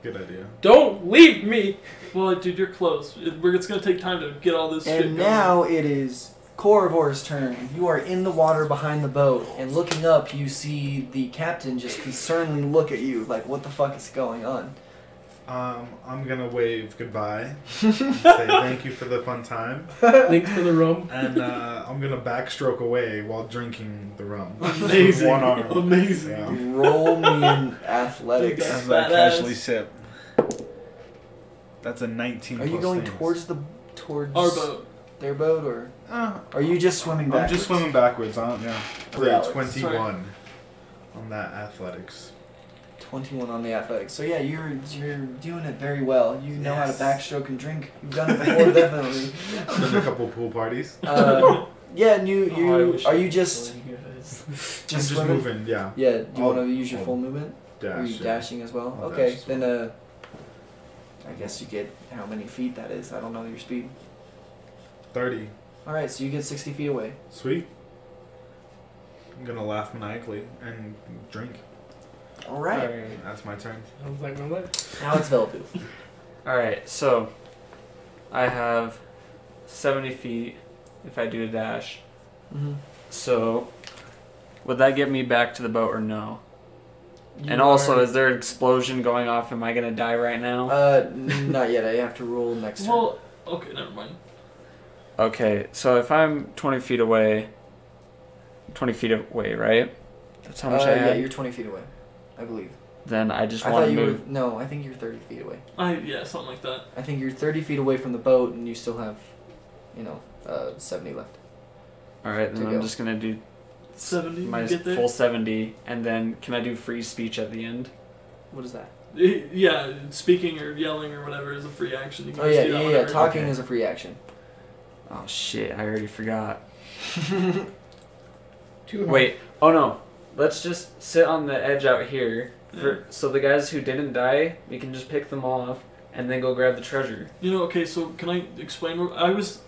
Good idea. Don't leave me! Well, dude, you're close. It- we're- It's gonna take time to get all this shit And going. now it is Corvor's turn. You are in the water behind the boat, and looking up, you see the captain just concernedly look at you, like, "What the fuck is going on?" Um, I'm gonna wave goodbye. say thank you for the fun time. Link for the rum. And uh, I'm gonna backstroke away while drinking the rum. With Amazing. One arm. Amazing. Yeah. Roll me in athletics. That's As I badass. casually sip. That's a 19. Are you plus going things. towards the towards Our boat. their boat, or Uh, are you just swimming I'm back? just swimming backwards. I don't, yeah. For Yeah, a sorry. 21 on that athletics. 21 on the athletics. So yeah, you're you're doing it very well. You know how to backstroke and drink. You've done it before, definitely. I've been to a couple pool parties. Uh, yeah, and you Oh, I you wish are I you could just join you guys. just, I'm just swimming? moving, yeah. Yeah, do you I'll- want to use your I'll full movement? Are you Dash. yeah. dashing as well? I'll okay, dash as then uh, I guess you get how many feet that is. I don't know your speed. 30. All right, so you get 60 feet away. Sweet. I'm gonna laugh maniacally and drink. All right, That's my turn. Sounds like my life. now it's Velpoof. All right, so I have 70 feet if I do a dash. Mm-hmm. So would that get me back to the boat or no? and also, is there an explosion going off? Am I gonna die right now? uh, n- not yet. I have to roll next turn. Oh. Well, okay, never mind. Okay, so if I'm 20 feet away, 20 feet away, right? That's how much uh, I yeah, had. you're 20 feet away, I believe. then I just I want thought to you move. were no. I think you're 30 feet away. I yeah, something like that. I think you're 30 feet away from the boat, and you still have, you know, uh, 70 left. All right, then to I'm go. just gonna do Seventy. my you get there. full 70, and then can I do free speech at the end? What is that? Eh, Yeah, speaking or yelling or whatever is a free action. You can Oh just yeah, do that yeah, yeah. whenever. Talking Okay. is a free action. Oh shit, I already forgot. Too hard. Wait, oh no. Let's just sit on the edge out here. For, so the guys who didn't die, we can just pick them off and then go grab the treasure. You know, okay, so can I explain? Where, I was,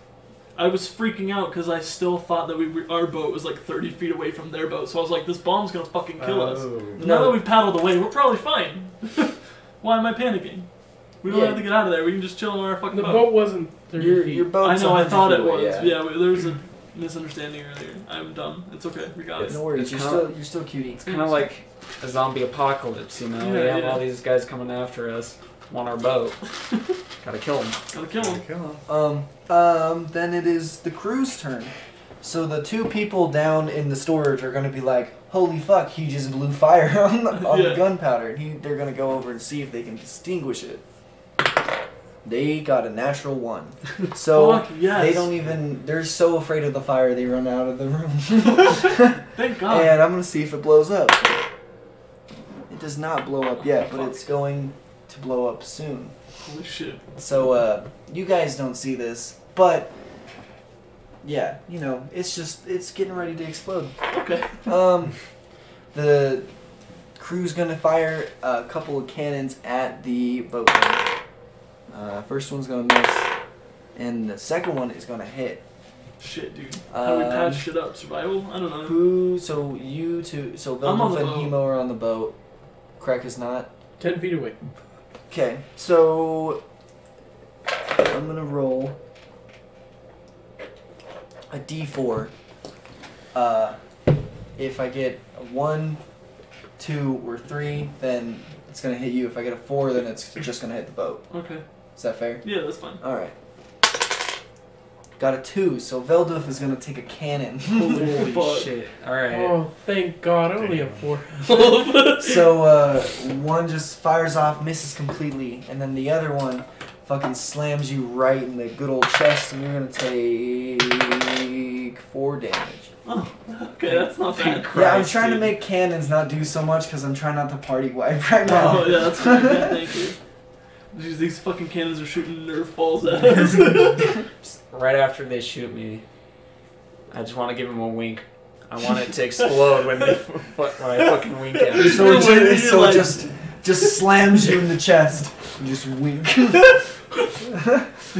I was freaking out because I still thought that we were, our boat was like thirty feet away from their boat. So I was like, this bomb's gonna fucking kill us. Oh. Now No. that we've paddled away, we're probably fine. Why am I panicking? We don't Yeah. have to get out of there. We can just chill on our fucking The boat wasn't 30 Your feet. your I boat's know. I 100 thought feet it away, was. Yeah, yeah. we- there was a misunderstanding earlier. I'm dumb. It's okay. We got No it. worries. It's You're kinda- still you're still cutie. It's kind of like a zombie apocalypse, you know? we Yeah, have yeah. all these guys coming after us on our boat. Gotta kill them. Gotta kill him. Um, um, then it is the crew's turn. So the two people down in the storage are gonna be like, "Holy fuck! He just blew fire on the, on Yeah. the gunpowder." And he, they're gonna go over and see if they can distinguish it. They got a natural one, so Fuck yes. they don't even. They're so afraid of the fire they run out of the room. Thank God. and I'm gonna see if it blows up. It does not blow up yet, but Fuck. it's going to blow up soon. Holy shit. So uh, you guys don't see this, but yeah, you know, it's just it's getting ready to explode. Okay. Um, the crew's gonna fire a couple of cannons at the boat. Uh, first one's gonna miss, and the second one is gonna hit. Shit, dude. How do we Um, patch shit up? Survival? I don't know. Who? So you two? So I'm Velma on the and boat. Hemo are on the boat. Crack is not. 10 feet away. Okay, so I'm gonna roll a d4. Uh, if I get a one, two, or three, then it's gonna hit you. If I get a four, then it's just gonna hit the boat. Okay. Is that fair? Yeah, that's fine. All right. Got a two, so Velduf is gonna take a cannon. Holy Fuck. shit. Alright. Oh, thank God! I only have four. Oh, so uh, one just fires off, misses completely, and then the other one fucking slams you right in the good old chest, and you're gonna take four damage. Okay, that's not bad. yeah, I'm Christ, trying dude. to make cannons not do so much because I'm trying not to party wipe right now. Oh yeah, that's pretty good. Thank you. Jeez, these fucking cannons are shooting Nerf balls at us. Right after they shoot me, I just want to give him a wink. I want it to explode when, they, when I fucking wink at him. so it You're like- just, so you're it just just slams you in the chest. You just wink. he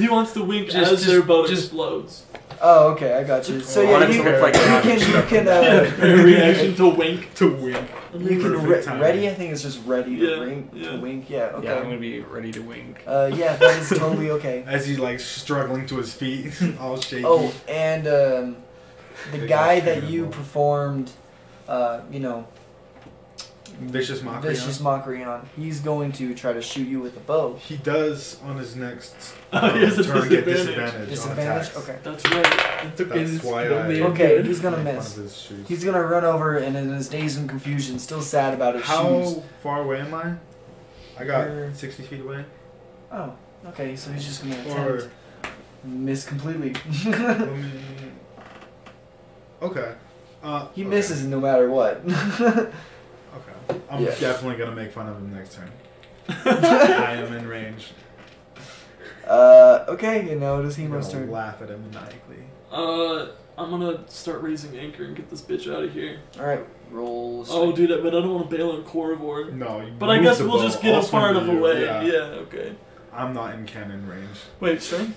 wants to wink Just- as just- their boat just- explodes. Oh, okay, I got you. So I yeah, want it you, to look like you a rocket can you ship. can Yeah, uh, reaction to wink. To win. you can Perfect re- timing. ready. I think it's just ready to Yeah, wink. yeah. To wink. Yeah. Okay. Yeah, I'm gonna be ready to wink. Uh, yeah, that is totally okay. As he's like struggling to his feet, all shaky. Oh, and um, the Big guy ass that you cannonball. performed, uh, you know, Vicious mockery. on. vicious mockery on, he's going to try to shoot you with a bow. He does on his next Oh, uh, he has a turn get disadvantage. disadvantage. Disadvantage. On attacks. Okay. That's right. It's okay, That's this is why totally I- Okay, good. he's gonna Make one of miss. his shoes. He's gonna run over, and in his daze and confusion, still sad about his How shoes. far away am I? I got You're- 60 feet away. Oh, okay. So he's just gonna attempt. Or Miss completely. let me. Um, Okay. Uh, he okay. misses no matter what. Okay. I'm Yeah. definitely gonna make fun of him next turn. I am in range. uh, okay, you know, it is I'm Hemo's gonna turn. laugh at him maniacally. Uh, I'm gonna start raising anchor and get this bitch out of here. Alright, roll. Oh, dude, I- but I don't want to bail on Corvor. No. you But I moved guess the we'll bow. just get I'll him far swing enough you. away. Yeah. okay. I'm not in cannon range. Wait, strength?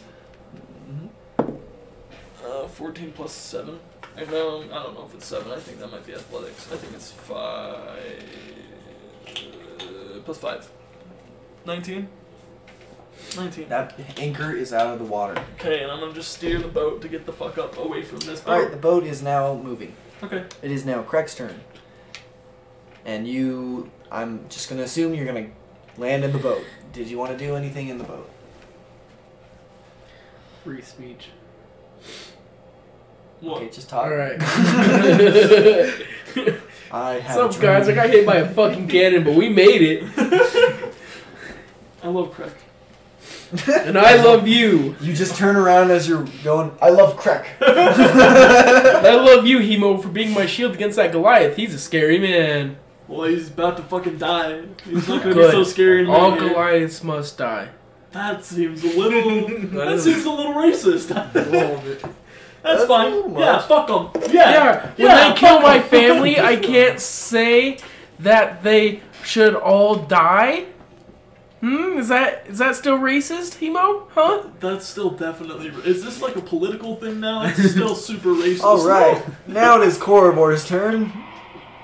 Mhm. Mm-hmm. Uh, 14 plus 7. I know, I don't know if it's 7. I think that might be athletics. I think it's 5. Uh, plus 5. 19? 19. That anchor is out of the water. Okay, and I'm gonna just steer the boat to get the fuck up away from this Alright, boat. the boat is now moving. Okay. It is now Craig's turn. And you, I'm just gonna assume you're gonna land in the boat. Did you want to do anything in the boat? Free speech. What? Okay, just talk. All right. I have. What's up, guys? I got hit by a fucking cannon, but we made it, I love crack. and I love you. You just turn around as you're going. I love Craig. And I love you, Hemo, for being my shield against that Goliath. He's a scary man. Well, he's about to fucking die. He's not gonna be Good. so scary in All my head. Goliaths must die. That seems a little. That that is- seems a little racist. That's That's a fine. little Yeah, much. fuck them. Yeah. Yeah. When Yeah, they kill fuck my 'em. family, I can't say that they should all die. Hmm. Is that is that still racist, Hemo? Huh? That's still definitely. Is this like a political thing now? It's still super racist. All right, now it is Corvor's turn.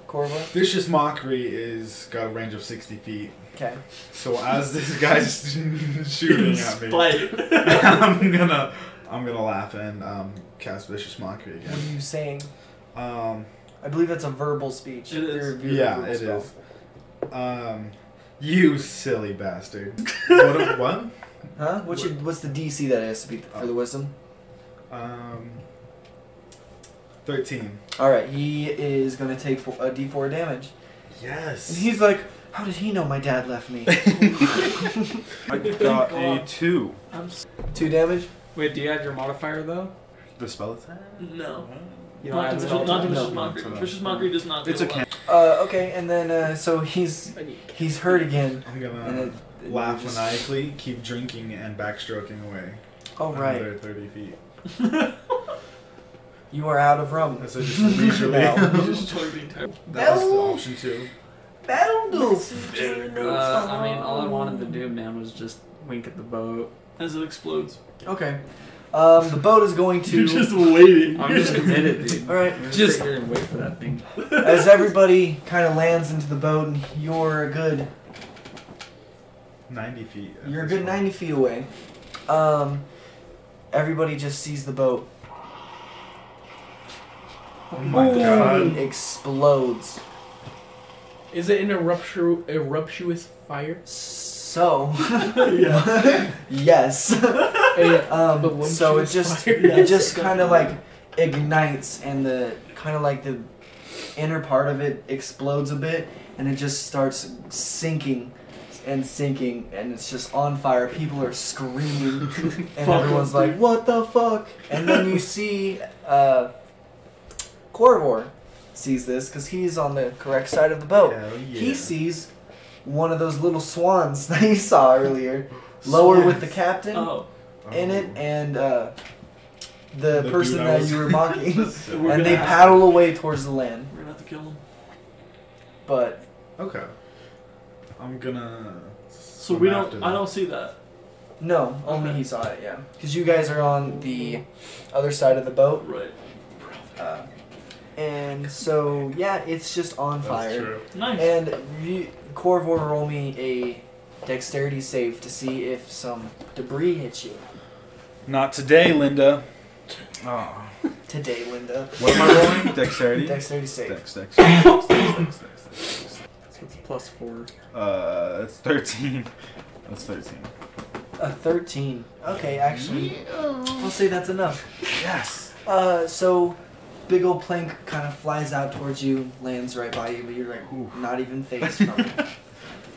Corvor. Vicious mockery is got a range of 60 feet. Okay. So as this guy's In shooting at me, spite. I'm gonna I'm gonna laugh and um, cast vicious mockery What again. are you saying? Um, I believe that's a verbal speech. It is. Your- your yeah, verbal it spell. is. Um, you silly bastard. what? What? Huh? What's, your, what's the DC that has to be for Oh. the wisdom? Um, thirteen. All right, he is gonna take four, a D4 damage, and Yes. he's like, "How did he know my dad left me?" I got a two. I'm s- Two damage. Wait, do you have your modifier though? The spell attack. no. You Not to have it vicious, all not to done? vicious No. mockery. Vicious mockery does not. do It's a well. can. Uh, okay, and then uh, so he's he's hurt again, and I'm gonna it, laugh just- maniacally, keep drinking and backstroking away. Oh right, Another thirty feet. you are out of rum. That's just leisurely. Now. I'm just totally terrible. That was the No. option two. That'll do. Uh, I mean, all I wanted to do, man, was just wink at the boat. As it explodes, Okay. Um, the boat is going you're to. just waiting. I'm just committed, dude. All right. I'm gonna Just- sit here and wait for that thing. As everybody kind of lands into the boat, and you're a good, Ninety feet. at you're a this good point. 90 feet away. Um, everybody just sees the boat. Oh my god. explodes. Is it in a rupture, eruptuous fire? So, yeah. yes. Yeah. The Um, one so she it was just fired. it just kind of like ignites, and the kind of like the inner part of it explodes a bit, and it just starts sinking and sinking, and it's just on fire. People are screaming, and everyone's like, "What the fuck?" And then you see uh, Corvor sees this because he's on the correct side of the Oh boat. Hell yeah. He sees one of those little swans that you saw earlier, lower with the captain Oh, in it and uh, the, The person dude I that was- you were mocking, we're and gonna they have- paddle away towards the land. We're gonna have to kill him. But Okay. I'm gonna. So swim we after don't. I them. don't see that. no, only Okay. he saw it. Yeah, because you guys are on the other side of the boat, Right. uh, and so yeah, it's just on That's fire. true. Nice. And you, Corvor, roll me a dexterity save to see if some debris hits you Not today, Linda. Oh. today, Linda. What am I rolling? Dexterity? Ah. Dexterity save. Dex, dex, dex, dex, dex, dex, dex, dex. So it's plus four. Uh, that's 13. That's 13. A Uh, thirteen. Okay, actually, we'll say that's enough. Yes! Uh, so big old plank kind of flies out towards you, lands right by you, but you're like Oof. not even phased from it.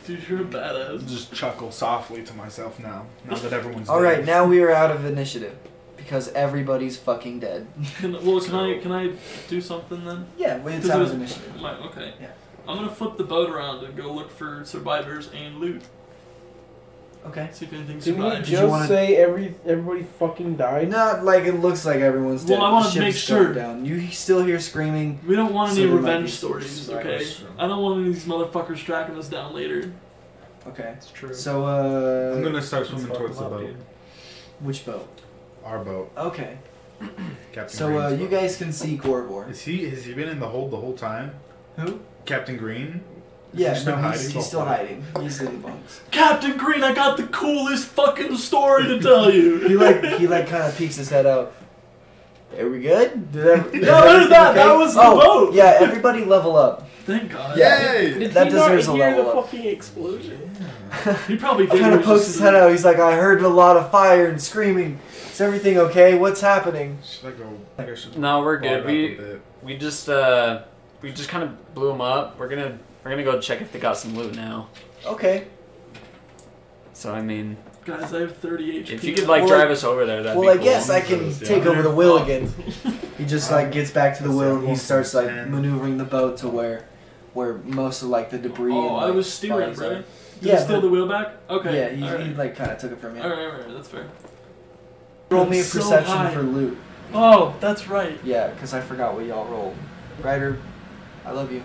Dude, you're a badass. Just chuckle softly to myself now. Now that everyone's All dead. right, now we are out of initiative because everybody's fucking dead. Can, well, can I can I do something then? Yeah, well, it's 'Cause it out was- of initiative. Am I- okay. Yeah. I'm gonna flip the boat around and go look for survivors and loot. Okay. See if anything Didn't we survives. you just wanna- say every everybody fucking died? Not like it looks like everyone's dead. Well, I wanna Ship's make sure. going Down. You still hear screaming. We don't want So any there might be revenge some stories, okay? survivors I don't want any of these motherfuckers tracking us down later. Okay. It's true. So, uh, I'm gonna start swimming Let's fuck towards the them up, boat. dude. which boat? Our boat, Okay. Captain. So uh, Green's you boat. guys can see Gorbor. Is he? Has he been in the hold the whole time? Who? Captain Green. Is Yeah, he still no, he's, hiding? he's still hiding. He's in the bunks. Captain Green, I got the coolest fucking story to tell you. He like he like kind of peeks his head out. Are we good? Did ev- is No, it is everything not. That was the oh, boat. Yeah, everybody level up. Thank God. Yay! Did That he deserves a not hear the level up. fucking explosion? He probably did. He kind of he was pokes just his head out. He's like, I heard a lot of fire and screaming. Is everything okay? What's happening? Should I go? I think I should No, we're water good. up a We bit. we just uh we just kind of blew them up. We're gonna we're gonna go check if they got some loot now. Okay. So I mean, Guys, I have 30 HP. if you could like Well, drive us over there, that'd well, I be cool. guess I for can this, yeah. take over the wheel again. He just like Um, gets back to the let's see, wheel I'm and he going starts for like ten. maneuvering the boat to where, where most of like the debris. Oh, and, I like, was steering, bodies are. right? Did Yeah, you steal but- the wheel back? Okay. Yeah, he, all right. he like kind of took it from me. all right, all right, all right, that's fair. Roll me a So perception high. for loot. Oh, that's right. Yeah, because I forgot what y'all rolled. Ryder, I love you.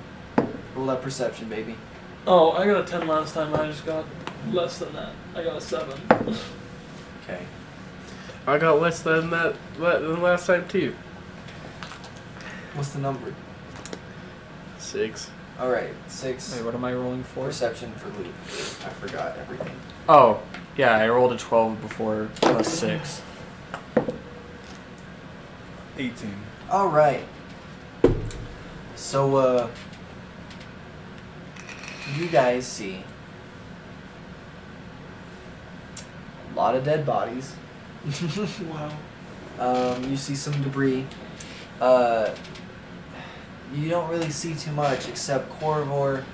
Roll that perception, baby. Oh, I got a 10 last time. I just got less than that. I got a 7. Okay. I got less than that le- than last time too. What's the number? Six. All right, six. Wait, what am I rolling for? Perception for loot. I forgot everything. Oh, yeah, I rolled a twelve before plus six. 18. All right. So, uh, you guys see a lot of dead bodies. wow. Um, you see some debris. Uh, you don't really see too much, except Corvor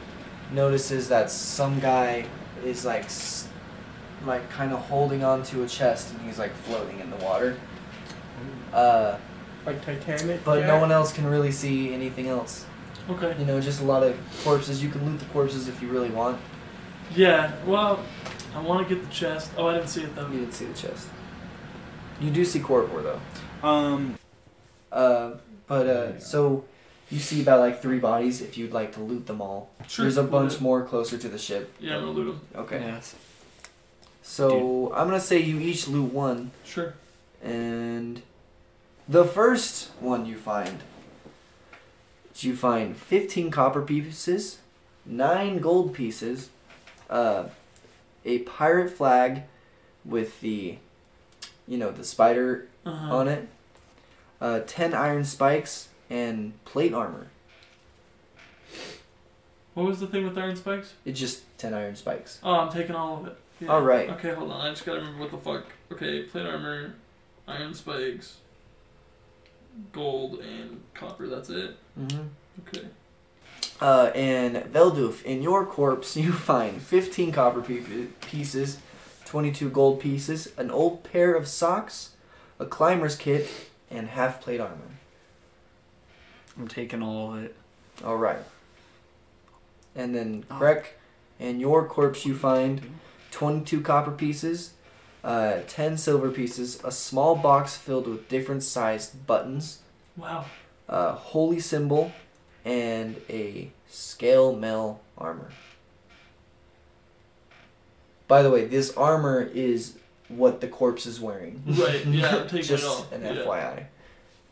notices that some guy is like, s- like kind of holding onto a chest, and he's like floating in the water. Uh, Like Titanic? but no yeah? one else can really see anything else. Okay. You know, just a lot of corpses. You can loot the corpses if you really want. Yeah, well, I want to get the chest. Oh, I didn't see it though. You didn't see the chest. You do see Corvor though. Um, Uh, but uh, so you see about like three bodies if you'd like to loot them all. Sure, There's a we'll bunch do. more closer to the ship. Yeah, I'm gonna loot him. Okay. Yes. So I'm gonna say you each loot one, Sure. and the first one you find, you find 15 copper pieces, nine gold pieces, uh, a pirate flag with the, you know, the spider Uh-huh. on it, uh, 10 iron spikes, and plate armor. What was the thing with iron spikes? It's just 10 iron spikes. Oh, I'm taking all of it. Yeah. All right. Okay, hold on. I just gotta remember what the fuck. Okay, plate armor, iron spikes, gold, and copper. That's it. Mm-hmm. Okay. Uh, and Veldoof, in your corpse, you find 15 copper pie- pieces, 22 gold pieces, an old pair of socks, a climber's kit, and half plate armor. I'm taking all of it. All right. And then Krek, in your corpse, you find 22 copper pieces, uh, 10 silver pieces, a small box filled with different sized buttons, Wow. a holy symbol, and a scale mail armor. By the way, this armor is what the corpse is wearing. Right. Yeah. I'm taking Just it all. an yeah. FYI.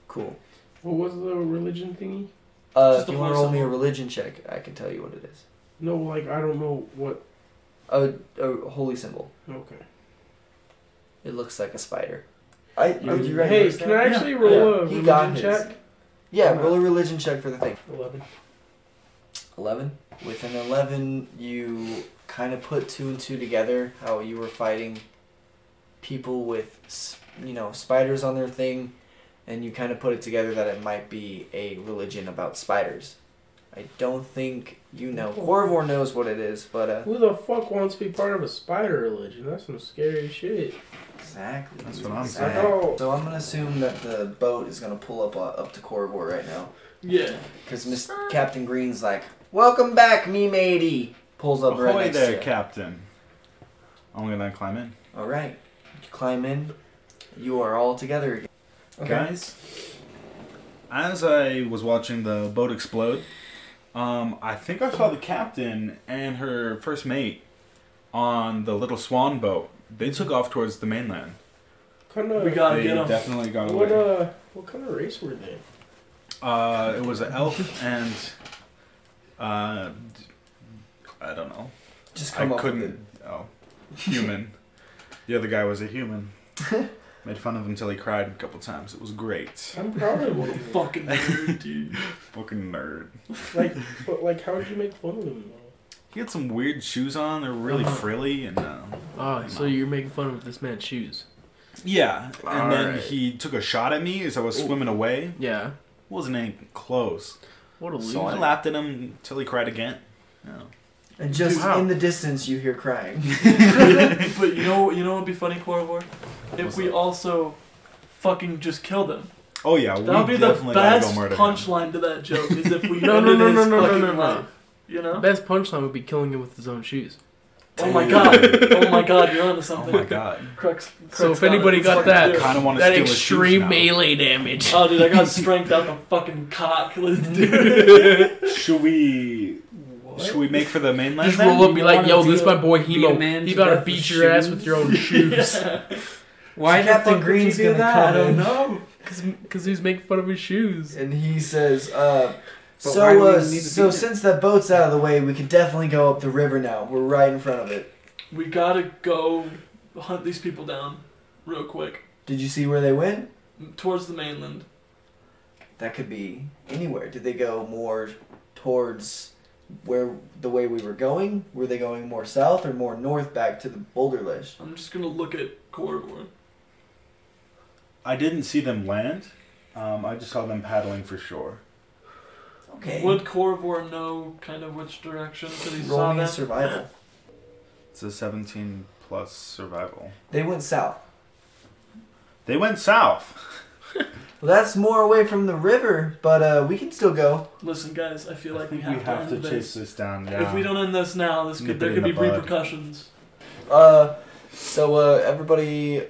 Cool. What was the religion thingy? Uh, Just if the you want to holy roll me a symbol. religion check, I can tell you what it is. No, like I don't know what. A, a holy symbol. Okay. It looks like a spider. I, You- are you ready? Hey, to can start? I actually roll a He religion got his. check? Yeah, roll a religion check for the thing. Eleven. 11. With an 11, you kind of put two and two together how you were fighting people with, s- you know, spiders on their thing, and you kind of put it together that it might be a religion about spiders. I don't think you know. Corvor knows what it is, but uh, Who the fuck wants to be part of a spider religion? That's some scary shit. exactly. That's what I'm Exact- saying. So I'm gonna assume that the boat is gonna pull up uh, up to Corvor right now. Yeah. Because Miss Captain Green's like, "Welcome back, me matey." Pulls up right Ahoy next there, to you. Captain. I'm gonna climb in. all right, you climb in. You are all together again. Guys, as I was watching the boat explode, um, I think I saw the captain and her first mate on the little swan boat. They took off towards the mainland. Kind of. We gotta They get 'em. definitely got What away. uh? What kind of race were they? Uh, it was an elf and uh, d- I don't know. Just I come up with it. couldn't. Oh, human. the other guy was a human. Made fun of him till he cried a couple times. It was great. I'm proud of What a them. fucking nerd, dude. Fucking nerd. Like, but like, how would you make fun of them? He had some weird shoes on. They're really Uh-huh. frilly and. Uh, Oh, so you're making fun of this man's shoes. yeah, and then Alright. he took a shot at me as I was Ooh. swimming away. Yeah. Wasn't even close. What a loser. So I laughed at him till he cried again. Yeah. And just Wow. in the distance, you hear crying. but you know, you know what'd be funny, Corvor? If What's we that? also fucking just kill them. Oh yeah, That would we be the definitely gotta best go murder him. punchline to that joke. Is if we No, no, ended no, his no, no, no, fucking no, no. life. You know? Best punchline would be killing him with his own shoes. Oh my god. Oh my god, you're onto Oh something. my god. Crux, So Crux if anybody it. got Fucking that, do it. Kind of want to That steal his shoes extreme now. melee damage. Oh, dude, I got strength out the fucking cock. Let's do it. Should we? Should we make for the mainland? Just then? roll up, be You like, wanna "Yo, be this a- my boy be Hemo. a man He to about to death beat with your ass with your own shoes." Yeah. Why So Captain Green's gonna I come don't in, know. Cause, cause he was making fun of his shoes. and he says, uh, But why do "So, we uh, even need to so be there? since that boat's out of the way, we can definitely go up the river now. We're right in front of it. We gotta go hunt these people down real quick Did you see where they went? towards the mainland. That could be anywhere. Did they go more towards where the way we were going? Were they going more south or more north back to the boulder ledge? I'm just gonna look at Corvor. I didn't see them land. Um, I just saw them paddling for shore. Okay. Would Corvor know kind of which direction? Because he Roll saw me a them. survival. It's a 17 plus survival. They went south. They went south. Well, that's more away from the river, but uh, we can still go. Listen, guys, I feel I like we think have, we have to end chase this. this down. If we don't end this now, this Nip could, it there in could the be bud. repercussions. Uh, so uh, everybody, uh,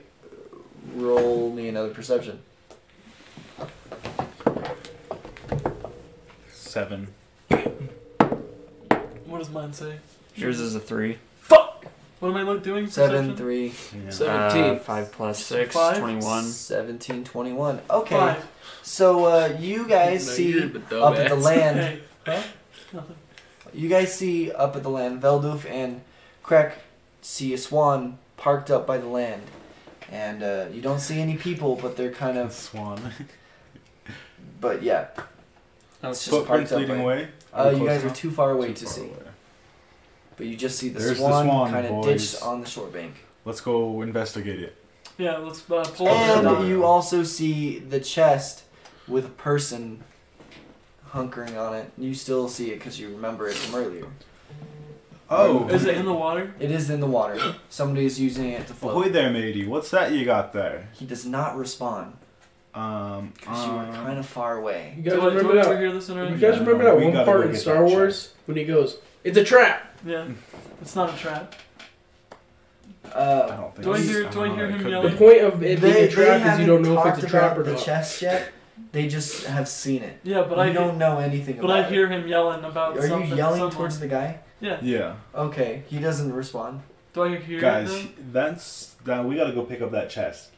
roll me another perception. Seven. What does mine say? Yours is a three. Fuck! What am I lo- doing? Seven, Perception? three, Yeah. So- Uh, 17. five plus six, Five? 21. seventeen, twenty-one. Okay. Five. So uh, you guys see up at the land. Hey. Huh? Nothing. You guys see up at the land. Veldoof and Krek see a swan parked up by the land, and uh, you don't see any people, but they're kind of. Swan. But yeah. Oh, It's just parked Footprints up leading by- away. Uh, you Close guys are enough? too far away Too to far see. away. But you just see the There's the swan, swan, kind of boys. ditched on the shore bank. Let's go investigate it. Yeah, let's uh, pull up the And you also see the chest with a person hunkering on it. You still see it because you remember it from earlier. Oh, Is it in the water? It is in the water. Somebody is using it to ahoy float. there, matey. What's that you got there? He does not respond Um, because you were kind of far away. You Do guys I, do remember I that? overhear this in our You Yeah, guys remember that we one gotta go part in get Star that Wars when he goes, "It's a trap." Yeah. It's not a trap. I Uh, don't think Do I it's- hear- don't do I know, hear it him could yelling? The be. point of they, it being they a trap is you haven't don't know if talked it's a trap about or not. the chest yet. They just have seen it. Yeah, but you I don't know anything But about I hear him yelling about it. Are something. you yelling someone. towards the guy? Yeah. Yeah, Okay, he doesn't respond. Do I hear guys, him? that's that. We gotta go pick up that chest.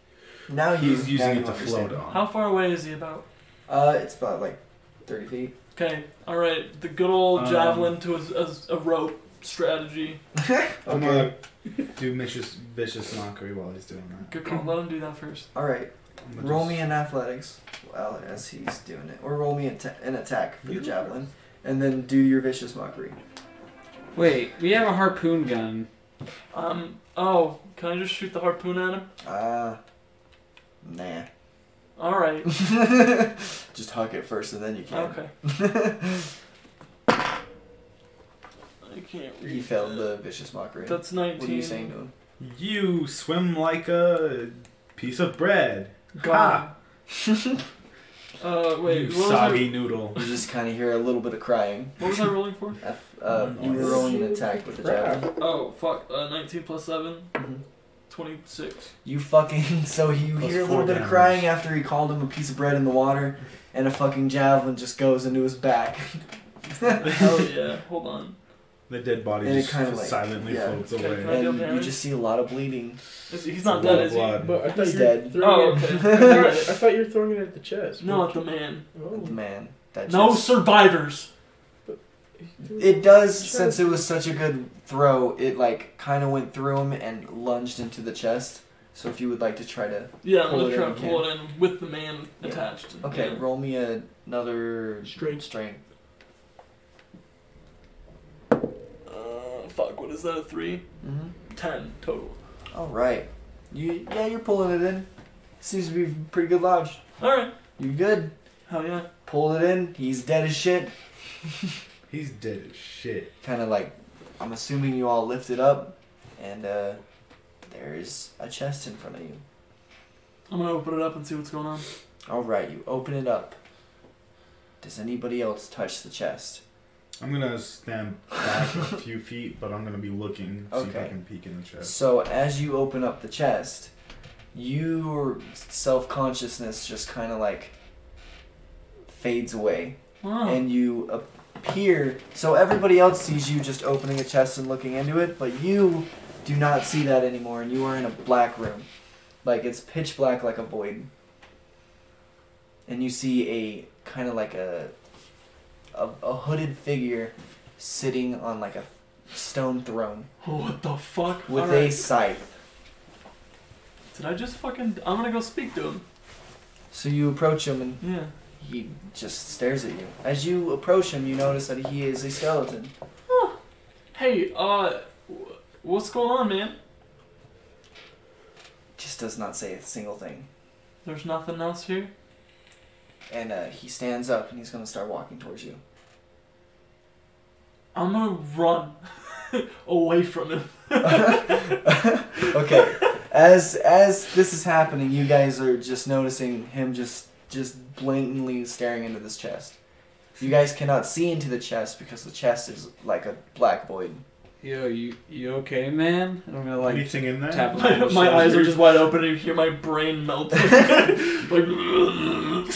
Now Oh, you- He's now you using it to understand. float on. How far away is he about? Uh, it's about like thirty feet. Okay, all right. The good old Um, javelin to a, a, a rope strategy. I'm gonna do vicious, vicious mockery while he's doing that. Good call. Let him do that first. All right, I'm gonna roll just- me in athletics. Well, as he's doing it, or roll me an, an attack for You the go javelin, and then do your vicious mockery. Wait, we have a harpoon gun. Um. Oh, can I just shoot the harpoon at him? Uh, nah. All right. Just huck it first, and then you can. Okay. I can't read. He failed that. the vicious mockery. That's nineteen. what are you saying to him? You swim like a piece of bread. Gone. uh, wait. you What was, I, soggy noodle. You just kind of hear a little bit of crying. what was I rolling for? F, uh, Mm-hmm. Nice. you were rolling an attack with the javelin. Oh fuck. Uh, nineteen plus seven. Mhm. Twenty-six. You fucking so you Plus hear a four little bit of damage. crying after he called him a piece of bread in the water, and a fucking javelin just goes into his back. Hell yeah. Hold on. The dead body And it just kinda like- silently yeah. floats Okay, away. Can I do and you damage? just see a lot of bleeding. Is he, he's A not lot dead, of is blood. But I thought He's you were dead. throwing Oh, it- okay. I, thought, I thought you were throwing it at the chest. he? No, at the man. The Oh, man. That No just- survivors. It does since it was such a good throw. It like kind of went through him and lunged into the chest. So if you would like to try to, Yeah, I'm Pull gonna it try in, and pull it in with the man Yeah. attached. okay, Yeah. roll me a- another Strength. Strength. Uh, fuck. What is that? A three? Mm-hmm. Ten total. All right. You yeah, you're pulling it in. Seems to be pretty good lodge. All right. You good? Hell yeah. Pulled it in. He's dead as shit. He's dead as shit. Kind of like, I'm assuming you all lifted up, and uh, there's a chest in front of you. I'm gonna open it up and see what's going on. All right, you open it up. Does anybody else touch the chest? I'm gonna stand back a few feet, but I'm gonna be looking, see if Okay. I can peek in the chest. So as you open up the chest, your self consciousness just kind of like fades away. Oh. Wow. and you appear. So everybody else sees you just opening a chest and looking into it, but you do not see that anymore, and you are in a black room. Like it's pitch black, like a void. And you see a kind of like a, a a hooded figure sitting on like a stone throne what the fuck? with All a right. scythe. Did I just fucking? I'm gonna go speak to him. So you approach him, and Yeah. he just stares at you. As you approach him, you notice that he is a skeleton. Hey, uh, wh- what's going on, man? Just does not say a single thing. There's nothing else here. and uh, he stands up and he's gonna start walking towards you. I'm gonna run away from him. Okay. as as this is happening, you guys are just noticing him just just blatantly staring into this chest. You guys cannot see into the chest because the chest is like a black void. Yo, you you okay, man? And I'm gonna like Anything in there? tap him My, on the my eyes are shoulder. just wide open, and you hear my brain melting. like,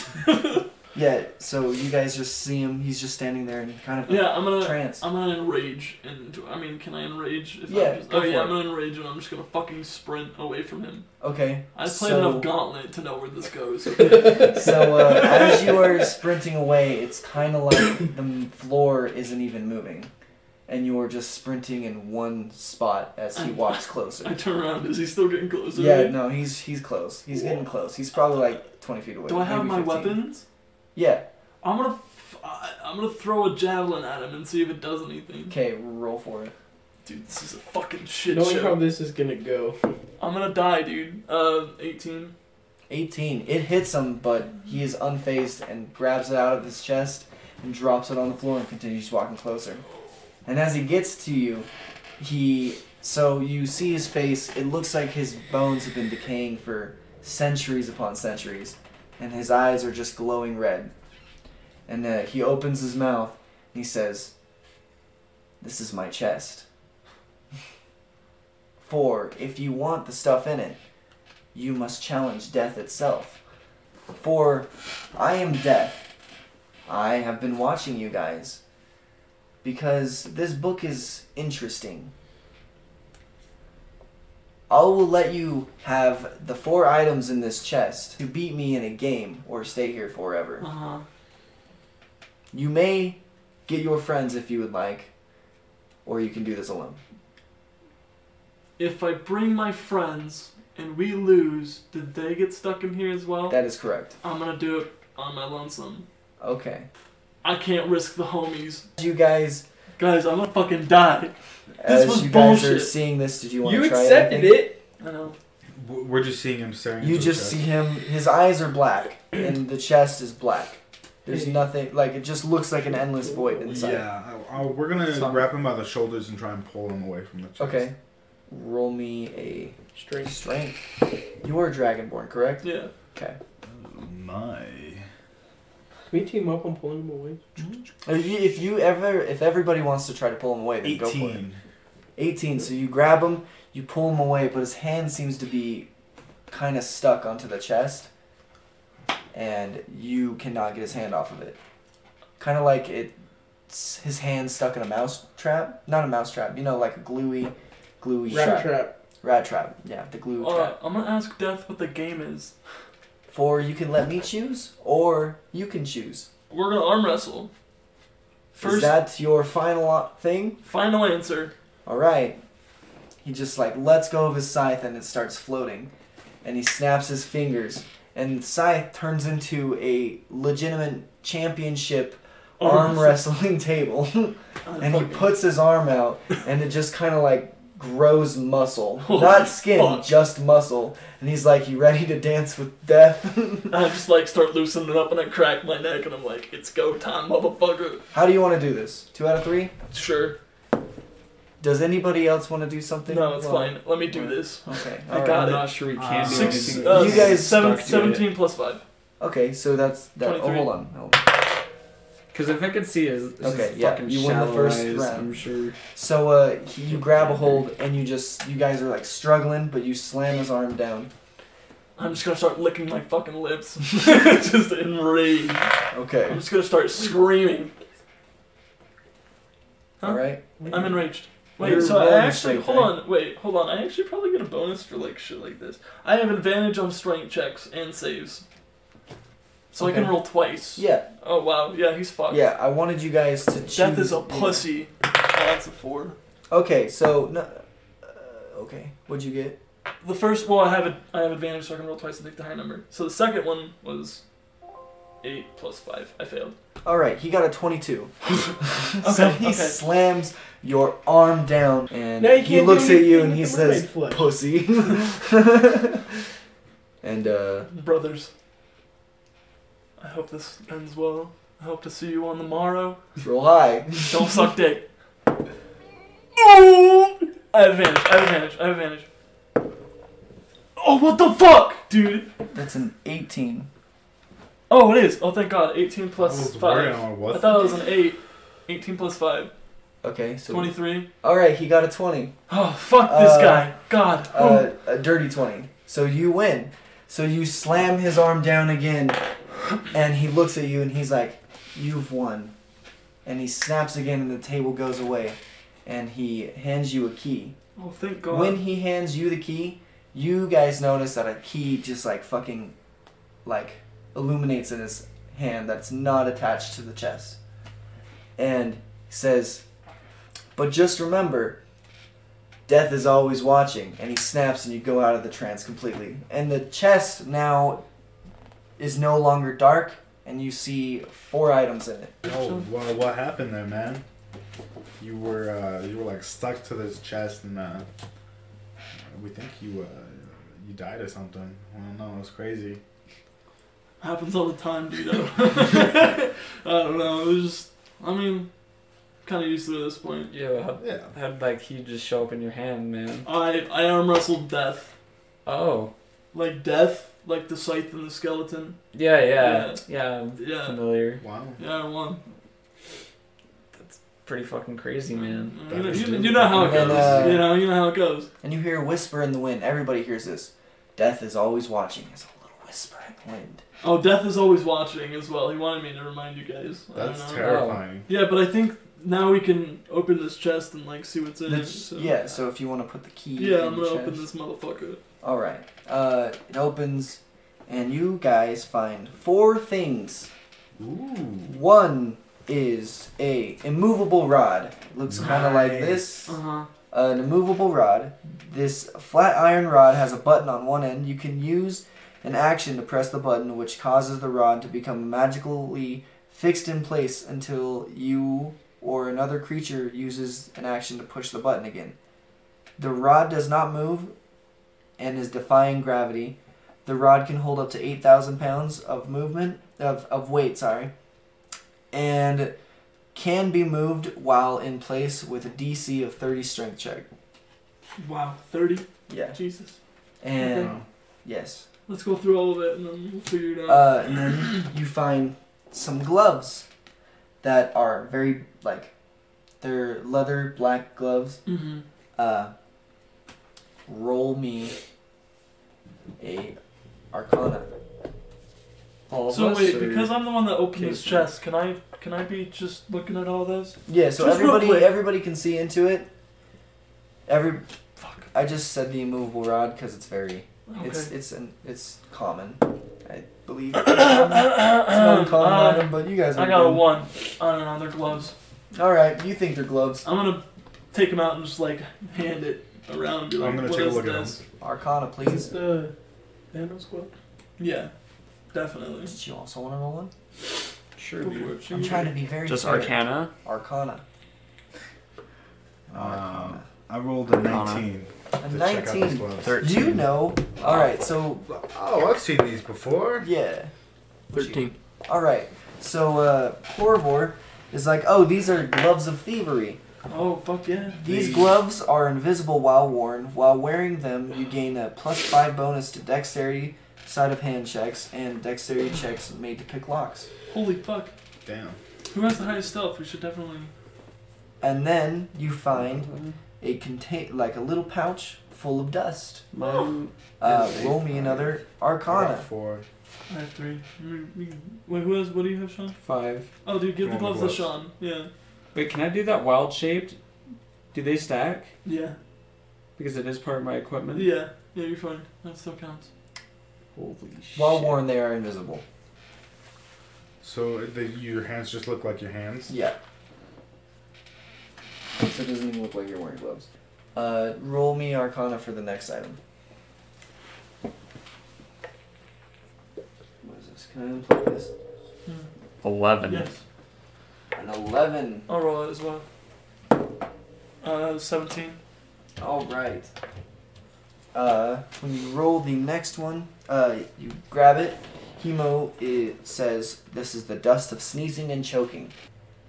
Yeah. So you guys just see him. He's just standing there and kind of yeah, I'm gonna. trance. I'm gonna enrage and I mean, can I enrage? If Yeah, I'm just, go oh yeah, for I'm it. gonna enrage and I'm just gonna fucking sprint away from him. Okay. I played so, enough Gauntlet to know where this goes. Okay. so uh, as you are sprinting away, it's kind of like the floor isn't even moving, and you're just sprinting in one spot as he walks closer. I turn around. Is he still getting closer? to Yeah, me? no, he's he's close. He's getting close. He's probably like twenty feet away. Do I have maybe my 15. weapons? Yeah. I'm gonna. F- I- I'm gonna throw a javelin at him and see if it does anything. Okay, roll for it. Dude, this is a fucking shit Knowing show. how this is gonna go. I'm gonna die, dude. Uh, 18. 18. It hits him, but he is unfazed and grabs it out of his chest and drops it on the floor and continues walking closer. And as he gets to you, he. So you see his face. It looks like his bones have been decaying for centuries upon centuries, and his eyes are just glowing red. And uh, he opens his mouth and he says, This is my chest. For if you want the stuff in it, you must challenge death itself. For I am death. I have been watching you guys. Because this book is interesting. I will let you have the four items in this chest to beat me in a game or stay here forever. Uh Uh-huh. huh. You may get your friends if you would like, or you can do this alone. If I bring my friends and we lose, did they get stuck in here as well? That is correct. I'm gonna do it on my lonesome. Okay. I can't risk the homies. You guys, Guys, I'm gonna fucking die. as was you guys are bullshit. seeing this, did you want You to try accepted anything? it. I know. W- We're just seeing him staring. You into just the see him. His eyes are black, and the chest is black. There's nothing like it. Just looks like an endless void chest. inside. Yeah, I, I, we're gonna Sorry. wrap him by the shoulders and try and pull him away from the chest. Okay. Roll me a Strength. strength. You are dragonborn, correct? Yeah. Okay. My. Can we team up on pulling him away? If you, if you ever, if everybody wants to try to pull him away, then go for it. Eighteen. 18. So you grab him, you pull him away, but his hand seems to be kind of stuck onto the chest, and you cannot get his hand off of it. Kind of like it, it's his hand stuck in a mouse trap. Not a mouse trap, you know, like a gluey, gluey Rat trap. trap. Rat trap. Yeah, the glue Alright, trap. Uh, I'm gonna ask Death what the game is. For you can let me choose, or you can choose. We're gonna arm wrestle. Is First, that your final o- thing? final answer. All right. He just like lets go of his scythe and it starts floating, and he snaps his fingers, and the scythe turns into a legitimate championship Oh. arm wrestling table, Uh, and he puts his arm out, and it just kind of like grows muscle, Holy not skin, fuck. just muscle, and he's like, "You ready to dance with death?" I just like start loosening it up and I crack my neck and I'm like, it's go time, motherfucker. How do you want to do this? Two out of three. Sure. Does anybody else want to do something? No, it's Well, fine. Let me do this. Okay, I all got right. it. not sure we can Uh, do six- anything. Uh, You guys seven, stuck to it. 17 plus 5. Okay, so that's that. Oh, 23. hold on. Hold on. Because if I could see his, his Okay, yeah, fucking you win the shallow first eyes, round. I'm sure. So uh, he, you grab a hold and you just you guys are like struggling, but you slam his arm down. I'm just gonna start licking my fucking lips. just enraged. I'm Okay. just gonna start screaming. Huh? All right. I'm enraged. Wait, You're so I rolling actually strength, hold eh? on. Wait, hold on. I actually probably get a bonus for like shit like this. I have advantage on strength checks and saves, so I can Okay. roll twice. Yeah. Oh wow. Yeah, he's fucked. Yeah. I wanted you guys to. Choose, Death is a pussy. Oh, that's a four. Okay. So no. Uh, okay. What'd you get? The first, well, I have a, I have advantage, so I can roll twice and take the higher number. So the second one was eight plus five. I failed. All right. He got a twenty-two. so Okay, he okay. slams your arm down and Now you he can't looks do at you anything and he with the mermaid says, flesh. "Pussy." and uh, Brothers, I hope this ends well. I hope to see you on the morrow. roll high. Don't suck dick. Oh! I have advantage. I have advantage. I have advantage. Oh, what the fuck, dude? That's an eighteen. Oh, it is. Oh, thank God. 18 plus I was worried five. on I what thought it was an eight. 18 plus five. Okay. So 23. all right. He got a twenty. Oh, fuck this Uh, guy. God. Oh, uh, a dirty 20. So you win. So you slam his arm down again, and he looks at you and he's like, You've won. And he snaps again, and the table goes away, and he hands you a key. oh, thank God. When he hands you the key, you guys notice that a key just like fucking like illuminates in his hand that's not attached to the chest. And says, But just remember, death is always watching. And he snaps and you go out of the trance completely. And the chest now is no longer dark, and you see four items in it. Oh, well, what happened there, man? You were uh, you were like stuck to this chest, and uh, we think you uh, you died or something. I don't know. It was crazy. Happens all the time, dude. I don't know. It was just, I mean, kind of used to it at this point. Yeah, how, Yeah. how'd like he just show up in your hand, man? I I arm wrestled death, Oh, like death, like the scythe and the skeleton. yeah, yeah, yeah. I'm Yeah, familiar. Wow. yeah, I won. Pretty fucking crazy, man. You know, That is you, true. you know how it And, goes. uh, you know, you know how it goes. And you hear a whisper in the wind. Everybody hears this. Death is always watching. It's a little whisper in the wind. Oh, death is always watching as well. He wanted me to remind you guys. I don't That's know. terrifying. Yeah, but I think now we can open this chest and like see what's in it. The- So. yeah, so if you want to put the key Yeah, in I'm the gonna chest. open this motherfucker. All right. Uh, it opens, and you guys find four things. Ooh. One is a immovable rod. Looks kind of like Nice. this. Uh huh. An immovable rod. This flat iron rod has a button on one end. You can use an action to press the button, which causes the rod to become magically fixed in place until you or another creature uses an action to push the button again. The rod does not move and is defying gravity. The rod can hold up to 8,000 pounds of movement, of, of weight, sorry, and can be moved while in place with a DC of 30 strength check. Wow, thirty. Yeah. Jesus. And, Wow. yes. Let's go through all of it and then we'll figure it out. Uh, and then you find some gloves that are very, like, they're leather black gloves. mm-hmm. Uh, roll me a Arcana. All of So us, wait, or- because I'm the one that opened this Casey. chest, can I can I be just looking at all those? Yeah, so Just real everybody quick. everybody can see into it. Every Fuck. I just said the immovable rod because it's very Okay. it's it's an it's common, I believe. it's an uncommon Um, item, but you guys. I are got a good. one. I don't know. They're gloves. All right, you think they're gloves? I'm gonna take them out and just like hand it around. and Be like, I'm gonna "What take a is look at this? Arcana, Is please. the Thanos glove? Yeah, definitely. Did you also want to roll one? sure, Go dude. for it, I'm Shinji. trying to be very Just fair. Arcana. Arcana. Um, Arcana. I rolled a Arcana. 19. A to check out these nineteen. gloves. Thirteen. Do you know? All right, so Oh, I've seen these before. yeah. Thirteen. All right. So uh, Corvor is like, oh, these are gloves of thievery. Oh fuck yeah. These The- gloves are invisible while worn. While wearing them, you gain a plus five bonus to dexterity, side of hand checks, and dexterity checks made to pick locks. Holy fuck. Damn. Who has the highest stealth? We should definitely. And then you find a contain like a little pouch full of dust. Mine Uh, Yes. roll me another I got Arcana. Four. I have three. You- you- Wait, who has? What do you have, Sean? Five. Oh, dude, give Come the on, gloves to gloves. Sean. Yeah. Wait, can I do that wild shaped? Do they stack? Yeah. Because it is part of my equipment. Yeah. Yeah, you're fine. That still counts. Holy While shit. worn, they are invisible. So the, your hands just look like your hands. Yeah. So it doesn't even look like you're wearing gloves. Uh, roll me Arcana for the next item. What is this? Can I unplug this? Eleven. Yes. An 11. I'll roll it as well. Uh, 17. Alright. Uh, when you roll the next one, uh, you grab it. Hemo it says this is the dust of sneezing and choking.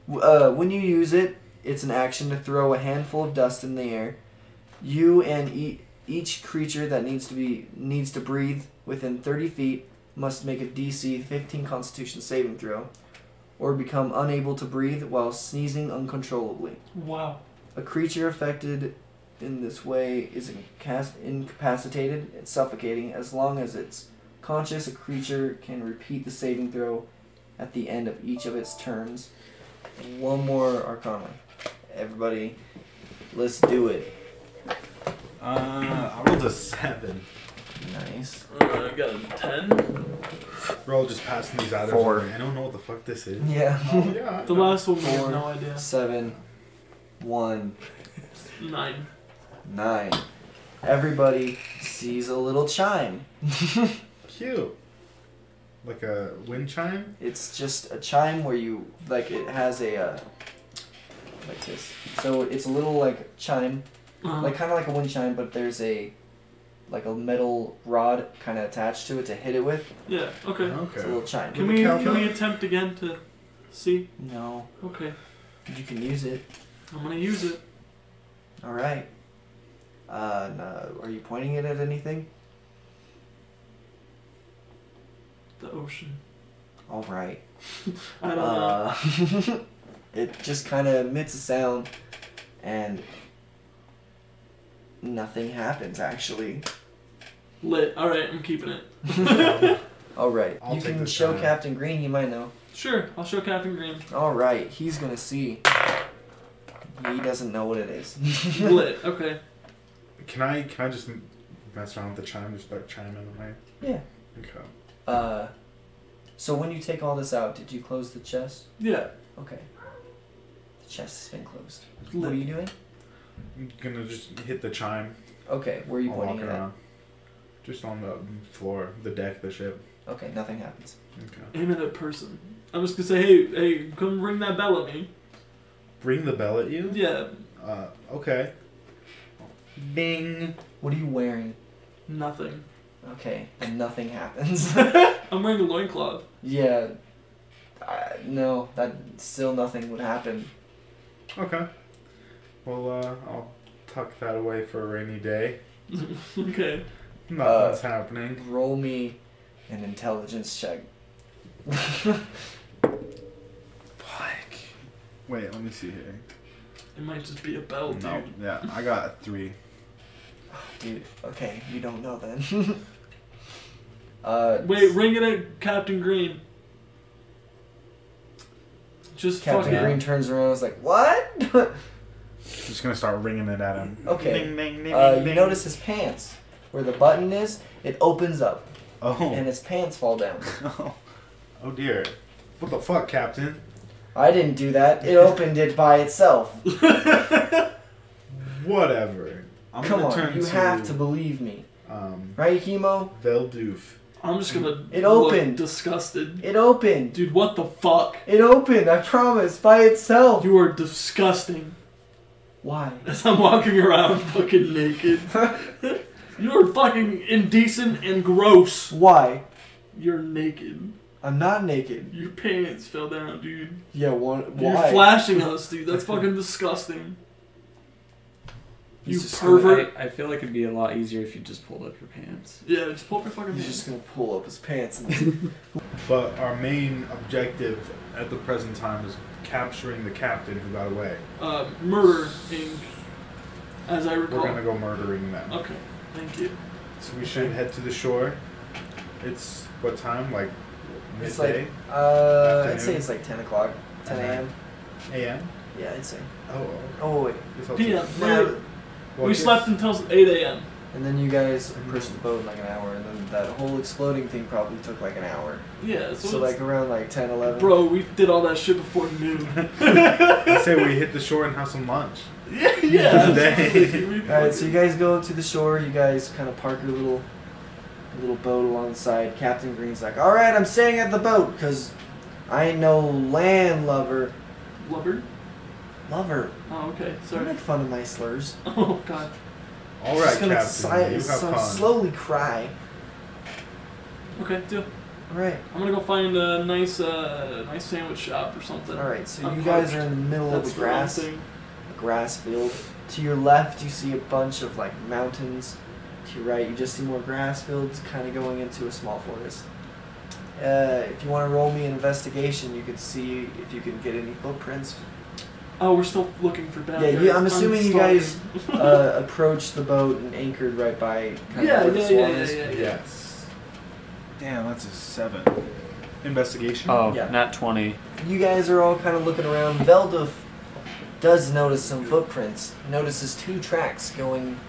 W- Uh, when you use it, it's an action to throw a handful of dust in the air. You and e- each creature that needs to be needs to breathe within 30 feet must make a DC 15 Constitution saving throw, or become unable to breathe while sneezing uncontrollably. Wow. A creature affected in this way is incas- incapacitated and suffocating as long as it's conscious. A creature can repeat the saving throw at the end of each of its turns. One more arcana. Everybody, let's do it. Uh, I rolled a seven. Nice. Uh, I got a 10. We're all just passing these out. Four. everywhere. I don't know what the fuck this is. Yeah. Oh yeah. I The know. last one, we have Four. no idea. Seven, one, 9. nine. Everybody sees a little chime. Cute. Like a wind chime. It's just a chime where you like it has a uh, like this. So it's a little like chime, Uh-huh. like kind of like a wind chime, but there's a like a metal rod kind of attached to it to hit it with. yeah. Okay. It's a little chime. Can we can we attempt again to see? No, Okay. you can use it. I'm gonna use it. All right. Uh, no, are you pointing it at anything? The ocean. All right. I don't know. Uh, it just kind of emits a sound, and nothing happens actually. Lit. All right, I'm keeping it. All right. I'll you take can this show down. Captain Green. He might know. Sure. I'll show Captain Green. All right. He's gonna see. He doesn't know what it is. Lit. Okay. Can I can I just mess around with the chime? Just like chime in my Yeah. okay. Uh, so when you take all this out, did you close the chest? Yeah. Okay. The chest has been closed. What are Lit. you doing? I'm gonna just hit the chime. Okay. Where are you I'll pointing it at? Just on the floor, the deck, the ship. Okay. Nothing happens. Okay. Aim at that person. I was gonna say, hey, hey, come ring that bell at me. Ring the bell at you. Yeah. Uh, okay. Bing. What are you wearing? Nothing. Okay. And nothing happens. I'm wearing a loincloth. Yeah. Uh, no, that still nothing would happen. Okay. Well, uh, I'll tuck that away for a rainy day. okay. Uh, Nothing's happening. Roll me an intelligence check. Wait, let me see here. It might just be a bell, Oh, dude. No, yeah, I got a three. Dude, okay, you don't know then. uh, Wait, ring it at Captain Green. Just fuck Captain it. Green turns around and is like, What? Just gonna start ringing it at him. okay. Uh, you notice his pants. Where the button is, it opens up and Oh. his pants fall down. Oh dear. What the fuck, Captain? I didn't do that. It opened it by itself. Whatever. I'm Come gonna on, turn you to, have to believe me. um Right, Hemo? Veldoof. I'm just gonna. It look opened. Disgusted. It opened. Dude, what the fuck? It opened, I promise, by itself. You are disgusting. Why? As I'm walking around fucking naked. You're fucking indecent and gross. Why? You're naked. I'm not naked. Your pants fell down, dude. Yeah, one, You're why? flashing us, dude. That's fucking disgusting. You It's just gonna- pervert. I, I feel like it'd be a lot easier if you just pulled up your pants. Yeah, just pull up your fucking He's pants. just gonna pull up his pants and Uh, But our main objective at the present time is capturing the captain who got away. uh, murder Inc. As I We're recall. gonna go murdering them. Okay, thank you. So we should head to the shore. It's what time? Like it's like midday? uh, I'd Afternoon. say it's like 10 o'clock, 10 Okay. a.m. AM? Yeah, I'd say. Oh, okay. Oh wait, It's also- PM. Now- We, Well, we yes. slept until 8 a.m. and then you guys approached the boat in like an hour, and then that whole exploding thing probably took like an hour. Yeah, so, So it's- like around like 10, 11. bro, we did all that shit before noon. I say we hit the shore and have some lunch. yeah, yeah. Dang. We All right, so you guys go to the shore. You guys kind of park your little little boat alongside. Captain Green's like, "All right, I'm staying at the boat because I ain't no land lover. fucking blubbered. Lover. Oh, okay. Don't Sorry. make fun of my slurs. Oh god. All Just right, gonna Captain. si- you have so- fun. slowly cry. Okay, deal. All right, I'm gonna go find a nice, uh, nice sandwich shop or something. all right. So I'm you guys parched. are in the middle That's of the the wrong grass, thing. a grass field. To your left, you see a bunch of like mountains. To your right, you just see more grass fields, kind of going into a small forest. Uh, if you want to roll me an investigation, you could see if you can get any footprints. Oh, we're still looking for bad Yeah, guys. you- I'm assuming you guys- stalking. Uh, approached the boat and anchored right by kind yeah, of where yeah, the swan yeah, is. yeah, yeah, yeah. Yes. Damn, that's a seven. Investigation. Oh, Yeah. not 20. You guys are all kind of looking around. Velduf does notice some footprints. Notices two tracks going,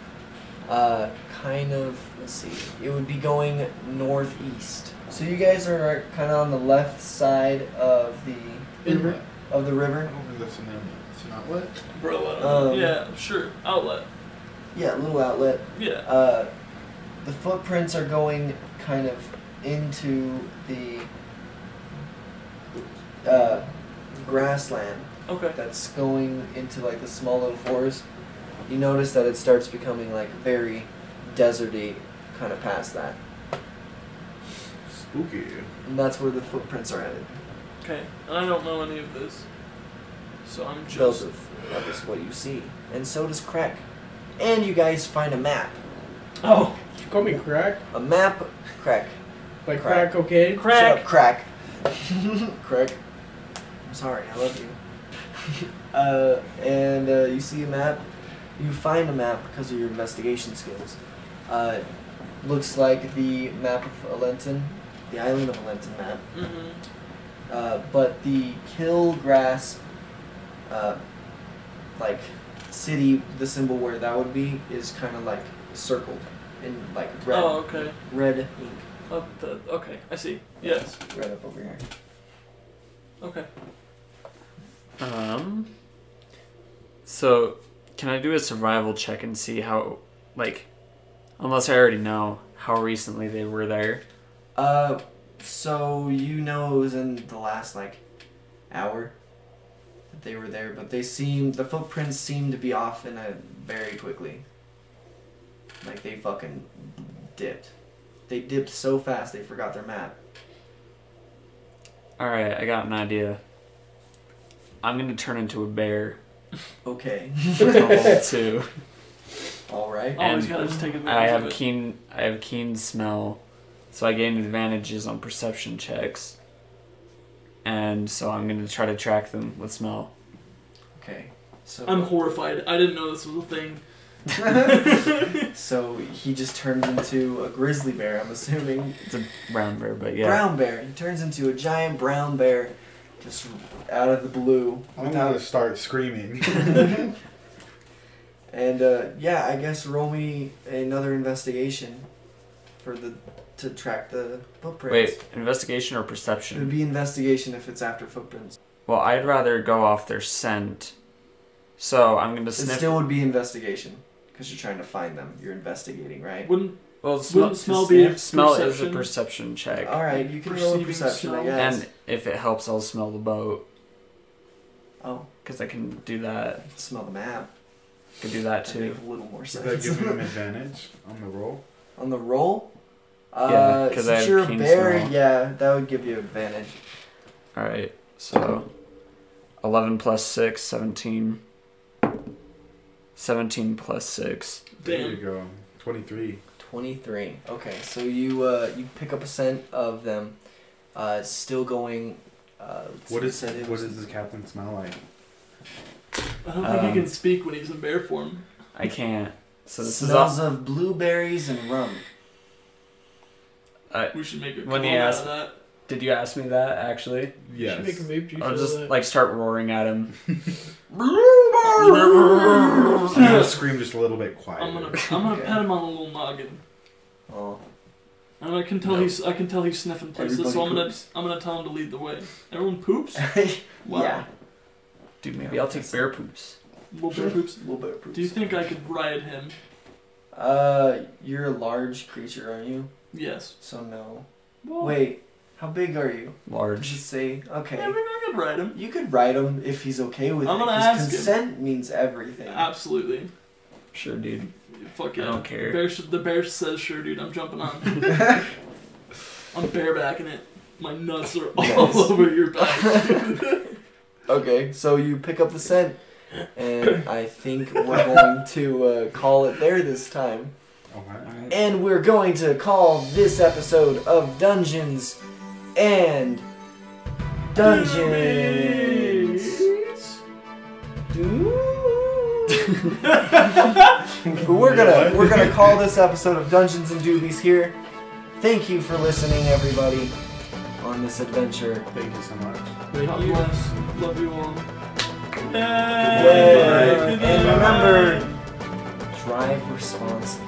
uh, kind of. Let's see. It would be going northeast. So you guys are kind of on the left side of the Inlet. of the I river. don't think that's an inlet. It's an outlet. Umbrella. Um, uh, yeah, sure. Outlet. Yeah, little outlet. Yeah. Uh, the footprints are going kind of into the uh, grassland. Okay. that's going into like the small little forest, you notice that it starts becoming like very deserty, kind of past that. Spooky. And that's where the footprints are headed. Okay. And I don't know any of this, so I'm just. Joseph, that is what you see. And so does Crack. And you guys find a map. Oh, You call me crack? A map, Crack. Like Crack. crack, okay? Shut up, Crack. crack. I'm sorry, I love you. uh, and uh, you see a map. You find a map because of your investigation skills. Uh, looks like the map of Alenton, the island of Alenton map. hmm Uh, but the Kilgrasp, uh, like city, the symbol where that would be is kind of like circled in like red, Oh, okay. red ink, Up the. Okay, I see. Yes. right up over here. Okay. Um. So, can I do a survival check and see how, like, unless I already know how recently they were there? Uh, so you know it was in the last like hour that they were there, but they seem the footprints seem to be off in a very quickly. Like they fucking dipped. They dipped so fast they forgot their map. All right, I got an idea. I'm gonna turn into a bear Okay. for level two. All right. Always And Oh, gotta just take advantage I of have it. keen. I have keen smell, so I gain advantages on perception checks. And so I'm gonna try to track them with smell. Okay. So I'm horrified. I didn't know this was a thing. so he just turns into a grizzly bear. I'm assuming It's a brown bear, but yeah. brown bear. He turns into a giant brown bear, just out of the blue. I'm gonna start screaming. And uh, yeah, I guess roll me another investigation for the to track the footprints. Wait, investigation or It would perception? be investigation if it's after footprints. Well, I'd rather go off their scent. So I'm gonna It sniff. still would be investigation because you're trying to find them. You're investigating, right? Wouldn't well, wouldn't smell be a smell is a perception? perception check, All right, you can roll a Perceiving perception, I smell. guess. and if it helps, I'll smell the boat oh, because I can do that. smell the map. I could do that That makes too. a little more Does that sense. give him an advantage on the roll? On the roll. Yeah, Uh, 'cause since I have you're a keen bear, smell. yeah, that would give you advantage. All right, so eleven plus six, 17. 17 plus six. There you damn. go. 23. 23. Okay, so you uh, you pick up a scent of them. Uh, it's still going. Uh, What it is said it what was- does this captain smell like? I don't think Um, he can speak when he's in bear form. I can't. So this is smells all. of blueberries and rum. I We should make a When call he out asked- of that. did you ask me that actually? Yes. Should make a vape juice I'll out of just that. like start roaring at him. I'm gonna scream just a little bit quieter. I'm gonna I'm gonna Okay. pet him on the little noggin. Oh, And I can tell he's I can tell he's sniffing places, so Everybody I'm gonna poops. I'm gonna tell him to lead the way. Everyone poops? Wow. yeah. Dude, maybe I'll take bear poops. Little bear poops. Blueberry Do you think I could ride him? Uh, you're a large creature, aren't you? Yes. So no. Well, Wait, how big are you? Large. Just say Yeah, okay. I mean, I could ride him. You could ride him if he's okay with I'm it. gonna 'cause ask him. consent means everything. Absolutely. Sure, dude. Fuck I yeah. don't care. Bear sh- the bear says sure, dude. I'm jumping on. I'm barebacking it. My nuts are all Yes. over your back. Okay, so you pick up the scent, and I think we're going to uh, call it there this time. Okay. And we're going to call this episode of Dungeons and Dungeons. But we're gonna we're gonna call this episode of Dungeons and Doobies here. Thank you for listening, everybody, on this adventure. Thank you so much. God bless. Love you all. And remember, drive responsibly.